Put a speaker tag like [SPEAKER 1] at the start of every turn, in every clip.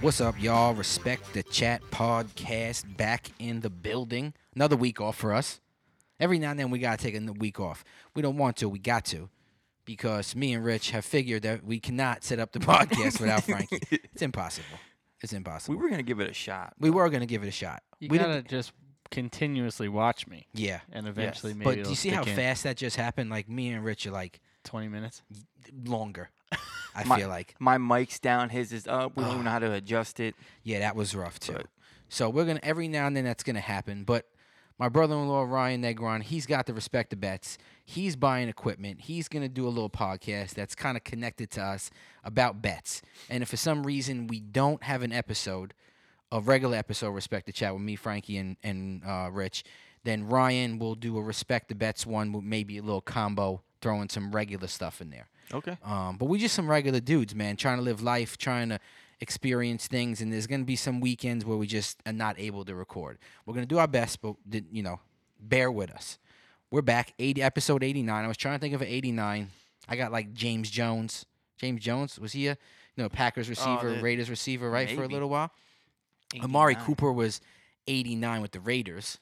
[SPEAKER 1] What's up, y'all? Respect the Chat podcast back in the building. Another week off for us. Every now and then we gotta take a week off. We don't want to, we got to. Because me and Rich have figured that we cannot set up the podcast without Frankie. It's impossible. It's
[SPEAKER 2] We
[SPEAKER 1] impossible.
[SPEAKER 2] were gonna give it a shot.
[SPEAKER 1] We were gonna give it a shot.
[SPEAKER 3] You
[SPEAKER 1] we
[SPEAKER 3] gotta
[SPEAKER 1] didn't-
[SPEAKER 3] just continuously watch me,
[SPEAKER 1] Yeah.
[SPEAKER 3] and eventually maybe.
[SPEAKER 1] But do
[SPEAKER 3] it'll
[SPEAKER 1] you see how
[SPEAKER 3] stick in
[SPEAKER 1] fast that just happened? Like me and Rich are like
[SPEAKER 3] Twenty minutes.
[SPEAKER 1] longer. I
[SPEAKER 2] My-
[SPEAKER 1] feel like.
[SPEAKER 2] My mic's down, his is up. We don't even know how to adjust it.
[SPEAKER 1] Yeah, that was rough too.
[SPEAKER 2] But-
[SPEAKER 1] So we're gonna every now and then that's gonna happen. But my brother-in-law Ryan Negron, he's got the respect the bets. He's buying equipment. He's gonna do a little podcast that's kind of connected to us about bets. And if for some reason we don't have an episode, a regular episode, respect the chat with me, Frankie, and and uh, Rich, then Ryan will do a respect the bets one with maybe a little combo, throwing some regular stuff in there.
[SPEAKER 2] Okay.
[SPEAKER 1] Um, but we just some regular dudes, man, trying to live life, trying to experience things. And there's gonna be some weekends where we just are not able to record. We're gonna do our best, but th- you know, bear with us. We're back, 80, episode 89. I was trying to think of an 89. I got like James Jones. James Jones was he a you know Packers receiver,
[SPEAKER 2] Oh, the-
[SPEAKER 1] Raiders receiver, right for a
[SPEAKER 2] maybe.
[SPEAKER 1] little while. Amari
[SPEAKER 2] 89.
[SPEAKER 1] Cooper was 89 with the Raiders.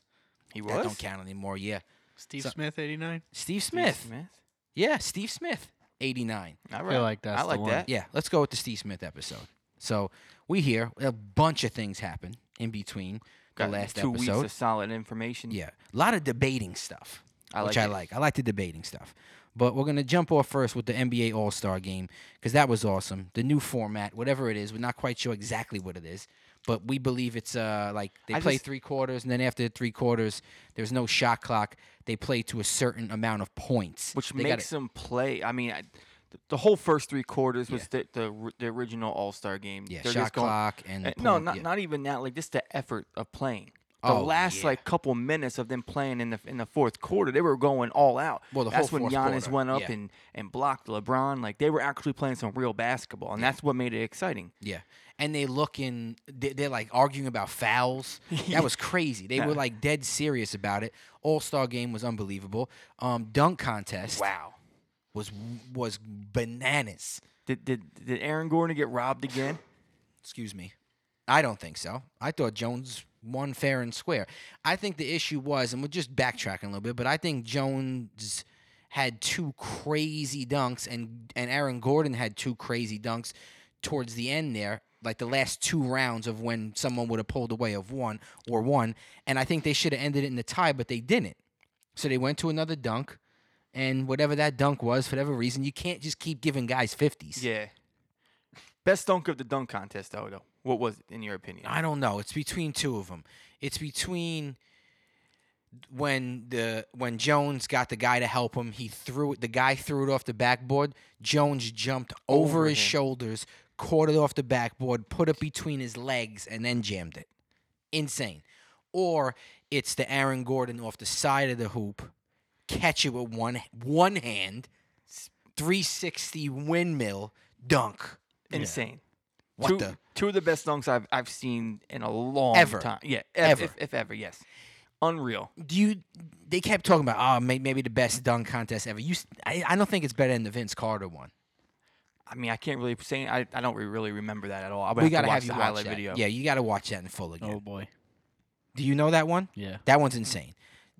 [SPEAKER 2] He was.
[SPEAKER 1] That don't count anymore. Yeah,
[SPEAKER 3] Steve
[SPEAKER 1] So-
[SPEAKER 3] Smith, eighty nine.
[SPEAKER 1] Steve
[SPEAKER 2] Steve
[SPEAKER 1] Smith. Yeah, Steve Smith, 89.
[SPEAKER 2] All
[SPEAKER 3] feel like that's
[SPEAKER 2] I
[SPEAKER 3] the
[SPEAKER 2] like
[SPEAKER 3] one.
[SPEAKER 2] that.
[SPEAKER 1] Yeah, let's go with the Steve Smith episode. So we hear a bunch of things happen in between the
[SPEAKER 2] Got
[SPEAKER 1] last
[SPEAKER 2] two
[SPEAKER 1] episode.
[SPEAKER 2] weeks of solid information.
[SPEAKER 1] yeah, a lot of debating stuff,
[SPEAKER 2] I
[SPEAKER 1] which
[SPEAKER 2] like
[SPEAKER 1] I
[SPEAKER 2] it.
[SPEAKER 1] like. I like the debating stuff. But we're gonna jump off first with the NBA All Star Game because that was awesome. The new format, whatever it is, we're not quite sure exactly what it is, but we believe it's uh like they
[SPEAKER 2] I
[SPEAKER 1] play
[SPEAKER 2] just-
[SPEAKER 1] three quarters and then after three quarters, there's no shot clock. They play to a certain amount of points,
[SPEAKER 2] Which
[SPEAKER 1] They gotta-
[SPEAKER 2] makes them play. I mean, I, the, the whole first three quarters was the, the r- the original All Star game.
[SPEAKER 1] yeah
[SPEAKER 2] They're
[SPEAKER 1] shot
[SPEAKER 2] just going-
[SPEAKER 1] clock and
[SPEAKER 2] Uh, no,
[SPEAKER 1] point-
[SPEAKER 2] not
[SPEAKER 1] yeah.
[SPEAKER 2] not even that. Like just the effort of playing. The
[SPEAKER 1] Oh,
[SPEAKER 2] last
[SPEAKER 1] yeah.
[SPEAKER 2] like couple minutes of them playing in the in the fourth quarter, they were going all out.
[SPEAKER 1] Well, the
[SPEAKER 2] that's
[SPEAKER 1] whole
[SPEAKER 2] when
[SPEAKER 1] fourth
[SPEAKER 2] Giannis
[SPEAKER 1] quarter,
[SPEAKER 2] went up
[SPEAKER 1] yeah.
[SPEAKER 2] and, and blocked LeBron. Like they were actually playing some real basketball, and that's what made it exciting.
[SPEAKER 1] Yeah, and they look in. they- They're like arguing about fouls. That was crazy. They were like dead serious about it. All Star Game was unbelievable. Um, dunk contest
[SPEAKER 2] Wow.
[SPEAKER 1] was was bananas.
[SPEAKER 2] Did did did Aaron Gordon get robbed again?
[SPEAKER 1] Excuse me. I don't think so. I thought Jones won fair and square. I think the issue was, and we're just backtracking a little bit, but I think Jones had two crazy dunks, and and Aaron Gordon had two crazy dunks towards the end there, like the last two rounds of when someone would have pulled away of one or one, and I think they should have ended it in the tie, but they didn't. So they went to another dunk, and whatever that dunk was, for whatever reason, you can't just keep giving guys fifties.
[SPEAKER 2] Yeah. Best dunk of the dunk contest, though. Though, what was it in your opinion?
[SPEAKER 1] I don't know. It's between two of them. It's between when the when Jones got the guy to help him, he threw it. The guy threw it off the backboard. Jones jumped over,
[SPEAKER 2] Over
[SPEAKER 1] his
[SPEAKER 2] him.
[SPEAKER 1] shoulders, caught it off the backboard, put it between his legs, and then jammed it. Insane. Or it's the Aaron Gordon off the side of the hoop, catch it with one one hand, three sixty windmill dunk.
[SPEAKER 2] Insane.
[SPEAKER 1] What
[SPEAKER 2] two,
[SPEAKER 1] the-
[SPEAKER 2] two of the best dunks I've I've seen in a long
[SPEAKER 1] Ever.
[SPEAKER 2] time. Yeah,
[SPEAKER 1] Ever.
[SPEAKER 2] ever, if, if ever, yes. Unreal.
[SPEAKER 1] do you they kept talking about oh may, maybe the best dunk contest ever you s- I, I don't think it's better than the vince carter one
[SPEAKER 2] I mean, I can't really say I, I don't re- really remember that at all. I
[SPEAKER 1] we
[SPEAKER 2] would have
[SPEAKER 1] gotta
[SPEAKER 2] to watch
[SPEAKER 1] have you
[SPEAKER 2] the
[SPEAKER 1] watch
[SPEAKER 2] highlight
[SPEAKER 1] that
[SPEAKER 2] video.
[SPEAKER 1] yeah you gotta watch that in full again
[SPEAKER 3] Oh boy.
[SPEAKER 1] do you know that one
[SPEAKER 3] Yeah.
[SPEAKER 1] that one's insane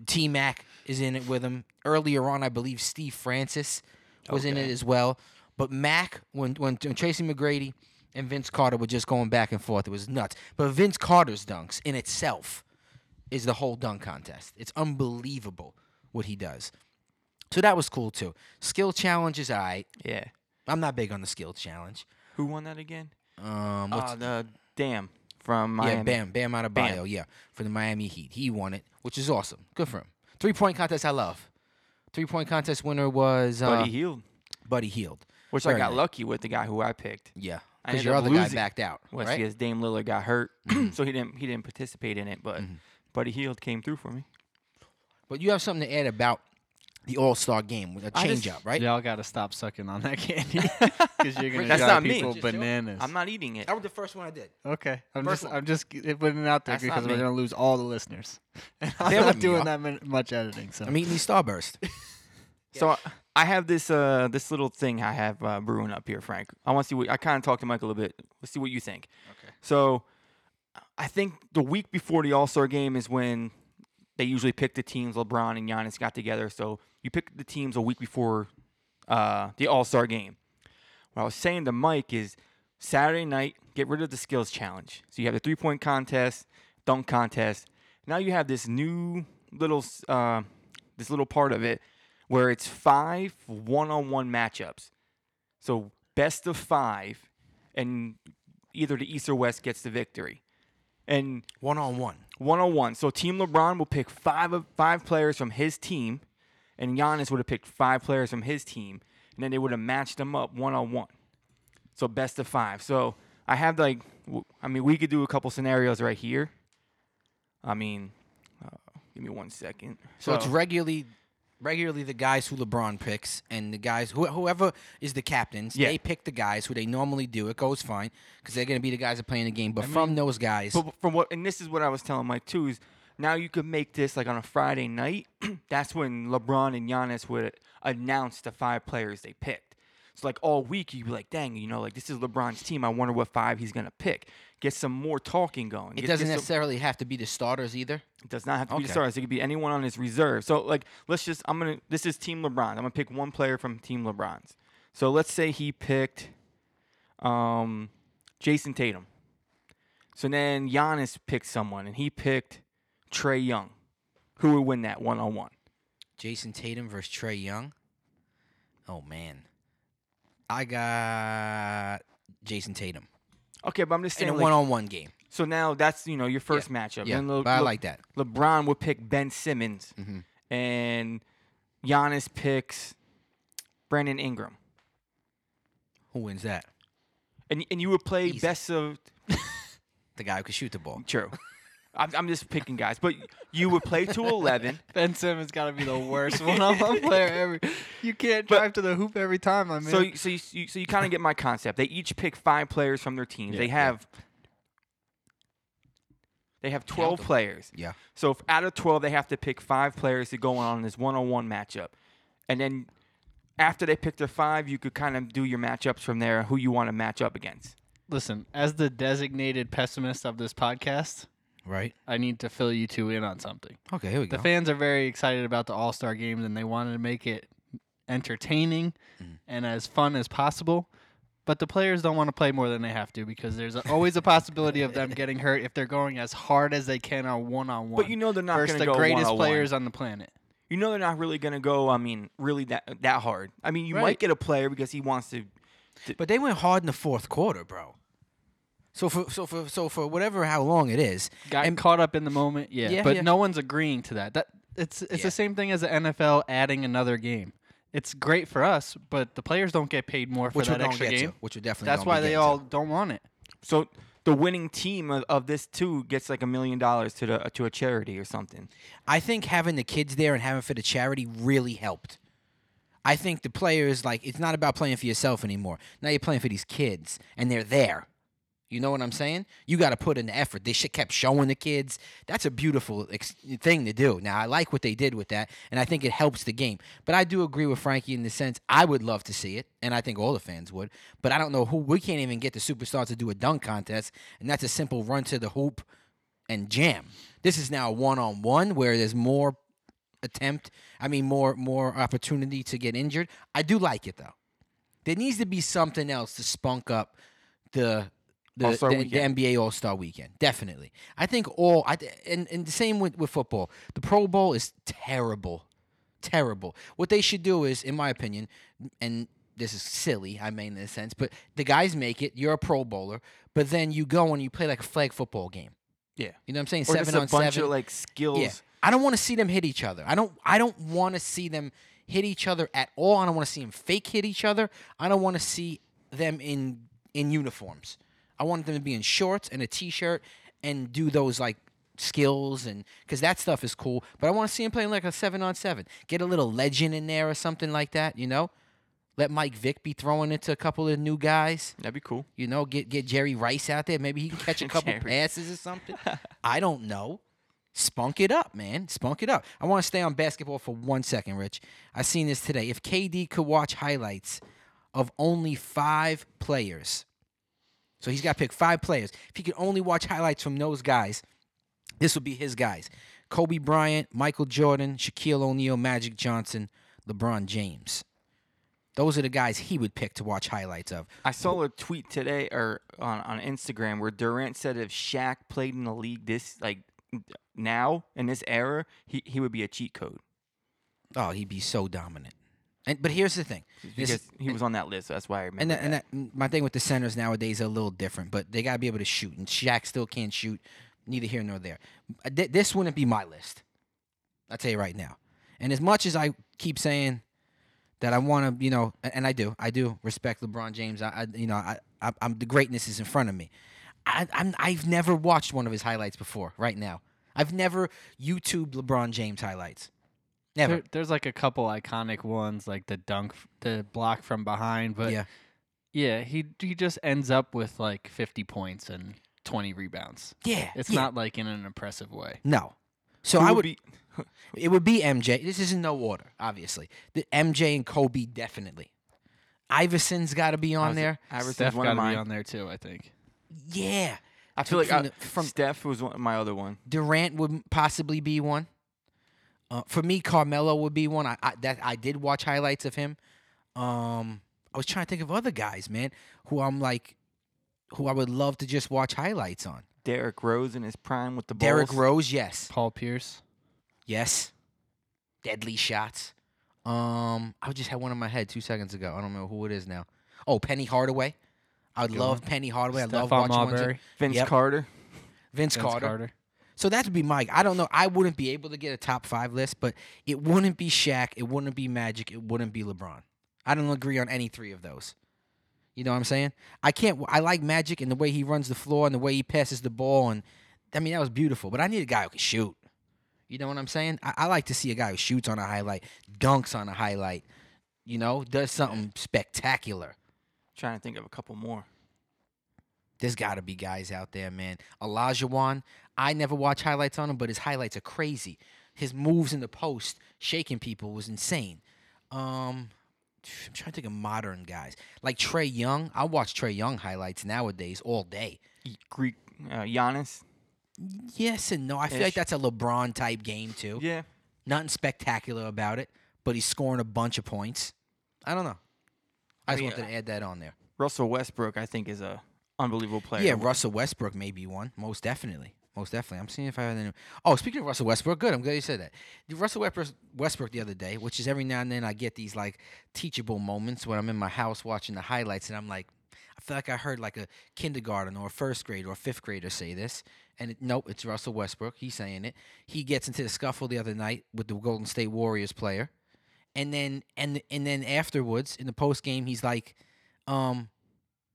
[SPEAKER 1] t-mac is in it with him earlier on i believe steve francis was in it as well but mac when, when when tracy mcgrady and vince carter were just going back and forth it was nuts but vince carter's dunks in itself is the whole dunk contest it's unbelievable what he does so that was cool too skill challenges i
[SPEAKER 2] Yeah.
[SPEAKER 1] I'm not big on the skill challenge.
[SPEAKER 2] Who won that again?
[SPEAKER 1] Um, what's,
[SPEAKER 2] Uh, the Damn from Miami.
[SPEAKER 1] yeah, Bam, Bam out of
[SPEAKER 2] Bam.
[SPEAKER 1] bio, yeah, for the Miami Heat. He won it, which is awesome. Good for him. Three point contest, I love. Three point contest winner was uh,
[SPEAKER 2] Buddy
[SPEAKER 1] Buddy,
[SPEAKER 2] Heald,
[SPEAKER 1] Healed.
[SPEAKER 2] which I
[SPEAKER 1] very
[SPEAKER 2] got
[SPEAKER 1] nice.
[SPEAKER 2] lucky with the guy who I picked.
[SPEAKER 1] Yeah,
[SPEAKER 2] I
[SPEAKER 1] because
[SPEAKER 2] ended
[SPEAKER 1] your
[SPEAKER 2] up
[SPEAKER 1] other guy
[SPEAKER 2] losing.
[SPEAKER 1] backed out,
[SPEAKER 2] Was
[SPEAKER 1] right?
[SPEAKER 2] because Dame Lillard got hurt, so he didn't he didn't participate in it. But
[SPEAKER 1] Mm-hmm.
[SPEAKER 2] Buddy Heald came through for me.
[SPEAKER 1] But you have something to add about the All Star game with a
[SPEAKER 2] I
[SPEAKER 1] change
[SPEAKER 2] just-
[SPEAKER 1] up, right?
[SPEAKER 3] Y'all gotta stop sucking on that candy because you're gonna
[SPEAKER 2] That's
[SPEAKER 3] drive
[SPEAKER 2] not me.
[SPEAKER 3] people
[SPEAKER 1] Just joking.
[SPEAKER 3] bananas.
[SPEAKER 2] I'm not eating it.
[SPEAKER 1] That was the first one I did.
[SPEAKER 3] okay, I'm
[SPEAKER 1] First
[SPEAKER 3] just
[SPEAKER 1] one.
[SPEAKER 3] I'm just g- putting it out there
[SPEAKER 2] That's
[SPEAKER 3] because
[SPEAKER 2] not
[SPEAKER 3] we're
[SPEAKER 2] me.
[SPEAKER 3] gonna lose all the listeners. And I'm
[SPEAKER 1] Bear with
[SPEAKER 3] not
[SPEAKER 1] me,
[SPEAKER 3] doing
[SPEAKER 1] y'all.
[SPEAKER 3] that min- much editing. So
[SPEAKER 1] I'm eating these Starburst.
[SPEAKER 2] So I, I have this uh this little thing I have uh, brewing up here, Frank. I want to see what I kind of talked to Mike a little bit. Let's see what you think. Okay. So I think the week before the All Star game is when they usually pick the teams LeBron and Giannis got together. So you pick the teams a week before uh, the All Star game. What I was saying to Mike is Saturday night, get rid of the skills challenge. So you have the three point contest, dunk contest. Now you have this new little uh, this little part of it where it's five one on one matchups. So best of five, and either the East or West gets the victory. And
[SPEAKER 1] One on one.
[SPEAKER 2] one on one. So Team LeBron will pick five of five players from his team, and Giannis would have picked five players from his team, and then they would have matched them up one on one. So best of five. So I have like, w- I mean, we could do a couple scenarios right here. I mean, uh, give me one second.
[SPEAKER 1] So, it's regularly regularly the guys who LeBron picks and the guys who, whoever is the captains,
[SPEAKER 2] Yeah.
[SPEAKER 1] they pick the guys who they normally do. It goes fine because they're going to be the guys that are playing the game. But from those guys,
[SPEAKER 2] But from what, and this is what I was telling Mike too is now you could make this like on a Friday night. that's when LeBron and Giannis would announce the five players they picked. So like all week you'd be like, dang, you know, like this is LeBron's team. I wonder what five he's gonna pick. Get some more talking going.
[SPEAKER 1] it
[SPEAKER 2] Get-
[SPEAKER 1] doesn't
[SPEAKER 2] get some-
[SPEAKER 1] necessarily have to be the starters either.
[SPEAKER 2] it does not have to be the
[SPEAKER 1] Okay.
[SPEAKER 2] starters. It could be anyone on his reserve. So like, let's just I'm gonna this is Team LeBron. I'm gonna pick one player from Team LeBron's. So let's say he picked, um, Jason Tatum. So then Giannis picked someone, and he picked Trey Young. Who would win that one on one?
[SPEAKER 1] Jason Tatum versus Trey Young. Oh man, I got Jason Tatum
[SPEAKER 2] Okay, but I'm just
[SPEAKER 1] in
[SPEAKER 2] saying.
[SPEAKER 1] a
[SPEAKER 2] like,
[SPEAKER 1] one-on-one game.
[SPEAKER 2] so now that's you know your first matchup.
[SPEAKER 1] Yeah,
[SPEAKER 2] And Le-
[SPEAKER 1] but I
[SPEAKER 2] Le-
[SPEAKER 1] like that.
[SPEAKER 2] LeBron would pick Ben Simmons,
[SPEAKER 1] Mhm.
[SPEAKER 2] and Giannis picks Brandon Ingram.
[SPEAKER 1] Who wins that?
[SPEAKER 2] And, and you would play
[SPEAKER 1] Easy.
[SPEAKER 2] best of
[SPEAKER 1] The guy who can shoot the ball.
[SPEAKER 2] True. I'm, I'm just picking guys, but you would play to 11.
[SPEAKER 3] Ben Simmons got to be the worst one-on-one player ever. You can't
[SPEAKER 2] But-
[SPEAKER 3] drive to the hoop every time. I mean,
[SPEAKER 2] So you- so you, you- so you kind of get my concept. They each pick five players from their team.
[SPEAKER 3] Yeah,
[SPEAKER 2] they
[SPEAKER 3] yeah.
[SPEAKER 2] have they have 12
[SPEAKER 1] them.
[SPEAKER 2] players.
[SPEAKER 1] Yeah.
[SPEAKER 2] So if out of 12 they have to pick five players to go on in this one-on-one matchup. And then after they pick their five, you could kind of do your matchups from there who you want to match up against.
[SPEAKER 3] listen, as the designated pessimist of this podcast,
[SPEAKER 1] Right.
[SPEAKER 3] I need to fill you two in on something.
[SPEAKER 1] Okay. Here we
[SPEAKER 3] The
[SPEAKER 1] go.
[SPEAKER 3] fans are very excited about the All Star games, and they wanted to make it entertaining and as fun as possible. But the players don't want to play more than they have to because there's always a possibility of them getting hurt if they're going as hard as they can on one on one.
[SPEAKER 2] But you know they're not
[SPEAKER 3] versus
[SPEAKER 2] going to
[SPEAKER 3] the
[SPEAKER 2] go
[SPEAKER 3] greatest
[SPEAKER 2] 101.
[SPEAKER 3] players on the planet.
[SPEAKER 2] you know they're not really going to go, I mean, really that that hard. I mean, you might
[SPEAKER 3] Right.
[SPEAKER 2] get a player because he wants to
[SPEAKER 1] But they went hard in the fourth quarter, bro. So for so for so for whatever how long it is,
[SPEAKER 3] Got
[SPEAKER 1] and
[SPEAKER 3] caught up in the moment, yeah.
[SPEAKER 1] Yeah,
[SPEAKER 3] but
[SPEAKER 1] yeah.
[SPEAKER 3] no one's agreeing to that. That it's it's
[SPEAKER 1] Yeah.
[SPEAKER 3] the same thing as the NFL adding another game. It's great for us, but the players don't get paid more for
[SPEAKER 1] which we're
[SPEAKER 3] that
[SPEAKER 1] gonna
[SPEAKER 3] extra
[SPEAKER 1] get
[SPEAKER 3] game.
[SPEAKER 1] to, which we're definitely
[SPEAKER 3] That's
[SPEAKER 1] gonna
[SPEAKER 3] why
[SPEAKER 1] be
[SPEAKER 3] they
[SPEAKER 1] getting to.
[SPEAKER 3] all don't want it.
[SPEAKER 2] So the winning team of, of this too gets like a million dollars to the to a charity or something.
[SPEAKER 1] I think having the kids there and having for the charity really helped. I think the players like it's not about playing for yourself anymore. Now you're playing for these kids and they're there. You know what I'm saying? You got to put in the effort. They shit kept showing the kids. That's a beautiful ex- thing to do. Now I like what they did with that, and I think it helps the game. But I do agree with Frankie in the sense I would love to see it, and I think all the fans would. But I don't know who we can't even get the superstars to do a dunk contest, and that's a simple run to the hoop and jam. This is now one on one where there's more attempt. I mean, more more opportunity to get injured. I do like it though. There needs to be something else to spunk up the the,
[SPEAKER 2] All-Star
[SPEAKER 1] the, the
[SPEAKER 2] weekend.
[SPEAKER 1] NBA All Star Weekend. Definitely, I think all. I th- and and the same with with football. The Pro Bowl is terrible, terrible. What they should do is, in my opinion, and this is silly. I mean, in a sense, but the guys make it. You're a Pro Bowler, but then you go and you play like a flag football game.
[SPEAKER 2] Yeah.
[SPEAKER 1] You know what I'm saying?
[SPEAKER 2] Or
[SPEAKER 1] seven
[SPEAKER 2] just a
[SPEAKER 1] on
[SPEAKER 2] bunch
[SPEAKER 1] seven.
[SPEAKER 2] of like skills.
[SPEAKER 1] yeah. I don't want to see them hit each other. I don't I don't want to see them hit each other at all. I don't want to see them fake hit each other. I don't want to see them in in uniforms. I want them to be in shorts and a t-shirt and do those like skills and cuz that stuff is cool, but I want to see them playing like a 7 on 7. Get a little legend in there or something like that, you know? Let Mike Vick be throwing it to a couple of new guys.
[SPEAKER 2] That'd be cool.
[SPEAKER 1] You know, get get Jerry Rice out there. Maybe he can catch a couple
[SPEAKER 2] Jerry.
[SPEAKER 1] passes or something. I don't know. Spunk it up, man. Spunk it up. I want to stay on basketball for one second, Rich. I seen this today. If KD could watch highlights of only five players, So he's got to pick five players. If he could only watch highlights from those guys, this would be his guys: Kobe Bryant, Michael Jordan, Shaquille O'Neal, Magic Johnson, LeBron James. Those are the guys he would pick to watch highlights of.
[SPEAKER 2] I saw a tweet today or on, on Instagram where Durant said if Shaq played in the league this like now in this era, he, he would be a cheat code.
[SPEAKER 1] Oh, he'd be so dominant. And but here's the thing, This-
[SPEAKER 2] Because he was on that list, so that's why I remember.
[SPEAKER 1] and that, and
[SPEAKER 2] that.
[SPEAKER 1] that, my thing with the centers nowadays are a little different, but they gotta be able to shoot, and Shaq still can't shoot. Neither here nor there. Uh, th- This wouldn't be my list. I tell you right now. And as much as I keep saying that I want to, you know, a- and I do, I do respect LeBron James. I, I you know, I, I, I'm the greatness is in front of me. I, I'm, I've never watched one of his highlights before. Right now, I've never YouTube LeBron James highlights. Never.
[SPEAKER 3] There, there's like a couple iconic ones, like the dunk, f- the block from behind. But
[SPEAKER 1] Yeah.
[SPEAKER 3] yeah, he he just ends up with like 50 points and 20 rebounds.
[SPEAKER 1] yeah,
[SPEAKER 3] It's
[SPEAKER 1] yeah.
[SPEAKER 3] not like in an impressive way.
[SPEAKER 1] No. So
[SPEAKER 2] Who
[SPEAKER 1] I would.
[SPEAKER 2] be
[SPEAKER 1] It would be MJ. This is in no order, obviously. The MJ and Kobe definitely. Iverson's got to be on
[SPEAKER 2] was-
[SPEAKER 1] there.
[SPEAKER 2] Iverson's
[SPEAKER 3] Steph
[SPEAKER 2] one
[SPEAKER 3] got
[SPEAKER 2] of
[SPEAKER 3] to be
[SPEAKER 2] mine.
[SPEAKER 3] on there too, I think.
[SPEAKER 1] Yeah,
[SPEAKER 2] I feel like
[SPEAKER 1] from
[SPEAKER 2] I,
[SPEAKER 1] the- from-
[SPEAKER 2] Steph was one, my other one.
[SPEAKER 1] Durant would possibly be one. Uh, for me, Carmelo would be one. I, I that I did watch highlights of him. Um, I was trying to think of other guys, man, who I'm like, who I would love to just watch highlights on.
[SPEAKER 2] Derrick Rose in his prime with the Bulls.
[SPEAKER 1] Derrick Rose, yes,
[SPEAKER 3] Paul Pierce.
[SPEAKER 1] yes, deadly shots. Um, I just had one in my head two seconds ago. I don't know who it is now. Oh, Penny Hardaway. I would
[SPEAKER 3] Good
[SPEAKER 1] love Penny Hardaway. I love watching ones with-
[SPEAKER 2] Vince
[SPEAKER 1] Yep.
[SPEAKER 2] Carter.
[SPEAKER 1] Vince,
[SPEAKER 3] Vince
[SPEAKER 1] Carter.
[SPEAKER 3] Carter.
[SPEAKER 1] So that would be my. I don't know. I wouldn't be able to get a top five list, but it wouldn't be Shaq. It wouldn't be Magic. It wouldn't be LeBron. I don't agree on any three of those. You know what I'm saying? I can't. I like Magic and the way he runs the floor and the way he passes the ball. And I mean, that was beautiful. But I need a guy who can shoot. You know what I'm saying? I, I like to see a guy who shoots on a highlight, dunks on a highlight. You know, does something spectacular.
[SPEAKER 2] Trying to think of a couple more.
[SPEAKER 1] There's got to be guys out there, man. Elijah Wan, I never watch highlights on him, but his highlights are crazy. His moves in the post, shaking people, was insane. Um, I'm trying to think of modern guys like Trey Young. I watch Trey Young highlights nowadays all day.
[SPEAKER 2] Y- Greek uh, Giannis.
[SPEAKER 1] Yes and no. I feel like
[SPEAKER 2] Ish.
[SPEAKER 1] that's a LeBron type game too.
[SPEAKER 2] Yeah.
[SPEAKER 1] Nothing spectacular about it, but he's scoring a bunch of points. I don't know. I
[SPEAKER 2] I
[SPEAKER 1] just
[SPEAKER 2] mean,
[SPEAKER 1] wanted to add that on there.
[SPEAKER 2] Russell Westbrook, I think, is a unbelievable player.
[SPEAKER 1] Yeah, Russell Westbrook may be one. Most definitely. Most definitely. I'm seeing if I have any. Oh, speaking of Russell Westbrook, good. I'm glad you said that. The Russell Wepr- Westbrook the other day, which is every now and then I get these like teachable moments when I'm in my house watching the highlights and I'm like, I feel like I heard like a kindergarten or a first grade or a fifth grader say this. And it, nope, it's Russell Westbrook. He's saying it. He gets into the scuffle the other night with the Golden State Warriors player. And then and and then afterwards in the post game, he's like, um,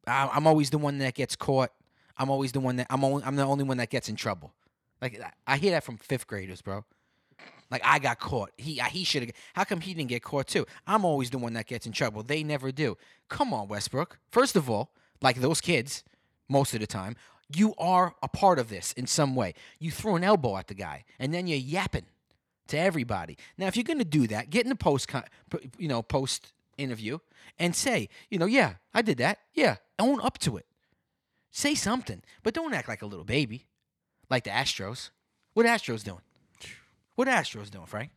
[SPEAKER 1] I, I'm always the one that gets caught. I'm always the one that I'm only, I'm the only one that gets in trouble. Like I- I hear that from fifth graders, bro. Like I got caught. He I- he should have. How come he didn't get caught too? I'm always the one that gets in trouble. They never do. Come on, Westbrook. First of all, like those kids, most of the time, you are a part of this in some way. You threw an elbow at the guy, and then you're yapping to everybody. Now, if you're going to do that, get in the post, con- p- you know, post interview and say, you know, yeah, I did that. Yeah, own up to it. Say something, but don't act like a little baby, like the Astros. What Astros doing? What Astros doing, Frank?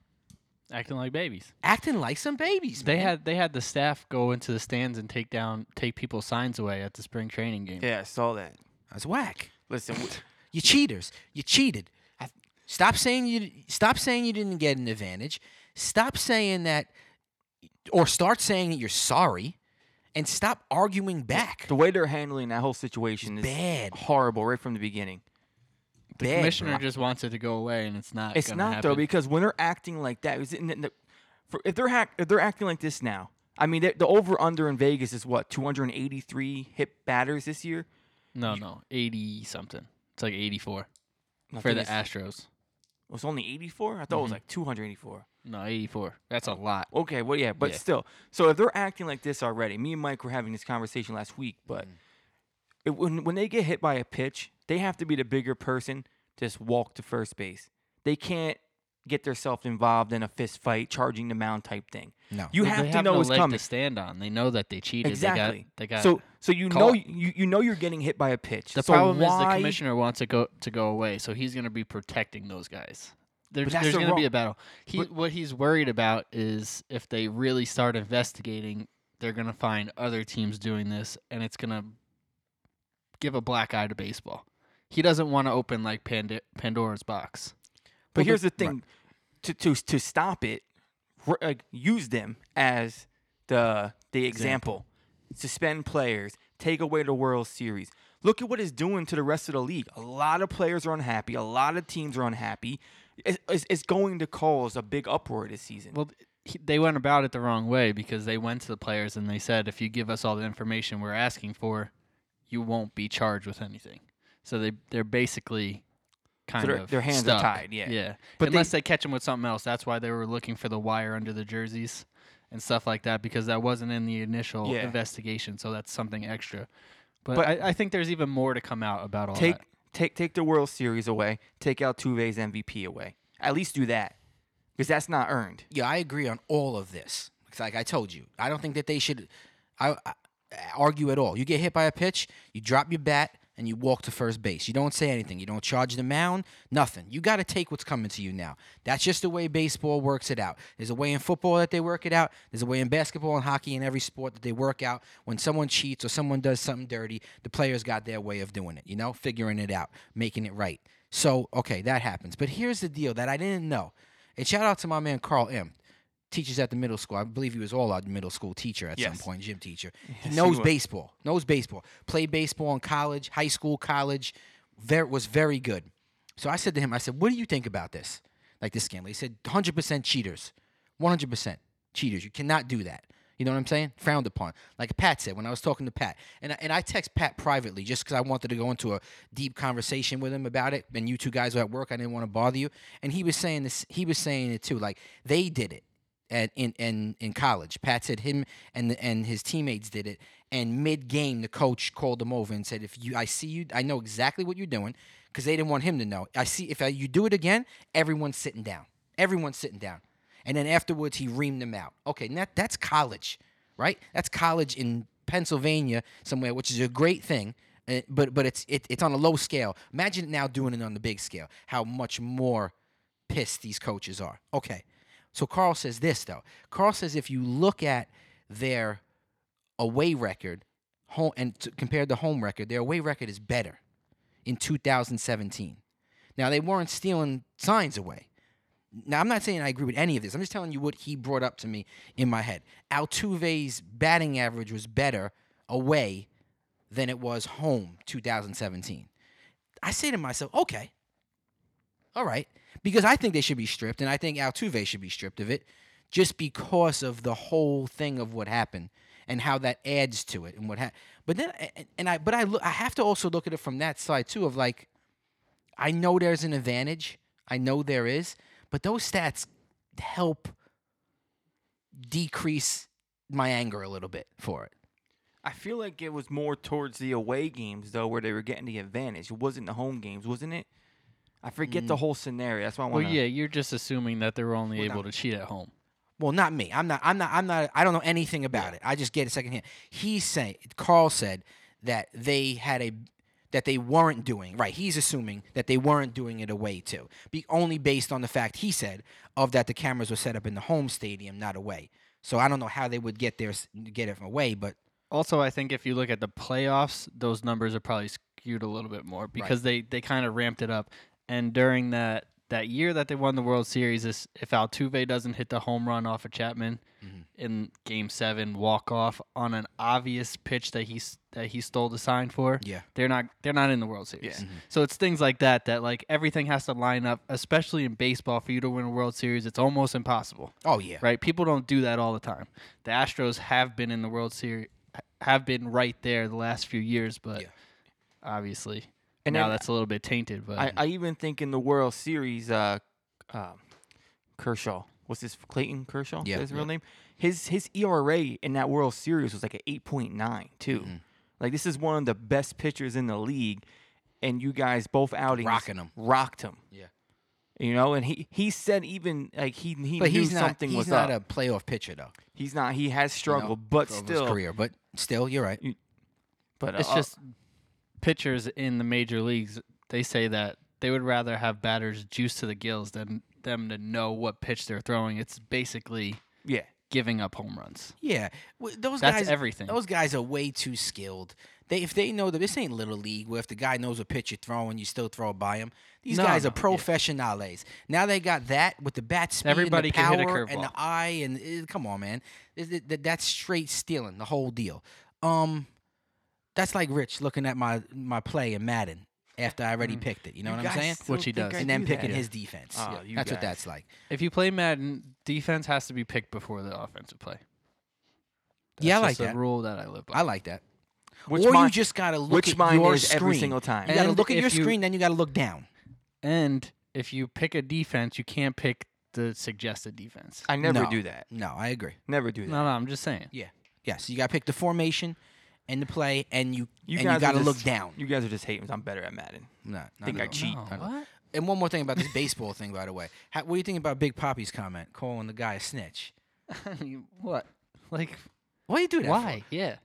[SPEAKER 3] Acting like babies.
[SPEAKER 1] Acting like some babies.
[SPEAKER 3] They
[SPEAKER 1] man.
[SPEAKER 3] had they had the staff go into the stands and take down take people's signs away at the spring training game.
[SPEAKER 2] Yeah, I saw that.
[SPEAKER 1] that's whack.
[SPEAKER 2] Listen, w-
[SPEAKER 1] You cheaters. You cheated. Stop saying you stop saying you didn't get an advantage. Stop saying that or start saying that you're sorry and stop arguing back.
[SPEAKER 2] the way they're handling that whole situation is
[SPEAKER 1] Bad.
[SPEAKER 2] horrible right from the beginning.
[SPEAKER 3] The
[SPEAKER 1] Bad,
[SPEAKER 3] commissioner
[SPEAKER 1] bro.
[SPEAKER 3] just wants it to go away, and it's not.
[SPEAKER 2] It's
[SPEAKER 3] gonna
[SPEAKER 2] not
[SPEAKER 3] happen.
[SPEAKER 2] though because when they're acting like that, is it, n- n- for, if they're hack, if they're acting like this now, I mean the, the over under in Vegas is what 283 hit batters this year
[SPEAKER 3] No, no, eighty something. It's like eighty-four
[SPEAKER 2] I
[SPEAKER 3] for
[SPEAKER 2] think
[SPEAKER 3] the Mm-hmm.
[SPEAKER 2] it's-
[SPEAKER 3] Astros.
[SPEAKER 2] It was only 84. I thought it was like 284.
[SPEAKER 3] No, eighty-four. That's a lot.
[SPEAKER 2] Okay, well yeah, but
[SPEAKER 3] Yeah.
[SPEAKER 2] still. So if they're acting like this already, me and Mike were having this conversation last week, but
[SPEAKER 3] Mm-hmm.
[SPEAKER 2] it, when when they get hit by a pitch, they have to be the bigger person. Just walk to first base. They can't get themselves involved in a fist fight, charging the mound type thing.
[SPEAKER 1] No.
[SPEAKER 2] You
[SPEAKER 3] Well,
[SPEAKER 2] have
[SPEAKER 3] they
[SPEAKER 2] to know
[SPEAKER 3] no
[SPEAKER 2] it's
[SPEAKER 3] leg
[SPEAKER 2] coming.
[SPEAKER 3] to stand on. They know that they cheated.
[SPEAKER 2] Exactly.
[SPEAKER 3] They got, they got
[SPEAKER 2] so so you know
[SPEAKER 3] caught.
[SPEAKER 2] you, you know you're getting hit by a pitch.
[SPEAKER 3] The
[SPEAKER 2] So
[SPEAKER 3] problem is
[SPEAKER 2] why-
[SPEAKER 3] the commissioner wants to go to go away, so he's going to be protecting those guys. There,
[SPEAKER 2] But that's
[SPEAKER 3] there's
[SPEAKER 2] the
[SPEAKER 3] going to be
[SPEAKER 2] wrong-
[SPEAKER 3] a battle. He,
[SPEAKER 2] but-
[SPEAKER 3] what he's worried about is if they really start investigating, they're going to find other teams doing this, and it's going to give a black eye to baseball. He doesn't want to open like Panda- Pandora's box.
[SPEAKER 2] But
[SPEAKER 1] Well,
[SPEAKER 2] here's the
[SPEAKER 1] but-
[SPEAKER 2] thing: to to to stop it, r- like use them as the the example. Suspend players, take away the World Series. Look at what it's doing to the rest of the league. A lot of players are unhappy. A lot of teams are unhappy. It's, it's, it's going to cause a big uproar this season.
[SPEAKER 3] Well, th- he, they went about it the wrong way because they went to the players and they said, if you give us all the information we're asking for, you won't be charged with anything. So they they're basically kind
[SPEAKER 2] their-
[SPEAKER 3] of
[SPEAKER 2] their hands are
[SPEAKER 3] stuck.
[SPEAKER 2] tied, yeah.
[SPEAKER 3] yeah.
[SPEAKER 2] But they-
[SPEAKER 3] unless they, catch them with something else, that's why they were looking for the wire under the jerseys and stuff like that because that wasn't in the initial
[SPEAKER 2] Yeah.
[SPEAKER 3] investigation. So that's something extra. But,
[SPEAKER 2] But-
[SPEAKER 3] I, I think there's even more to come out about all
[SPEAKER 2] take
[SPEAKER 3] that.
[SPEAKER 2] take take the World Series away. Take Altuve's MVP away. At least do that, because that's not earned.
[SPEAKER 1] Yeah, I agree on all of this. It's like I told you, I don't think that they should I, I argue at all. You get hit by a pitch, you drop your bat, and you walk to first base. You don't say anything. You don't charge the mound. Nothing. You got to take what's coming to you now. That's just the way baseball works it out. There's a way in football that they work it out. There's a way in basketball and hockey and every sport that they work out. When someone cheats or someone does something dirty, the players got their way of doing it. You know, figuring it out, making it right. So okay, that happens. But here's the deal that I didn't know. And shout out to my man Carl M. Teaches at the middle school. I believe he was all our middle school teacher at some
[SPEAKER 2] Yes.
[SPEAKER 1] point, gym teacher.
[SPEAKER 2] Yes,
[SPEAKER 1] he
[SPEAKER 2] he
[SPEAKER 1] knows
[SPEAKER 2] was.
[SPEAKER 1] baseball. Knows baseball. Played baseball in college, high school, college. Very, was very good. So I said to him, I said, "What do you think about this? Like this scandal?" He said, "100% cheaters. 100% cheaters. You cannot do that." You know what I'm saying? Frowned upon. Like Pat said when I was talking to Pat, and I, and I text Pat privately just because I wanted to go into a deep conversation with him about it. And you two guys were at work. I didn't want to bother you. And he was saying this. He was saying it too. Like they did it at in in, in college. Pat said him and and his teammates did it. And mid game, the coach called them over and said, "If you, I see you, I know exactly what you're doing, because they didn't want him to know. I see if I, you do it again, everyone's sitting down. Everyone's sitting down." And then afterwards, he reamed them out. Okay, now that's college, right? That's college in Pennsylvania somewhere, which is a great thing. eh, But but it's it, it's on a low scale. Imagine now doing it on the big scale. How much more pissed these coaches are. Okay. So Carl says this though. Carl says if you look at their away record home and t- compared to home record, their away record is better in 2017. Now they weren't stealing signs away. Now I'm not saying I agree with any of this. I'm just telling you what he brought up to me in my head. Altuve's batting average was better away than it was home 2017. I say to myself, okay, all right. Because I think they should be stripped, and I think Altuve should be stripped of it just because of the whole thing of what happened and how that adds to it and what ha- but then and- and I but I look I have to also look at it from that side too of like I know there's an advantage I know there is but those stats help decrease my anger a little bit for it
[SPEAKER 2] I feel like it was more towards the away games though, where they were getting the advantage. It wasn't the home games, wasn't it? I forget
[SPEAKER 1] Mm.
[SPEAKER 2] the whole scenario. That's why I
[SPEAKER 3] Well,
[SPEAKER 2] want to.
[SPEAKER 3] yeah, you're just assuming that they were only
[SPEAKER 2] Well, no.
[SPEAKER 3] able to cheat at home.
[SPEAKER 1] Well, not me. I'm not. I'm not. I'm not. I don't know anything about it. I just get it secondhand. He's saying Carl said that they had a that they weren't doing right. He's assuming that they weren't doing it away too, be only based on the fact he said of that the cameras were set up in the home stadium, not away. So I don't know how they would get their s- get it from away, but
[SPEAKER 3] also I think if you look at the playoffs, those numbers are probably skewed a little bit more because they they kind of ramped it up. And during that that year that they won the World Series, this, if Altuve doesn't hit the home run off of Chapman in Game Seven, walk off on an obvious pitch that he s- that he stole the sign for,
[SPEAKER 1] Yeah.
[SPEAKER 3] they're not they're not in the World Series. So it's things like that that like everything has to line up, especially in baseball. For you to win a World Series, it's almost impossible
[SPEAKER 1] oh yeah,
[SPEAKER 3] right? People don't do that all the time. The Astros have been in the World Series, have been right there the last few years, but
[SPEAKER 1] Yeah.
[SPEAKER 3] obviously
[SPEAKER 2] And
[SPEAKER 3] now
[SPEAKER 2] then-
[SPEAKER 3] that's a little bit tainted. But
[SPEAKER 1] uh,
[SPEAKER 2] I, I even think in the World Series, uh, um, Kershaw. What's his Clayton Kershaw? Is
[SPEAKER 1] Yeah,
[SPEAKER 2] that his real
[SPEAKER 1] yeah.
[SPEAKER 2] name? His his ERA in that World Series was like an eight point nine too.
[SPEAKER 1] Mm-hmm.
[SPEAKER 2] Like this is one of the best pitchers in the league, and you guys both outings
[SPEAKER 1] Rocking him.
[SPEAKER 2] rocked him.
[SPEAKER 1] Yeah.
[SPEAKER 2] You know, and he, he said even like he he
[SPEAKER 1] But
[SPEAKER 2] knew
[SPEAKER 1] he's not.
[SPEAKER 2] something
[SPEAKER 1] He's
[SPEAKER 2] was
[SPEAKER 1] not
[SPEAKER 2] up.
[SPEAKER 1] a playoff pitcher though.
[SPEAKER 2] he's not. He has
[SPEAKER 1] you know,
[SPEAKER 2] struggled, but
[SPEAKER 1] of his
[SPEAKER 2] still.
[SPEAKER 1] career. But still, you're right.
[SPEAKER 2] But
[SPEAKER 3] It's
[SPEAKER 2] uh,
[SPEAKER 3] just pitchers in the major leagues. They say that they would rather have batters juiced to the gills than them to know what pitch they're throwing. It's basically
[SPEAKER 2] yeah.
[SPEAKER 3] giving up home runs.
[SPEAKER 1] Yeah, w- those
[SPEAKER 3] That's
[SPEAKER 1] guys.
[SPEAKER 3] everything.
[SPEAKER 1] Those guys are way too skilled. They if they know that this ain't little league where if the guy knows what pitch you're throwing, you still throw it by him. These
[SPEAKER 3] No,
[SPEAKER 1] guys
[SPEAKER 3] no,
[SPEAKER 1] are
[SPEAKER 3] yeah.
[SPEAKER 1] professionales. Now they got that with the bat speed,
[SPEAKER 3] Everybody
[SPEAKER 1] and the
[SPEAKER 3] can hit a
[SPEAKER 1] power, and the
[SPEAKER 3] curveball.
[SPEAKER 1] eye, and eh, come on, man, Is it- that- that's straight stealing the whole deal. Um, that's like Rich looking at my my play in Madden after I
[SPEAKER 3] Mm.
[SPEAKER 1] already picked it. You know what I'm
[SPEAKER 2] guys
[SPEAKER 1] saying?
[SPEAKER 2] still
[SPEAKER 3] Which he
[SPEAKER 2] think
[SPEAKER 3] does.
[SPEAKER 2] I
[SPEAKER 1] And then
[SPEAKER 2] do
[SPEAKER 1] picking
[SPEAKER 2] that.
[SPEAKER 1] his defense.
[SPEAKER 2] Oh,
[SPEAKER 3] Ah,
[SPEAKER 1] Yeah,
[SPEAKER 2] you
[SPEAKER 1] that's what
[SPEAKER 2] guys.
[SPEAKER 1] that's like.
[SPEAKER 3] If you play Madden, defense has to be picked before the offensive play.
[SPEAKER 1] Yeah, I like
[SPEAKER 3] just a
[SPEAKER 1] that.
[SPEAKER 3] rule that I live by.
[SPEAKER 1] I like that.
[SPEAKER 2] Which
[SPEAKER 1] or
[SPEAKER 2] mine,
[SPEAKER 1] you just gotta look
[SPEAKER 2] which
[SPEAKER 1] at
[SPEAKER 2] mine
[SPEAKER 1] your
[SPEAKER 2] is
[SPEAKER 1] screen.
[SPEAKER 2] every single time.
[SPEAKER 1] You gotta
[SPEAKER 3] And
[SPEAKER 1] look at
[SPEAKER 3] if
[SPEAKER 1] your
[SPEAKER 3] you-
[SPEAKER 1] screen, then you gotta look down.
[SPEAKER 3] And if you pick a defense, you can't pick the suggested defense.
[SPEAKER 2] I never
[SPEAKER 1] No.
[SPEAKER 2] do that.
[SPEAKER 1] No, I agree.
[SPEAKER 2] Never do that.
[SPEAKER 3] no, no, I'm just saying.
[SPEAKER 1] Yeah. Yeah. So you gotta pick the formation and the play and you,
[SPEAKER 2] You
[SPEAKER 1] and
[SPEAKER 2] guys
[SPEAKER 1] you
[SPEAKER 2] are
[SPEAKER 1] gotta
[SPEAKER 2] just-
[SPEAKER 1] look down.
[SPEAKER 2] You guys are just hating. 'cause I'm better at Madden.
[SPEAKER 1] No, not
[SPEAKER 2] think
[SPEAKER 1] at
[SPEAKER 2] I
[SPEAKER 1] all.
[SPEAKER 2] cheat.
[SPEAKER 3] No,
[SPEAKER 1] I don't-
[SPEAKER 3] what?
[SPEAKER 1] And one more thing about this baseball thing, by the way. How, what do you think about Big Poppy's comment calling the guy a snitch?
[SPEAKER 3] I mean, what? Like,
[SPEAKER 1] Why do you do that? for?
[SPEAKER 3] why? Yeah.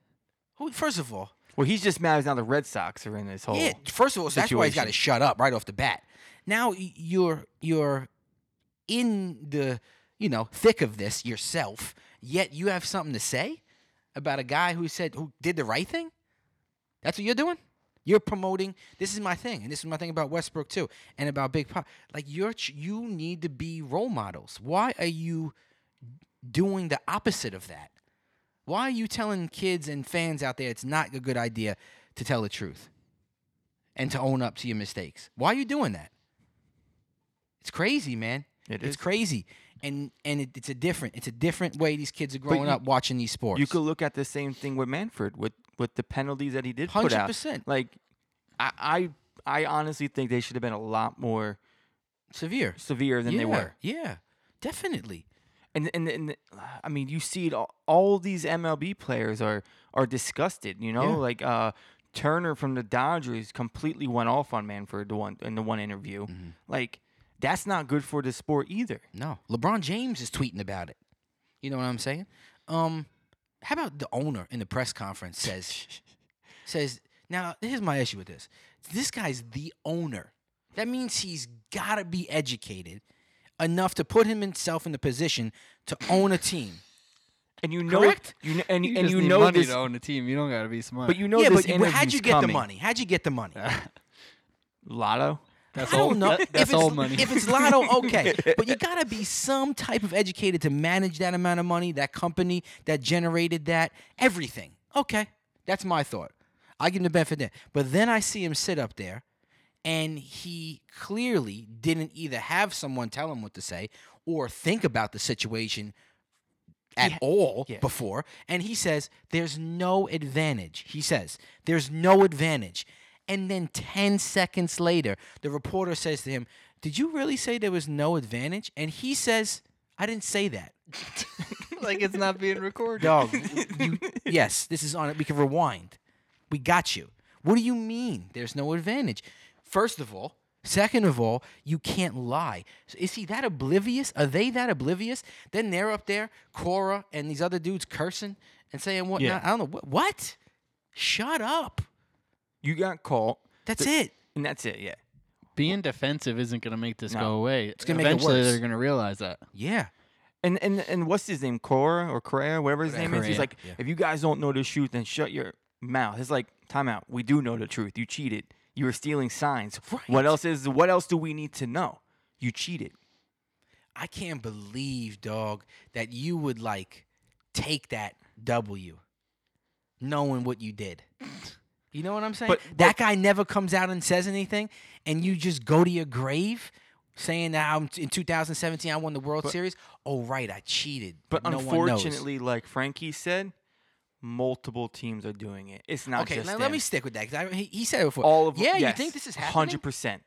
[SPEAKER 1] Who, first of all,
[SPEAKER 2] Well, he's just mad. as Now the Red Sox are in this whole.
[SPEAKER 1] yeah. First of all, that's why he's got to
[SPEAKER 2] situation.
[SPEAKER 1] shut up right off the bat. Now y- you're you're in the you know thick of this yourself, yet you have something to say about a guy who said who did the right thing. That's what you're doing. You're promoting. This is my thing, and this is my thing about Westbrook too, and about Big Pop. Like you're ch- you need to be role models. Why are you doing the opposite of that? Why are you telling kids and fans out there it's not a good idea to tell the truth? and to own up to your mistakes. Why are you doing that? It's crazy, man.
[SPEAKER 2] It
[SPEAKER 1] it's
[SPEAKER 2] is.
[SPEAKER 1] crazy, and and it, it's a different it's a different way these kids are growing
[SPEAKER 2] you-
[SPEAKER 1] up watching these sports.
[SPEAKER 2] You could look at the same thing with Manfred with with the penalties that he did put
[SPEAKER 1] hundred
[SPEAKER 2] out.
[SPEAKER 1] percent
[SPEAKER 2] Like, I, I I honestly think they should have been a lot more
[SPEAKER 1] severe
[SPEAKER 2] severe than
[SPEAKER 1] yeah,
[SPEAKER 2] they were.
[SPEAKER 1] Yeah, definitely.
[SPEAKER 2] And and and I mean, you see it all, all these MLB players are are disgusted. You know,
[SPEAKER 1] Yeah.
[SPEAKER 2] like uh, Turner from the Dodgers completely went off on Manfred the one in the one interview.
[SPEAKER 1] Mm-hmm.
[SPEAKER 2] Like, that's not good for the sport either.
[SPEAKER 1] No, LeBron James is tweeting about it. You know what I'm saying? Um, how about the owner in the press conference says says now here's my issue with this. This guy's the owner. That means he's got to be educated enough to put himself in the position to own a team.
[SPEAKER 2] And you know,
[SPEAKER 1] Correct.
[SPEAKER 2] you kn- and
[SPEAKER 3] You
[SPEAKER 2] and
[SPEAKER 3] just
[SPEAKER 2] you
[SPEAKER 3] need
[SPEAKER 2] know
[SPEAKER 3] money
[SPEAKER 2] this,
[SPEAKER 3] to own a team. You don't got to be smart.
[SPEAKER 2] but you know
[SPEAKER 1] yeah,
[SPEAKER 2] this
[SPEAKER 1] but you- how'd
[SPEAKER 2] interview's
[SPEAKER 1] you get
[SPEAKER 2] coming.
[SPEAKER 1] the money? How'd you get the money?
[SPEAKER 2] Lotto.
[SPEAKER 3] that's
[SPEAKER 1] I
[SPEAKER 3] old,
[SPEAKER 1] don't know.
[SPEAKER 3] that- that's
[SPEAKER 1] if it's,
[SPEAKER 3] old money.
[SPEAKER 1] If it's lotto, okay. but you gotta be some type of educated to manage that amount of money, that company that generated that, everything. Okay. That's my thought. I give him the benefit of that. But then I see him sit up there and he clearly didn't either have someone tell him what to say or think about the situation at all
[SPEAKER 2] Yeah.
[SPEAKER 1] before. And he says, There's no advantage. He says, There's no advantage. And then 10 seconds later, the reporter says to him, Did you really say there was no advantage? And he says, I didn't say that.
[SPEAKER 3] like it's not being recorded.
[SPEAKER 1] Dog, you, yes, this is on it. We can rewind. We got you. What do you mean there's no advantage? First of all, second of all, you can't lie. So is he that oblivious? Are they that oblivious? Then they're up there, Cora and these other dudes cursing and saying whatnot.
[SPEAKER 2] Yeah.
[SPEAKER 1] I don't know. What? what? Shut up.
[SPEAKER 2] You got caught,
[SPEAKER 1] That's
[SPEAKER 2] The-
[SPEAKER 1] it.
[SPEAKER 2] and that's it. Yeah.
[SPEAKER 3] Being defensive isn't going to make this
[SPEAKER 2] No.
[SPEAKER 3] go away. It's
[SPEAKER 1] gonna make it
[SPEAKER 3] Eventually,
[SPEAKER 1] worse.
[SPEAKER 3] they're going to realize that.
[SPEAKER 1] Yeah.
[SPEAKER 2] And and and what's his name? Cora or Correa, whatever his name is. He's
[SPEAKER 3] Correa,
[SPEAKER 2] like,
[SPEAKER 1] yeah.
[SPEAKER 2] if you guys don't know the truth, then shut your mouth. It's like, time out. We do know the truth. You cheated. You were stealing signs. What
[SPEAKER 1] Right.
[SPEAKER 2] else is? What else do we need to know? You cheated.
[SPEAKER 1] I can't believe, dog, that you would like take that W knowing what you did. You know what I'm saying?
[SPEAKER 2] But-
[SPEAKER 1] that
[SPEAKER 2] but-
[SPEAKER 1] guy never comes out and says anything, and you just go to your grave saying that I'm in 2017 I won the World Series. Oh right, I cheated.
[SPEAKER 2] But
[SPEAKER 1] no one knows.
[SPEAKER 2] unfortunately, like Frankie said, multiple teams are doing it. It's not
[SPEAKER 1] okay,
[SPEAKER 2] just
[SPEAKER 1] now
[SPEAKER 2] them.
[SPEAKER 1] let me stick with that because he, he said it before.
[SPEAKER 2] all of
[SPEAKER 1] yeah, you
[SPEAKER 2] yes,
[SPEAKER 1] think this is
[SPEAKER 2] Hundred
[SPEAKER 1] happening?
[SPEAKER 2] percent,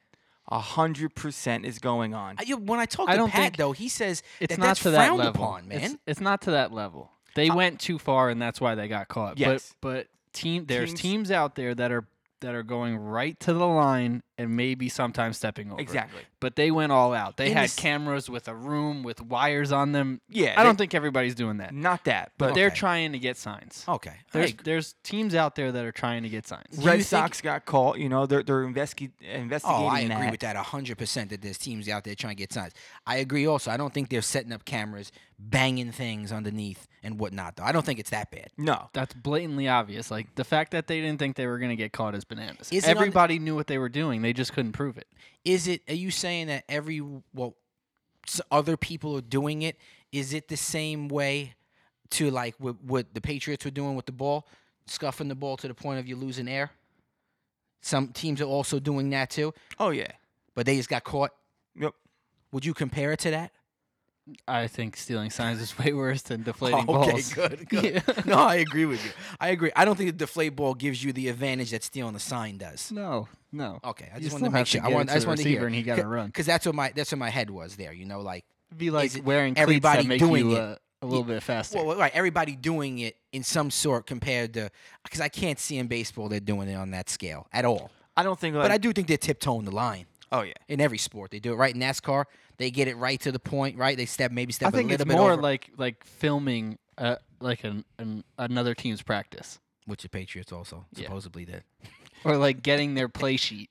[SPEAKER 2] hundred percent is going on.
[SPEAKER 1] I- yeah, when I talk
[SPEAKER 3] I
[SPEAKER 1] to
[SPEAKER 3] don't
[SPEAKER 1] Pat
[SPEAKER 3] think-
[SPEAKER 1] though, he says
[SPEAKER 3] It's
[SPEAKER 1] that
[SPEAKER 3] not
[SPEAKER 1] that's
[SPEAKER 3] to that
[SPEAKER 1] frowned
[SPEAKER 3] level.
[SPEAKER 1] upon, man. Uh,
[SPEAKER 3] It's, it's not to that level. They went too far, and that's why they got caught.
[SPEAKER 2] Yes.
[SPEAKER 3] But but team, there's
[SPEAKER 2] Teams-
[SPEAKER 3] teams out there that are that are going right to the line and maybe sometimes stepping over.
[SPEAKER 2] Exactly.
[SPEAKER 3] But they went all out. They
[SPEAKER 1] In
[SPEAKER 3] had
[SPEAKER 1] this-
[SPEAKER 3] cameras with a room with wires on them.
[SPEAKER 2] Yeah,
[SPEAKER 3] I
[SPEAKER 2] they-
[SPEAKER 3] don't think everybody's doing that.
[SPEAKER 2] Not that,
[SPEAKER 3] But
[SPEAKER 2] but
[SPEAKER 3] they're
[SPEAKER 1] Okay. Oh,
[SPEAKER 3] trying to get signs.
[SPEAKER 1] Okay.
[SPEAKER 3] There's
[SPEAKER 1] Hey,
[SPEAKER 3] there's teams out there that are trying to get signs.
[SPEAKER 1] Do you
[SPEAKER 2] Red
[SPEAKER 1] think-
[SPEAKER 2] Sox got caught. You know, they're they're investi- investigating
[SPEAKER 1] Oh, I agree
[SPEAKER 2] that.
[SPEAKER 1] with that 100% that there's teams out there trying to get signs. I agree also. I don't think they're setting up cameras, banging things underneath and whatnot, though. I don't think it's that bad.
[SPEAKER 2] No,
[SPEAKER 3] That's blatantly obvious. Like the fact that they didn't think they were going to get caught is bananas.
[SPEAKER 1] Is it on the-
[SPEAKER 3] Everybody knew what they were doing. They just couldn't prove it.
[SPEAKER 1] Is it, are you saying that every, well, s- other people are doing it? Is it the same way to like what, what the Patriots were doing with the ball, scuffing the ball to the point of you losing air? Some teams are also doing that too,
[SPEAKER 2] oh yeah,
[SPEAKER 1] but they just got caught.
[SPEAKER 2] yep.
[SPEAKER 1] Would you compare it to that?
[SPEAKER 3] I think stealing signs is way worse than deflating balls.
[SPEAKER 1] Oh, good, good.
[SPEAKER 3] Yeah.
[SPEAKER 1] No, I agree with you. I agree. I don't think the deflate ball gives you the advantage that stealing the sign does.
[SPEAKER 3] No, no.
[SPEAKER 1] Okay, I
[SPEAKER 3] You
[SPEAKER 1] just
[SPEAKER 3] still
[SPEAKER 1] wanted to
[SPEAKER 3] have
[SPEAKER 1] make sure. I
[SPEAKER 3] get it
[SPEAKER 1] want.
[SPEAKER 3] to
[SPEAKER 1] I just
[SPEAKER 3] the
[SPEAKER 1] wanted to hear.
[SPEAKER 3] receiver and he got to run.
[SPEAKER 1] Because that's what my that's what my head was there. You know, like
[SPEAKER 3] Be like
[SPEAKER 1] it
[SPEAKER 3] wearing
[SPEAKER 1] everybody
[SPEAKER 3] cleats that make
[SPEAKER 1] doing
[SPEAKER 3] you
[SPEAKER 1] it?
[SPEAKER 3] uh, a little bit faster.
[SPEAKER 1] well, right, everybody doing it in some sort compared to because I can't see in baseball they're doing it on that scale at all.
[SPEAKER 2] I don't think like.
[SPEAKER 1] But I do think they're tiptoeing the line
[SPEAKER 2] oh yeah,
[SPEAKER 1] in every sport. They do it right in NASCAR. They get it right to the point. Right, they step maybe step
[SPEAKER 3] I think
[SPEAKER 1] a little
[SPEAKER 3] it's
[SPEAKER 1] bit
[SPEAKER 3] more
[SPEAKER 1] over.
[SPEAKER 3] like like filming uh, like an, an another team's practice
[SPEAKER 1] which the Patriots also
[SPEAKER 3] Yeah.
[SPEAKER 1] supposedly did.
[SPEAKER 3] or like getting their play sheet.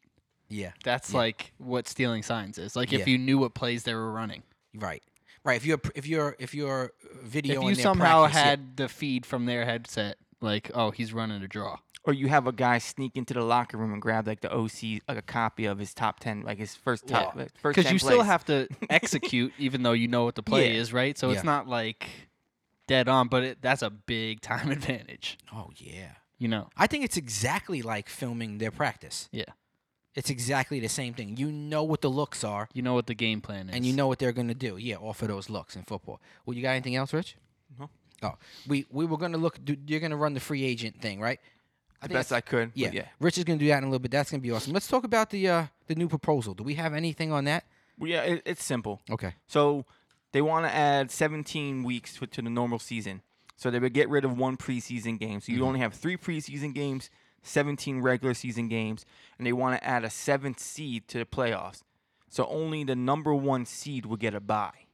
[SPEAKER 1] Yeah,
[SPEAKER 3] That's
[SPEAKER 1] Yeah.
[SPEAKER 3] like what stealing signs is. Like if
[SPEAKER 1] Yeah.
[SPEAKER 3] you knew what plays they were running.
[SPEAKER 1] right, right. If you're if you're if you're uh, video
[SPEAKER 3] if you somehow had the feed from their headset, like oh he's running a draw.
[SPEAKER 2] or you have a guy sneak into the locker room and grab like the OC, like a copy of his top ten, like his first top, like, first.
[SPEAKER 3] Because
[SPEAKER 2] 10
[SPEAKER 3] you still
[SPEAKER 2] plays.
[SPEAKER 3] have to execute, even though you know what the play
[SPEAKER 2] Yeah.
[SPEAKER 3] is, right? So
[SPEAKER 1] Yeah.
[SPEAKER 3] it's not like dead on, but it, that's a big time advantage,
[SPEAKER 1] oh yeah.
[SPEAKER 3] you know.
[SPEAKER 1] I think it's exactly like filming their practice.
[SPEAKER 3] Yeah.
[SPEAKER 1] It's exactly the same thing. You know what the looks are,
[SPEAKER 3] You know what the game plan is,
[SPEAKER 1] and you know what they're going to do. Yeah, off of those looks in football. Well, you got anything else, Rich?
[SPEAKER 2] No.
[SPEAKER 1] Oh, we we were going to look. Do, you're going to run the free agent thing, right? I
[SPEAKER 2] the
[SPEAKER 1] think
[SPEAKER 2] best
[SPEAKER 1] that's-
[SPEAKER 2] I could. but
[SPEAKER 1] Yeah.
[SPEAKER 2] yeah.
[SPEAKER 1] Rich is going to do that in a little bit. That's going to be awesome. Let's talk about the uh, the new proposal. Do we have anything on that?
[SPEAKER 2] Well, yeah, it, it's simple.
[SPEAKER 1] Okay.
[SPEAKER 2] So they want to add 17 weeks to, to the normal season. So they would get rid of one preseason game. So you only have three preseason games, 17 regular season games, and they want to add a seventh seed to the playoffs. So only the number one seed would get a bye.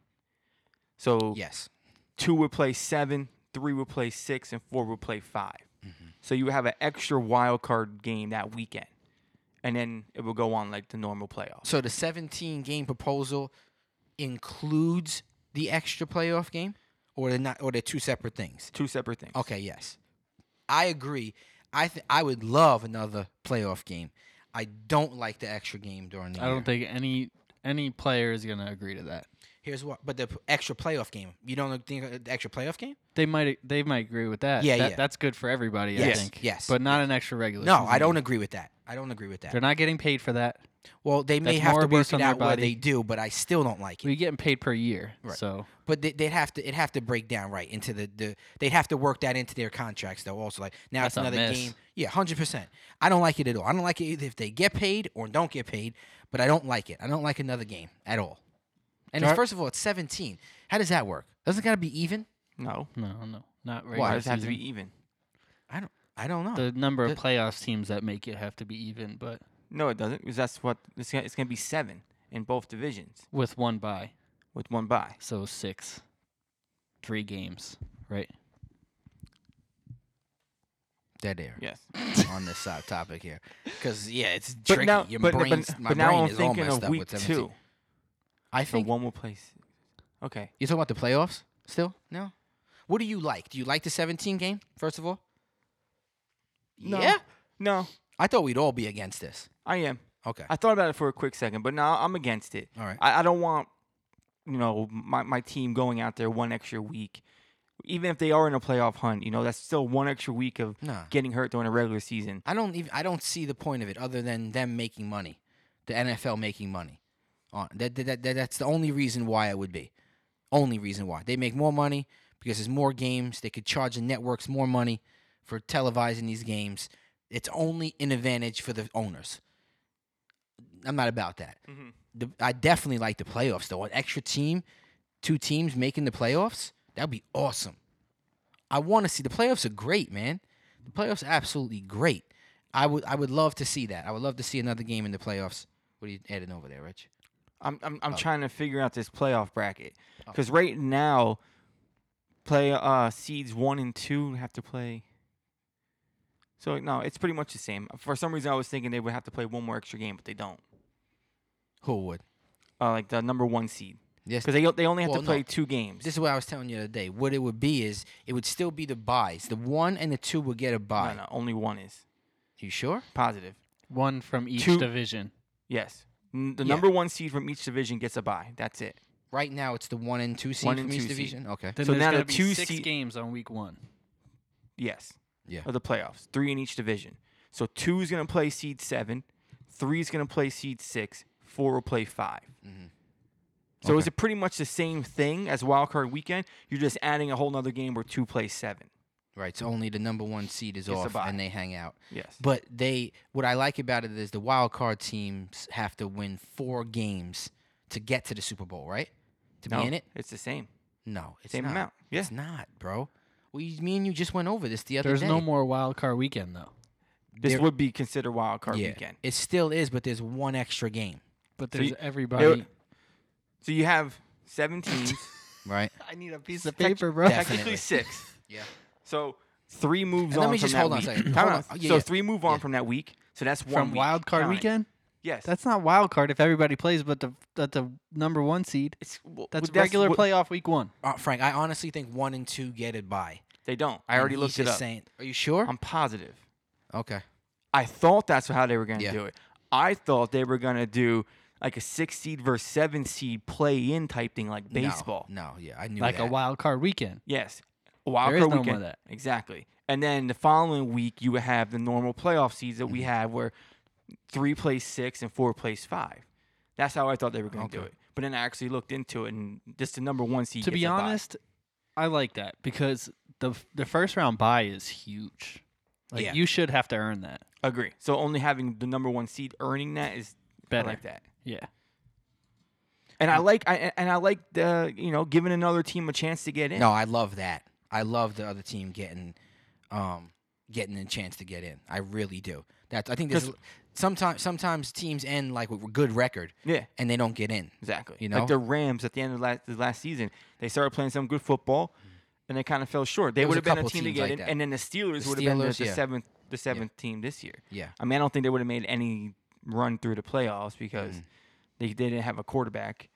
[SPEAKER 2] So
[SPEAKER 1] Yes.
[SPEAKER 2] two would play seven, three would play six, and four would play 5
[SPEAKER 1] Mm-hmm.
[SPEAKER 2] So you have an extra wild card game that weekend, and then it will go on like the normal playoffs.
[SPEAKER 1] So the 17 game proposal includes the extra playoff game, or they're not, or they're two separate things.
[SPEAKER 2] Two separate things.
[SPEAKER 1] Okay, yes, I agree. I th- I would love another playoff game. I don't like the extra game during the
[SPEAKER 3] I
[SPEAKER 1] year.
[SPEAKER 3] don't think any any player is gonna agree to that.
[SPEAKER 1] Here's what, but the p- extra playoff game. You don't think uh, the extra playoff game?
[SPEAKER 3] They might they might agree with that.
[SPEAKER 1] Yeah,
[SPEAKER 3] That-
[SPEAKER 1] yeah.
[SPEAKER 3] That's good for everybody, I
[SPEAKER 1] Yes,
[SPEAKER 3] think.
[SPEAKER 1] yes,
[SPEAKER 3] but not an extra regular.
[SPEAKER 1] No,
[SPEAKER 3] season
[SPEAKER 1] I don't
[SPEAKER 3] game.
[SPEAKER 1] agree with that. I don't agree with that.
[SPEAKER 3] They're not getting paid for that.
[SPEAKER 1] Well, they may
[SPEAKER 3] That's
[SPEAKER 1] have
[SPEAKER 3] more
[SPEAKER 1] to work
[SPEAKER 3] abuse on
[SPEAKER 1] it
[SPEAKER 3] their
[SPEAKER 1] out where
[SPEAKER 3] body.
[SPEAKER 1] they do, but I still don't like it.
[SPEAKER 3] We're getting paid per year,
[SPEAKER 1] Right.
[SPEAKER 3] so
[SPEAKER 1] But they, they'd have to it have to break down right into the, the they'd have to work that into their contracts though. Also, like now
[SPEAKER 3] That's
[SPEAKER 1] it's
[SPEAKER 3] a
[SPEAKER 1] another
[SPEAKER 3] mess.
[SPEAKER 1] game. Yeah, hundred percent. I don't like it at all. I don't like it either if they get paid or don't get paid. But I don't like it. I don't like another game at all. And it's,
[SPEAKER 3] Jar-
[SPEAKER 1] first of all, it's seventeen. How does that work? Doesn't it gotta be even?
[SPEAKER 2] No.
[SPEAKER 3] no, no, not regular.
[SPEAKER 2] Why does it have to
[SPEAKER 3] season.
[SPEAKER 2] be even?
[SPEAKER 1] I don't. I don't know.
[SPEAKER 3] the number of
[SPEAKER 1] The-
[SPEAKER 3] playoffs teams that make it have to be even, but
[SPEAKER 2] No, it doesn't. Because that's what it's gonna, it's gonna be seven in both divisions
[SPEAKER 3] with one bye,
[SPEAKER 2] with one bye.
[SPEAKER 3] so six, three games, right?
[SPEAKER 1] Dead air
[SPEAKER 2] Yes.
[SPEAKER 1] on this uh, topic here, because yeah, it's
[SPEAKER 2] But
[SPEAKER 1] tricky.
[SPEAKER 2] now,
[SPEAKER 1] Your
[SPEAKER 2] but, but-
[SPEAKER 1] brain's, my
[SPEAKER 2] but now
[SPEAKER 1] brain
[SPEAKER 2] I'm
[SPEAKER 1] is all
[SPEAKER 2] thinking
[SPEAKER 1] messed
[SPEAKER 2] of
[SPEAKER 1] up
[SPEAKER 2] week
[SPEAKER 1] with seventeen.
[SPEAKER 2] two.
[SPEAKER 1] I
[SPEAKER 2] So
[SPEAKER 1] think
[SPEAKER 2] one will play. s- Okay.
[SPEAKER 1] You talking about the playoffs still? No. What do you like? Do you like the 17 game? First of all.
[SPEAKER 2] No.
[SPEAKER 1] Yeah.
[SPEAKER 2] No,
[SPEAKER 1] I thought we'd all be against this.
[SPEAKER 2] I am.
[SPEAKER 1] Okay.
[SPEAKER 2] I thought about it for a quick second, but now I'm against it.
[SPEAKER 1] all right.
[SPEAKER 2] I, I don't want, you know, my, my team going out there one extra week, even if they are in a playoff hunt. You know, that's still one extra week of
[SPEAKER 1] Nah.
[SPEAKER 2] getting hurt during a regular season.
[SPEAKER 1] I don't even. I don't see the point of it other than them making money, the NFL making money. On that, that, that, that that's the only reason why it would be. Only reason why they make more money because there's more games. They could charge the networks more money for televising these games. It's only an advantage for the owners. I'm not about that.
[SPEAKER 2] Mhm.
[SPEAKER 1] The, I definitely like the playoffs though. An extra team, two teams making the playoffs, that'd be awesome. I want to see the playoffs are great, man. The playoffs are absolutely great. I would I would love to see that. I would love to see another game in the playoffs. What are you adding over there, Rich?
[SPEAKER 2] I'm I'm, I'm
[SPEAKER 1] Oh.
[SPEAKER 2] trying to figure out this playoff bracket because right now, play uh seeds one and two have to play. So no, it's pretty much the same. For some reason, I was thinking they would have to play one more extra game, but they don't.
[SPEAKER 1] Who would?
[SPEAKER 2] Uh, like the number one seed
[SPEAKER 1] Yes.
[SPEAKER 2] because they o- they only have
[SPEAKER 1] Well,
[SPEAKER 2] to
[SPEAKER 1] no.
[SPEAKER 2] play two games.
[SPEAKER 1] This is what I was telling you the other day. What it would be is it would still be the buys. The one and the two would get a buy.
[SPEAKER 2] no, no, only one is
[SPEAKER 1] You sure?
[SPEAKER 2] positive.
[SPEAKER 3] One from each
[SPEAKER 2] Two-
[SPEAKER 3] division.
[SPEAKER 2] Yes, N- the
[SPEAKER 1] Yeah.
[SPEAKER 2] number one seed from each division gets a bye. That's it.
[SPEAKER 1] Right now it's the one and two seed
[SPEAKER 2] One
[SPEAKER 1] from
[SPEAKER 2] and
[SPEAKER 1] each
[SPEAKER 2] two seed.
[SPEAKER 1] division. Okay.
[SPEAKER 3] Then
[SPEAKER 2] So
[SPEAKER 3] there's
[SPEAKER 2] now
[SPEAKER 3] gonna
[SPEAKER 2] the
[SPEAKER 3] be
[SPEAKER 2] two
[SPEAKER 3] six
[SPEAKER 2] seed-
[SPEAKER 3] games on week one.
[SPEAKER 2] Yes.
[SPEAKER 1] Yeah.
[SPEAKER 2] Of the playoffs, three in each division. So two is going to play seed seven, three is going to play seed six, four will play 5 So
[SPEAKER 1] Mm-hmm. Okay.
[SPEAKER 2] is it pretty much the same thing as wild card weekend? You're just adding a whole nother game where two play seven.
[SPEAKER 1] Right. So only the number one seed is
[SPEAKER 2] a
[SPEAKER 1] off
[SPEAKER 2] bye.
[SPEAKER 1] and they hang out.
[SPEAKER 2] Yes.
[SPEAKER 1] But they what I like about it is the wild card teams have to win four games to get to the Super Bowl, right? To
[SPEAKER 2] No,
[SPEAKER 1] be in it?
[SPEAKER 2] It's the same.
[SPEAKER 1] No, it's
[SPEAKER 2] Same
[SPEAKER 1] not.
[SPEAKER 2] amount. Yeah.
[SPEAKER 1] It's not, bro. We, me and you just went over this the other
[SPEAKER 3] There's
[SPEAKER 1] day.
[SPEAKER 3] no more wild card weekend though.
[SPEAKER 2] This
[SPEAKER 1] there-
[SPEAKER 2] would be considered wild card
[SPEAKER 1] yeah,
[SPEAKER 2] weekend.
[SPEAKER 1] It still is, but there's one extra game,
[SPEAKER 3] But
[SPEAKER 2] So
[SPEAKER 3] there's
[SPEAKER 2] you-
[SPEAKER 3] everybody.
[SPEAKER 2] So you have seven teams,
[SPEAKER 1] right?
[SPEAKER 3] I need a piece of
[SPEAKER 2] Tec-
[SPEAKER 3] paper, bro.
[SPEAKER 1] Definitely.
[SPEAKER 2] technically six.
[SPEAKER 1] Yeah.
[SPEAKER 2] So three moves
[SPEAKER 1] And let
[SPEAKER 2] on
[SPEAKER 1] me
[SPEAKER 2] from
[SPEAKER 1] just
[SPEAKER 2] that
[SPEAKER 1] hold on a
[SPEAKER 2] week.
[SPEAKER 1] second.
[SPEAKER 2] Time
[SPEAKER 1] Hold
[SPEAKER 2] out.
[SPEAKER 1] on. Yeah,
[SPEAKER 2] so
[SPEAKER 1] yeah.
[SPEAKER 2] three move on
[SPEAKER 1] Yeah.
[SPEAKER 2] from that week. So that's one
[SPEAKER 3] From
[SPEAKER 2] week.
[SPEAKER 3] wild card
[SPEAKER 2] Count it.
[SPEAKER 3] weekend?
[SPEAKER 2] Yes.
[SPEAKER 3] That's not wild card if everybody plays but the but the number one seed.
[SPEAKER 2] It's w-
[SPEAKER 3] That's
[SPEAKER 2] w-
[SPEAKER 3] regular
[SPEAKER 2] what-
[SPEAKER 3] playoff week one.
[SPEAKER 1] Uh, Frank, I honestly think one and two get it by.
[SPEAKER 2] They don't. I already looked it up.
[SPEAKER 1] Saying, Are you sure?
[SPEAKER 2] I'm positive.
[SPEAKER 1] okay.
[SPEAKER 2] I thought that's how they were going to
[SPEAKER 1] Yeah.
[SPEAKER 2] do it. I thought they were going to do like a six seed versus seven seed play in type thing like
[SPEAKER 1] No,
[SPEAKER 2] baseball.
[SPEAKER 1] No, yeah, I knew
[SPEAKER 3] Like
[SPEAKER 1] that.
[SPEAKER 3] a wild card weekend.
[SPEAKER 2] Yes. A Wild
[SPEAKER 3] There
[SPEAKER 2] card
[SPEAKER 3] is no more
[SPEAKER 2] weekend.
[SPEAKER 3] of that.
[SPEAKER 2] Exactly. And then the following week, you would have the normal playoff seeds that we
[SPEAKER 3] Mm-hmm.
[SPEAKER 2] have where three plays six and four plays five. That's how I thought they were going to do
[SPEAKER 1] Okay.
[SPEAKER 2] it. But then I actually looked into it and just the number one seed.
[SPEAKER 3] to
[SPEAKER 2] gets
[SPEAKER 3] be
[SPEAKER 2] a bye.
[SPEAKER 3] honest, I like that because the f- the first round buy is huge. Like
[SPEAKER 1] Yeah.
[SPEAKER 3] you should have to earn that.
[SPEAKER 2] agree. So only having the number one seed earning that is
[SPEAKER 3] Better.
[SPEAKER 2] I like that.
[SPEAKER 3] Yeah.
[SPEAKER 2] And I like I and I like the you know giving another team a chance to get in.
[SPEAKER 1] No, I love that. I love the other team getting, um, getting a chance to get in. I really do. That I think there's
[SPEAKER 2] 'Cause-
[SPEAKER 1] sometimes sometimes teams end like with a good record
[SPEAKER 2] Yeah,
[SPEAKER 1] and they don't get in.
[SPEAKER 2] exactly.
[SPEAKER 1] You know?
[SPEAKER 2] like the Rams at the end of last, the last season, they started playing some good football, and they kind of fell short. They
[SPEAKER 1] There was
[SPEAKER 2] would
[SPEAKER 1] a
[SPEAKER 2] have been a
[SPEAKER 1] couple
[SPEAKER 2] team to
[SPEAKER 1] teams
[SPEAKER 2] get
[SPEAKER 1] like
[SPEAKER 2] in,
[SPEAKER 1] that.
[SPEAKER 2] and then the Steelers
[SPEAKER 1] The
[SPEAKER 2] would have been the,
[SPEAKER 1] Steelers,
[SPEAKER 2] the
[SPEAKER 1] yeah.
[SPEAKER 2] seventh the seventh team this year.
[SPEAKER 1] Yeah.
[SPEAKER 2] I mean, I don't think they would have made any run through the playoffs because they, they didn't have a quarterback.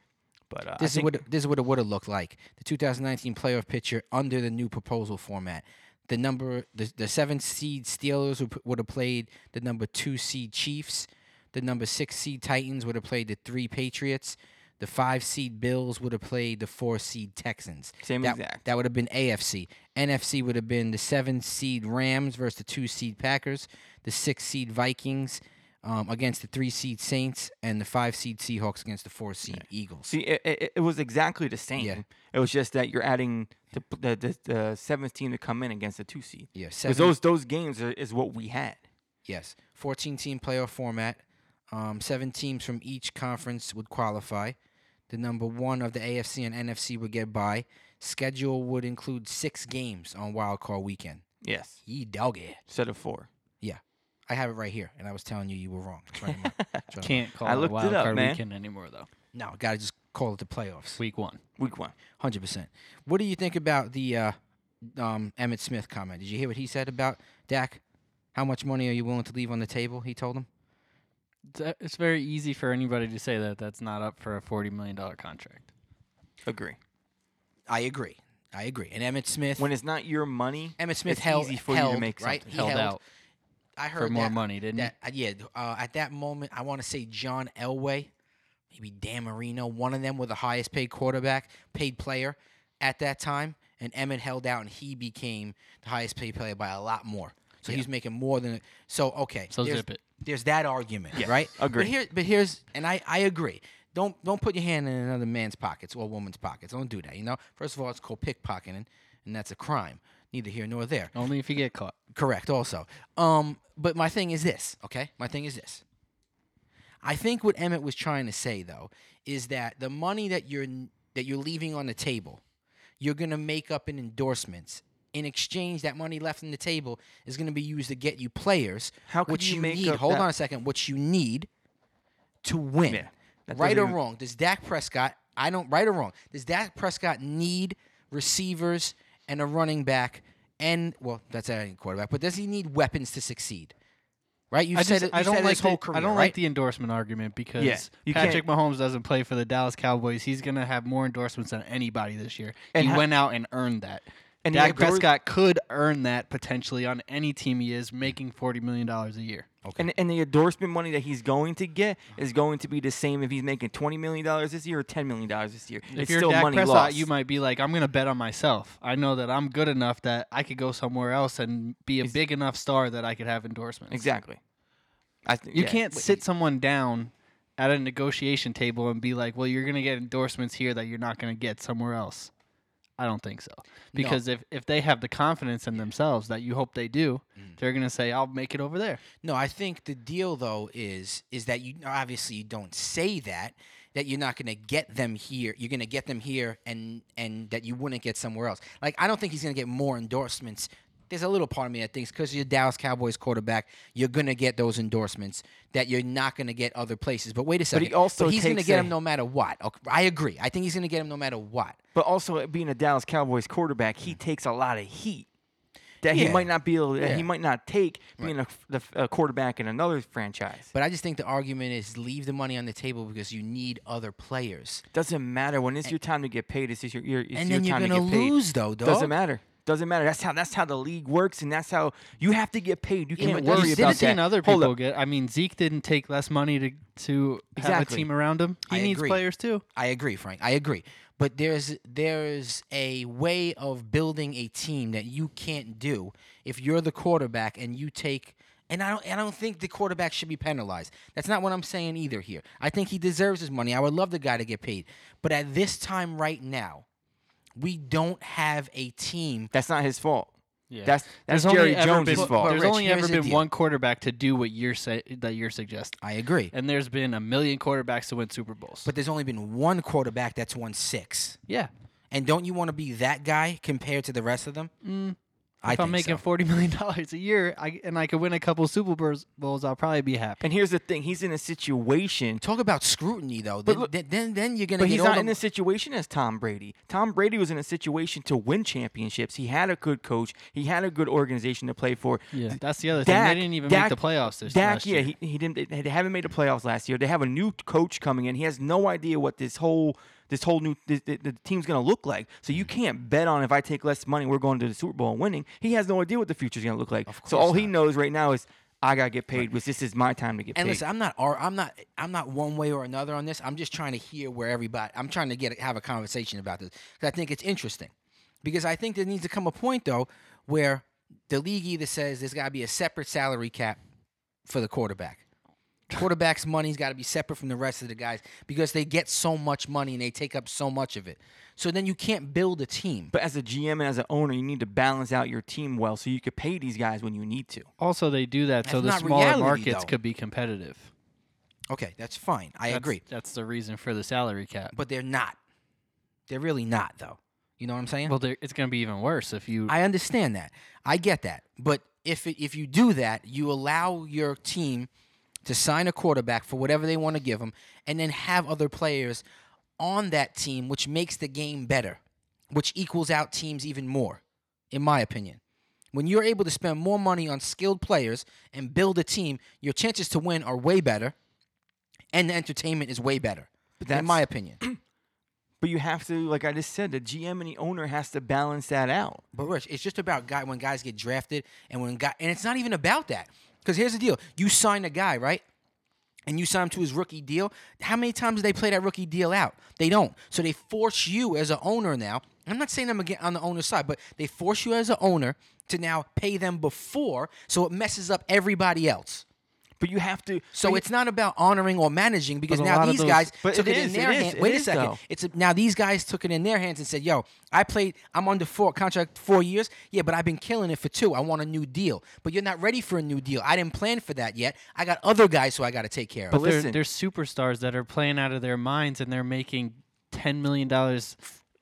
[SPEAKER 2] But uh, I
[SPEAKER 1] Mm. This is
[SPEAKER 2] think-
[SPEAKER 1] what it, this is what it would have looked like. The 2019 playoff picture under the new proposal format. The number the the seven seed Steelers would have played the number two seed Chiefs. The number six seed Titans would have played the three Patriots. The five seed Bills would have played the four seed Texans.
[SPEAKER 2] Same
[SPEAKER 1] that,
[SPEAKER 2] exact.
[SPEAKER 1] That would have been AFC. NFC would have been the seven seed Rams versus the two seed Packers. The six seed Vikings um, against the three seed Saints, and the five seed Seahawks against the four seed Eagles.
[SPEAKER 2] See, it, it, it was exactly the same.
[SPEAKER 1] Yeah.
[SPEAKER 2] It was just that you're adding the the, the, the seventh team to come in against the two seed.
[SPEAKER 1] Yeah,
[SPEAKER 2] Because
[SPEAKER 1] seven.
[SPEAKER 2] those those games are, is what we had.
[SPEAKER 1] yes, fourteen team playoff format. Um, seven teams from each conference would qualify. The number one of the AFC and NFC would get by. Schedule would include six games on Wild Card Weekend.
[SPEAKER 2] Yes,
[SPEAKER 1] Ye doggy.
[SPEAKER 2] instead of four.
[SPEAKER 1] I have it right here, and I was telling you you were wrong. It's right in my- it's right in my-
[SPEAKER 3] Can't call
[SPEAKER 2] I
[SPEAKER 3] it
[SPEAKER 2] looked it
[SPEAKER 3] wild
[SPEAKER 2] up,
[SPEAKER 3] card
[SPEAKER 2] man.
[SPEAKER 3] weekend anymore though.
[SPEAKER 1] no, gotta just call it the playoffs.
[SPEAKER 3] Week one.
[SPEAKER 2] Week one.
[SPEAKER 1] Hundred percent. What do you think about the uh, um, Emmett Smith comment? Did you hear what he said about Dak? How much money are you willing to leave on the table? He told him.
[SPEAKER 3] It's- It's very easy for anybody to say that that's not up for a forty million dollar contract.
[SPEAKER 2] Agree.
[SPEAKER 1] I agree. I agree. And Emmett Smith.
[SPEAKER 2] When it's not your money,
[SPEAKER 1] Emmett Smith
[SPEAKER 2] it's
[SPEAKER 1] held,
[SPEAKER 2] easy for
[SPEAKER 1] held,
[SPEAKER 2] you to make
[SPEAKER 1] right?
[SPEAKER 2] something.
[SPEAKER 1] He
[SPEAKER 3] Held
[SPEAKER 1] held.
[SPEAKER 3] out
[SPEAKER 1] I heard
[SPEAKER 3] for more
[SPEAKER 1] that-
[SPEAKER 3] money, didn't
[SPEAKER 1] That, uh, yeah, uh, at that moment, I want to say John Elway, maybe Dan Marino, one of them were the highest paid quarterback, paid player at that time, and Emmett held out, and he became the highest paid player by a lot more. So he was making more than so. Okay,
[SPEAKER 3] So
[SPEAKER 1] there's-
[SPEAKER 3] zip it.
[SPEAKER 1] There's that argument, right?
[SPEAKER 2] agree.
[SPEAKER 1] But here, but here's, and I, I agree. Don't don't put your hand in another man's pockets or woman's pockets. Don't do that. You know, first of all, it's called pickpocketing, and that's a crime. Neither here nor there.
[SPEAKER 3] he? Only if you get caught.
[SPEAKER 1] Correct, also. Um, but my thing is this, okay? My thing is this. I think what Emmett was trying to say though is that the money that you're that you're leaving on the table, you're gonna make up in endorsements in exchange, that money left on the table is going to be used to get you players,
[SPEAKER 2] How could
[SPEAKER 1] which
[SPEAKER 2] you,
[SPEAKER 1] you,
[SPEAKER 2] make
[SPEAKER 1] need.
[SPEAKER 2] up
[SPEAKER 1] Hold
[SPEAKER 2] that-
[SPEAKER 1] on a second, which you need to win.
[SPEAKER 2] Yeah, that
[SPEAKER 1] right
[SPEAKER 2] doesn't
[SPEAKER 1] or
[SPEAKER 2] even-
[SPEAKER 1] wrong, does Dak Prescott? I don't. Right or wrong, does Dak Prescott need receivers and a running back? And well, that's a quarterback, but does he need weapons to succeed? Right, you
[SPEAKER 3] I
[SPEAKER 1] have said
[SPEAKER 3] just-
[SPEAKER 1] it.
[SPEAKER 3] I
[SPEAKER 1] you
[SPEAKER 3] don't
[SPEAKER 1] said it
[SPEAKER 3] like
[SPEAKER 1] his whole
[SPEAKER 3] the,
[SPEAKER 1] career.
[SPEAKER 3] I don't
[SPEAKER 1] right?
[SPEAKER 3] like the endorsement argument because
[SPEAKER 2] you can't-
[SPEAKER 3] Patrick Mahomes doesn't play for the Dallas Cowboys. He's gonna have more endorsements than anybody this year.
[SPEAKER 2] And
[SPEAKER 3] he
[SPEAKER 2] ha-
[SPEAKER 3] went out and earned that.
[SPEAKER 2] And
[SPEAKER 3] And
[SPEAKER 2] the
[SPEAKER 3] Dak
[SPEAKER 2] endorse-
[SPEAKER 3] Prescott could earn that potentially on any team he is, making forty million dollars a year.
[SPEAKER 2] And, and the endorsement money that he's going to get is going to be the same if he's making twenty million dollars this year or ten million dollars this year.
[SPEAKER 3] if
[SPEAKER 2] it's
[SPEAKER 3] you're
[SPEAKER 2] still
[SPEAKER 3] Dak
[SPEAKER 2] money
[SPEAKER 3] Prescott,
[SPEAKER 2] lost.
[SPEAKER 3] you might be like, I'm gonna bet on myself. I know that I'm good enough that I could go somewhere else and be a big enough star that I could have endorsements.
[SPEAKER 2] exactly. I th-
[SPEAKER 3] You
[SPEAKER 2] yeah,
[SPEAKER 3] can't
[SPEAKER 2] but-
[SPEAKER 3] sit someone down at a negotiation table and be like, "Well, you're going to get endorsements here that you're not going to get somewhere else." I don't think so. Because if if they have the confidence in themselves that you hope they do,
[SPEAKER 2] Mm.
[SPEAKER 3] they're going to say, "I'll make it over there."
[SPEAKER 1] No, I think the deal though is is that you obviously you don't say that that you're not going to get them here. You're going to get them here and and that you wouldn't get somewhere else. Like I don't think he's going to get more endorsements. There's a little part of me that thinks because you're Dallas Cowboys quarterback, you're going to get those endorsements that you're not going to get other places. But wait a second.
[SPEAKER 2] he also
[SPEAKER 1] he's gonna
[SPEAKER 2] takes
[SPEAKER 1] get
[SPEAKER 2] a-
[SPEAKER 1] them no matter what. Okay, I agree. I think he's going to get them no matter what.
[SPEAKER 2] But also uh, being a Dallas Cowboys quarterback, he takes a lot of heat that he
[SPEAKER 1] Yeah.
[SPEAKER 2] might not be able. That
[SPEAKER 1] Yeah.
[SPEAKER 2] He might not take being a, f- the f- a quarterback in another franchise.
[SPEAKER 1] But I just think the argument is leave the money on the table because you need other players.
[SPEAKER 2] Doesn't matter when it's your time to get paid. It's just your, your it's
[SPEAKER 1] And
[SPEAKER 2] your
[SPEAKER 1] then you're
[SPEAKER 2] time
[SPEAKER 1] gonna
[SPEAKER 2] to get paid.
[SPEAKER 1] lose, though, dog.
[SPEAKER 2] Doesn't matter. Doesn't matter. That's how that's how the league works, and that's how you have to get paid. You can't
[SPEAKER 1] but
[SPEAKER 2] worry
[SPEAKER 3] You've
[SPEAKER 2] about
[SPEAKER 3] seen
[SPEAKER 2] that.
[SPEAKER 3] other
[SPEAKER 2] Hold
[SPEAKER 3] people
[SPEAKER 2] up.
[SPEAKER 3] get. I mean, Zeke didn't take less money to to have a
[SPEAKER 2] Exactly.
[SPEAKER 3] team around him. He
[SPEAKER 1] I
[SPEAKER 3] needs
[SPEAKER 1] agree.
[SPEAKER 3] players too.
[SPEAKER 1] I agree, Frank. I agree. But there's there's a way of building a team that you can't do if you're the quarterback and you take and I don't and I don't think the quarterback should be penalized. That's not what I'm saying either here. I think he deserves his money. I would love the guy to get paid. But at this time right now, we don't have a team
[SPEAKER 2] That's not his fault.
[SPEAKER 3] Yeah.
[SPEAKER 2] That's that's
[SPEAKER 3] only
[SPEAKER 2] Jerry
[SPEAKER 3] ever
[SPEAKER 2] Jones'
[SPEAKER 3] been-
[SPEAKER 2] fault.
[SPEAKER 1] But
[SPEAKER 3] There's
[SPEAKER 1] Rich,
[SPEAKER 3] only ever
[SPEAKER 1] here's the
[SPEAKER 3] been
[SPEAKER 1] deal.
[SPEAKER 3] one quarterback to do what you're say that you're suggesting,
[SPEAKER 1] I agree.
[SPEAKER 3] and there's been a million quarterbacks to win Super Bowls.
[SPEAKER 1] But there's only been one quarterback that's won six.
[SPEAKER 3] yeah,
[SPEAKER 1] And don't you want to be that guy compared to the rest of them? I
[SPEAKER 3] Mm, if I'm
[SPEAKER 1] think
[SPEAKER 3] making
[SPEAKER 1] so.
[SPEAKER 3] forty million dollars a year, I, and I could win a couple Super Bowls, Bowls, I'll probably be happy.
[SPEAKER 2] And here's the thing: he's in a situation,
[SPEAKER 1] Talk about scrutiny, though.
[SPEAKER 2] But
[SPEAKER 1] Then,
[SPEAKER 2] look-
[SPEAKER 1] then, then, you're gonna
[SPEAKER 2] but
[SPEAKER 1] get
[SPEAKER 2] he's
[SPEAKER 1] all
[SPEAKER 2] not
[SPEAKER 1] the-
[SPEAKER 2] in the situation as Tom Brady. Tom Brady was in a situation to win championships. He had a good coach. He had a good organization to play for.
[SPEAKER 3] Yeah, that's the other thing.
[SPEAKER 2] Dak,
[SPEAKER 3] They didn't even
[SPEAKER 2] Dak,
[SPEAKER 3] make the playoffs this
[SPEAKER 2] Dak,
[SPEAKER 3] last
[SPEAKER 2] yeah,
[SPEAKER 3] year.
[SPEAKER 2] He, he didn't. They, they haven't made the playoffs last year. They have a new coach coming in. He has no idea what this whole this whole new this, the, the team's going to look like. So you
[SPEAKER 3] Mm-hmm.
[SPEAKER 2] can't bet on if I take less money, we're going to the Super Bowl and winning. He has no idea what the future's going to look like. So all he knows right now is I got to get paid. Was this is my time to get
[SPEAKER 1] And
[SPEAKER 2] paid?
[SPEAKER 1] listen, I'm not, ar- I'm not, I'm not one way or another on this. I'm just trying to hear where everybody. I'm trying to get have a conversation about this 'cause I think it's interesting. Because I think there needs to come a point though where the league either says there's got to be a separate salary cap for the quarterback. Quarterback's money's got to be separate from the rest of the guys because they get so much money and they take up so much of it. So then you can't build a team.
[SPEAKER 2] But as a GM and as an owner, you need to balance out your team well so you could pay these guys when you need to.
[SPEAKER 3] also, they do that so
[SPEAKER 1] That's not
[SPEAKER 3] the smaller
[SPEAKER 1] reality,
[SPEAKER 3] markets
[SPEAKER 1] though.
[SPEAKER 3] could be competitive.
[SPEAKER 1] Okay, that's fine. I
[SPEAKER 3] That's-
[SPEAKER 1] agree.
[SPEAKER 3] That's the reason for the salary cap.
[SPEAKER 1] But they're not. They're really not though. You know what I'm saying?
[SPEAKER 3] Well, there- it's going to be even worse if you.
[SPEAKER 1] I understand that. I get that. But if it, if you do that, you allow your team to sign a quarterback for whatever they want to give them, and then have other players on that team, which makes the game better, which equals out teams even more, in my opinion. When you're able to spend more money on skilled players and build a team, your chances to win are way better, and the entertainment is way better, in
[SPEAKER 2] that's-
[SPEAKER 1] my opinion.
[SPEAKER 2] But you have to, like I just said, the GM and the owner has to balance that out.
[SPEAKER 1] But Rich, it's just about guy when guys get drafted and when guy and it's not even about that. Because here's the deal: you sign a guy, right? And you sign him to his rookie deal. How many times do they play that rookie deal out? They don't. So they force you as an owner now. I'm not saying I'm again on the owner's side, but they force you as an owner to now pay them before, so it messes up everybody else.
[SPEAKER 2] But you have to.
[SPEAKER 1] So
[SPEAKER 2] but you-
[SPEAKER 1] it's not about honoring or managing because
[SPEAKER 3] But a
[SPEAKER 1] now
[SPEAKER 3] lot of
[SPEAKER 1] these
[SPEAKER 3] those-
[SPEAKER 1] guys
[SPEAKER 2] But
[SPEAKER 1] took
[SPEAKER 2] it
[SPEAKER 1] it, in
[SPEAKER 2] is,
[SPEAKER 1] their
[SPEAKER 2] it is,
[SPEAKER 1] hands.
[SPEAKER 2] it
[SPEAKER 1] Wait a
[SPEAKER 2] is,
[SPEAKER 1] second.
[SPEAKER 2] though.
[SPEAKER 1] It's a, now these guys took it in their hands and said, "Yo, I played. I'm under four contract four years. Yeah, but I've been killing it for two. I want a new deal. But you're not ready for a new deal. I didn't plan for that yet. I got other guys who I got to take care of.
[SPEAKER 2] But
[SPEAKER 3] There-
[SPEAKER 2] listen,
[SPEAKER 3] there's superstars that are playing out of their minds and they're making ten million dollars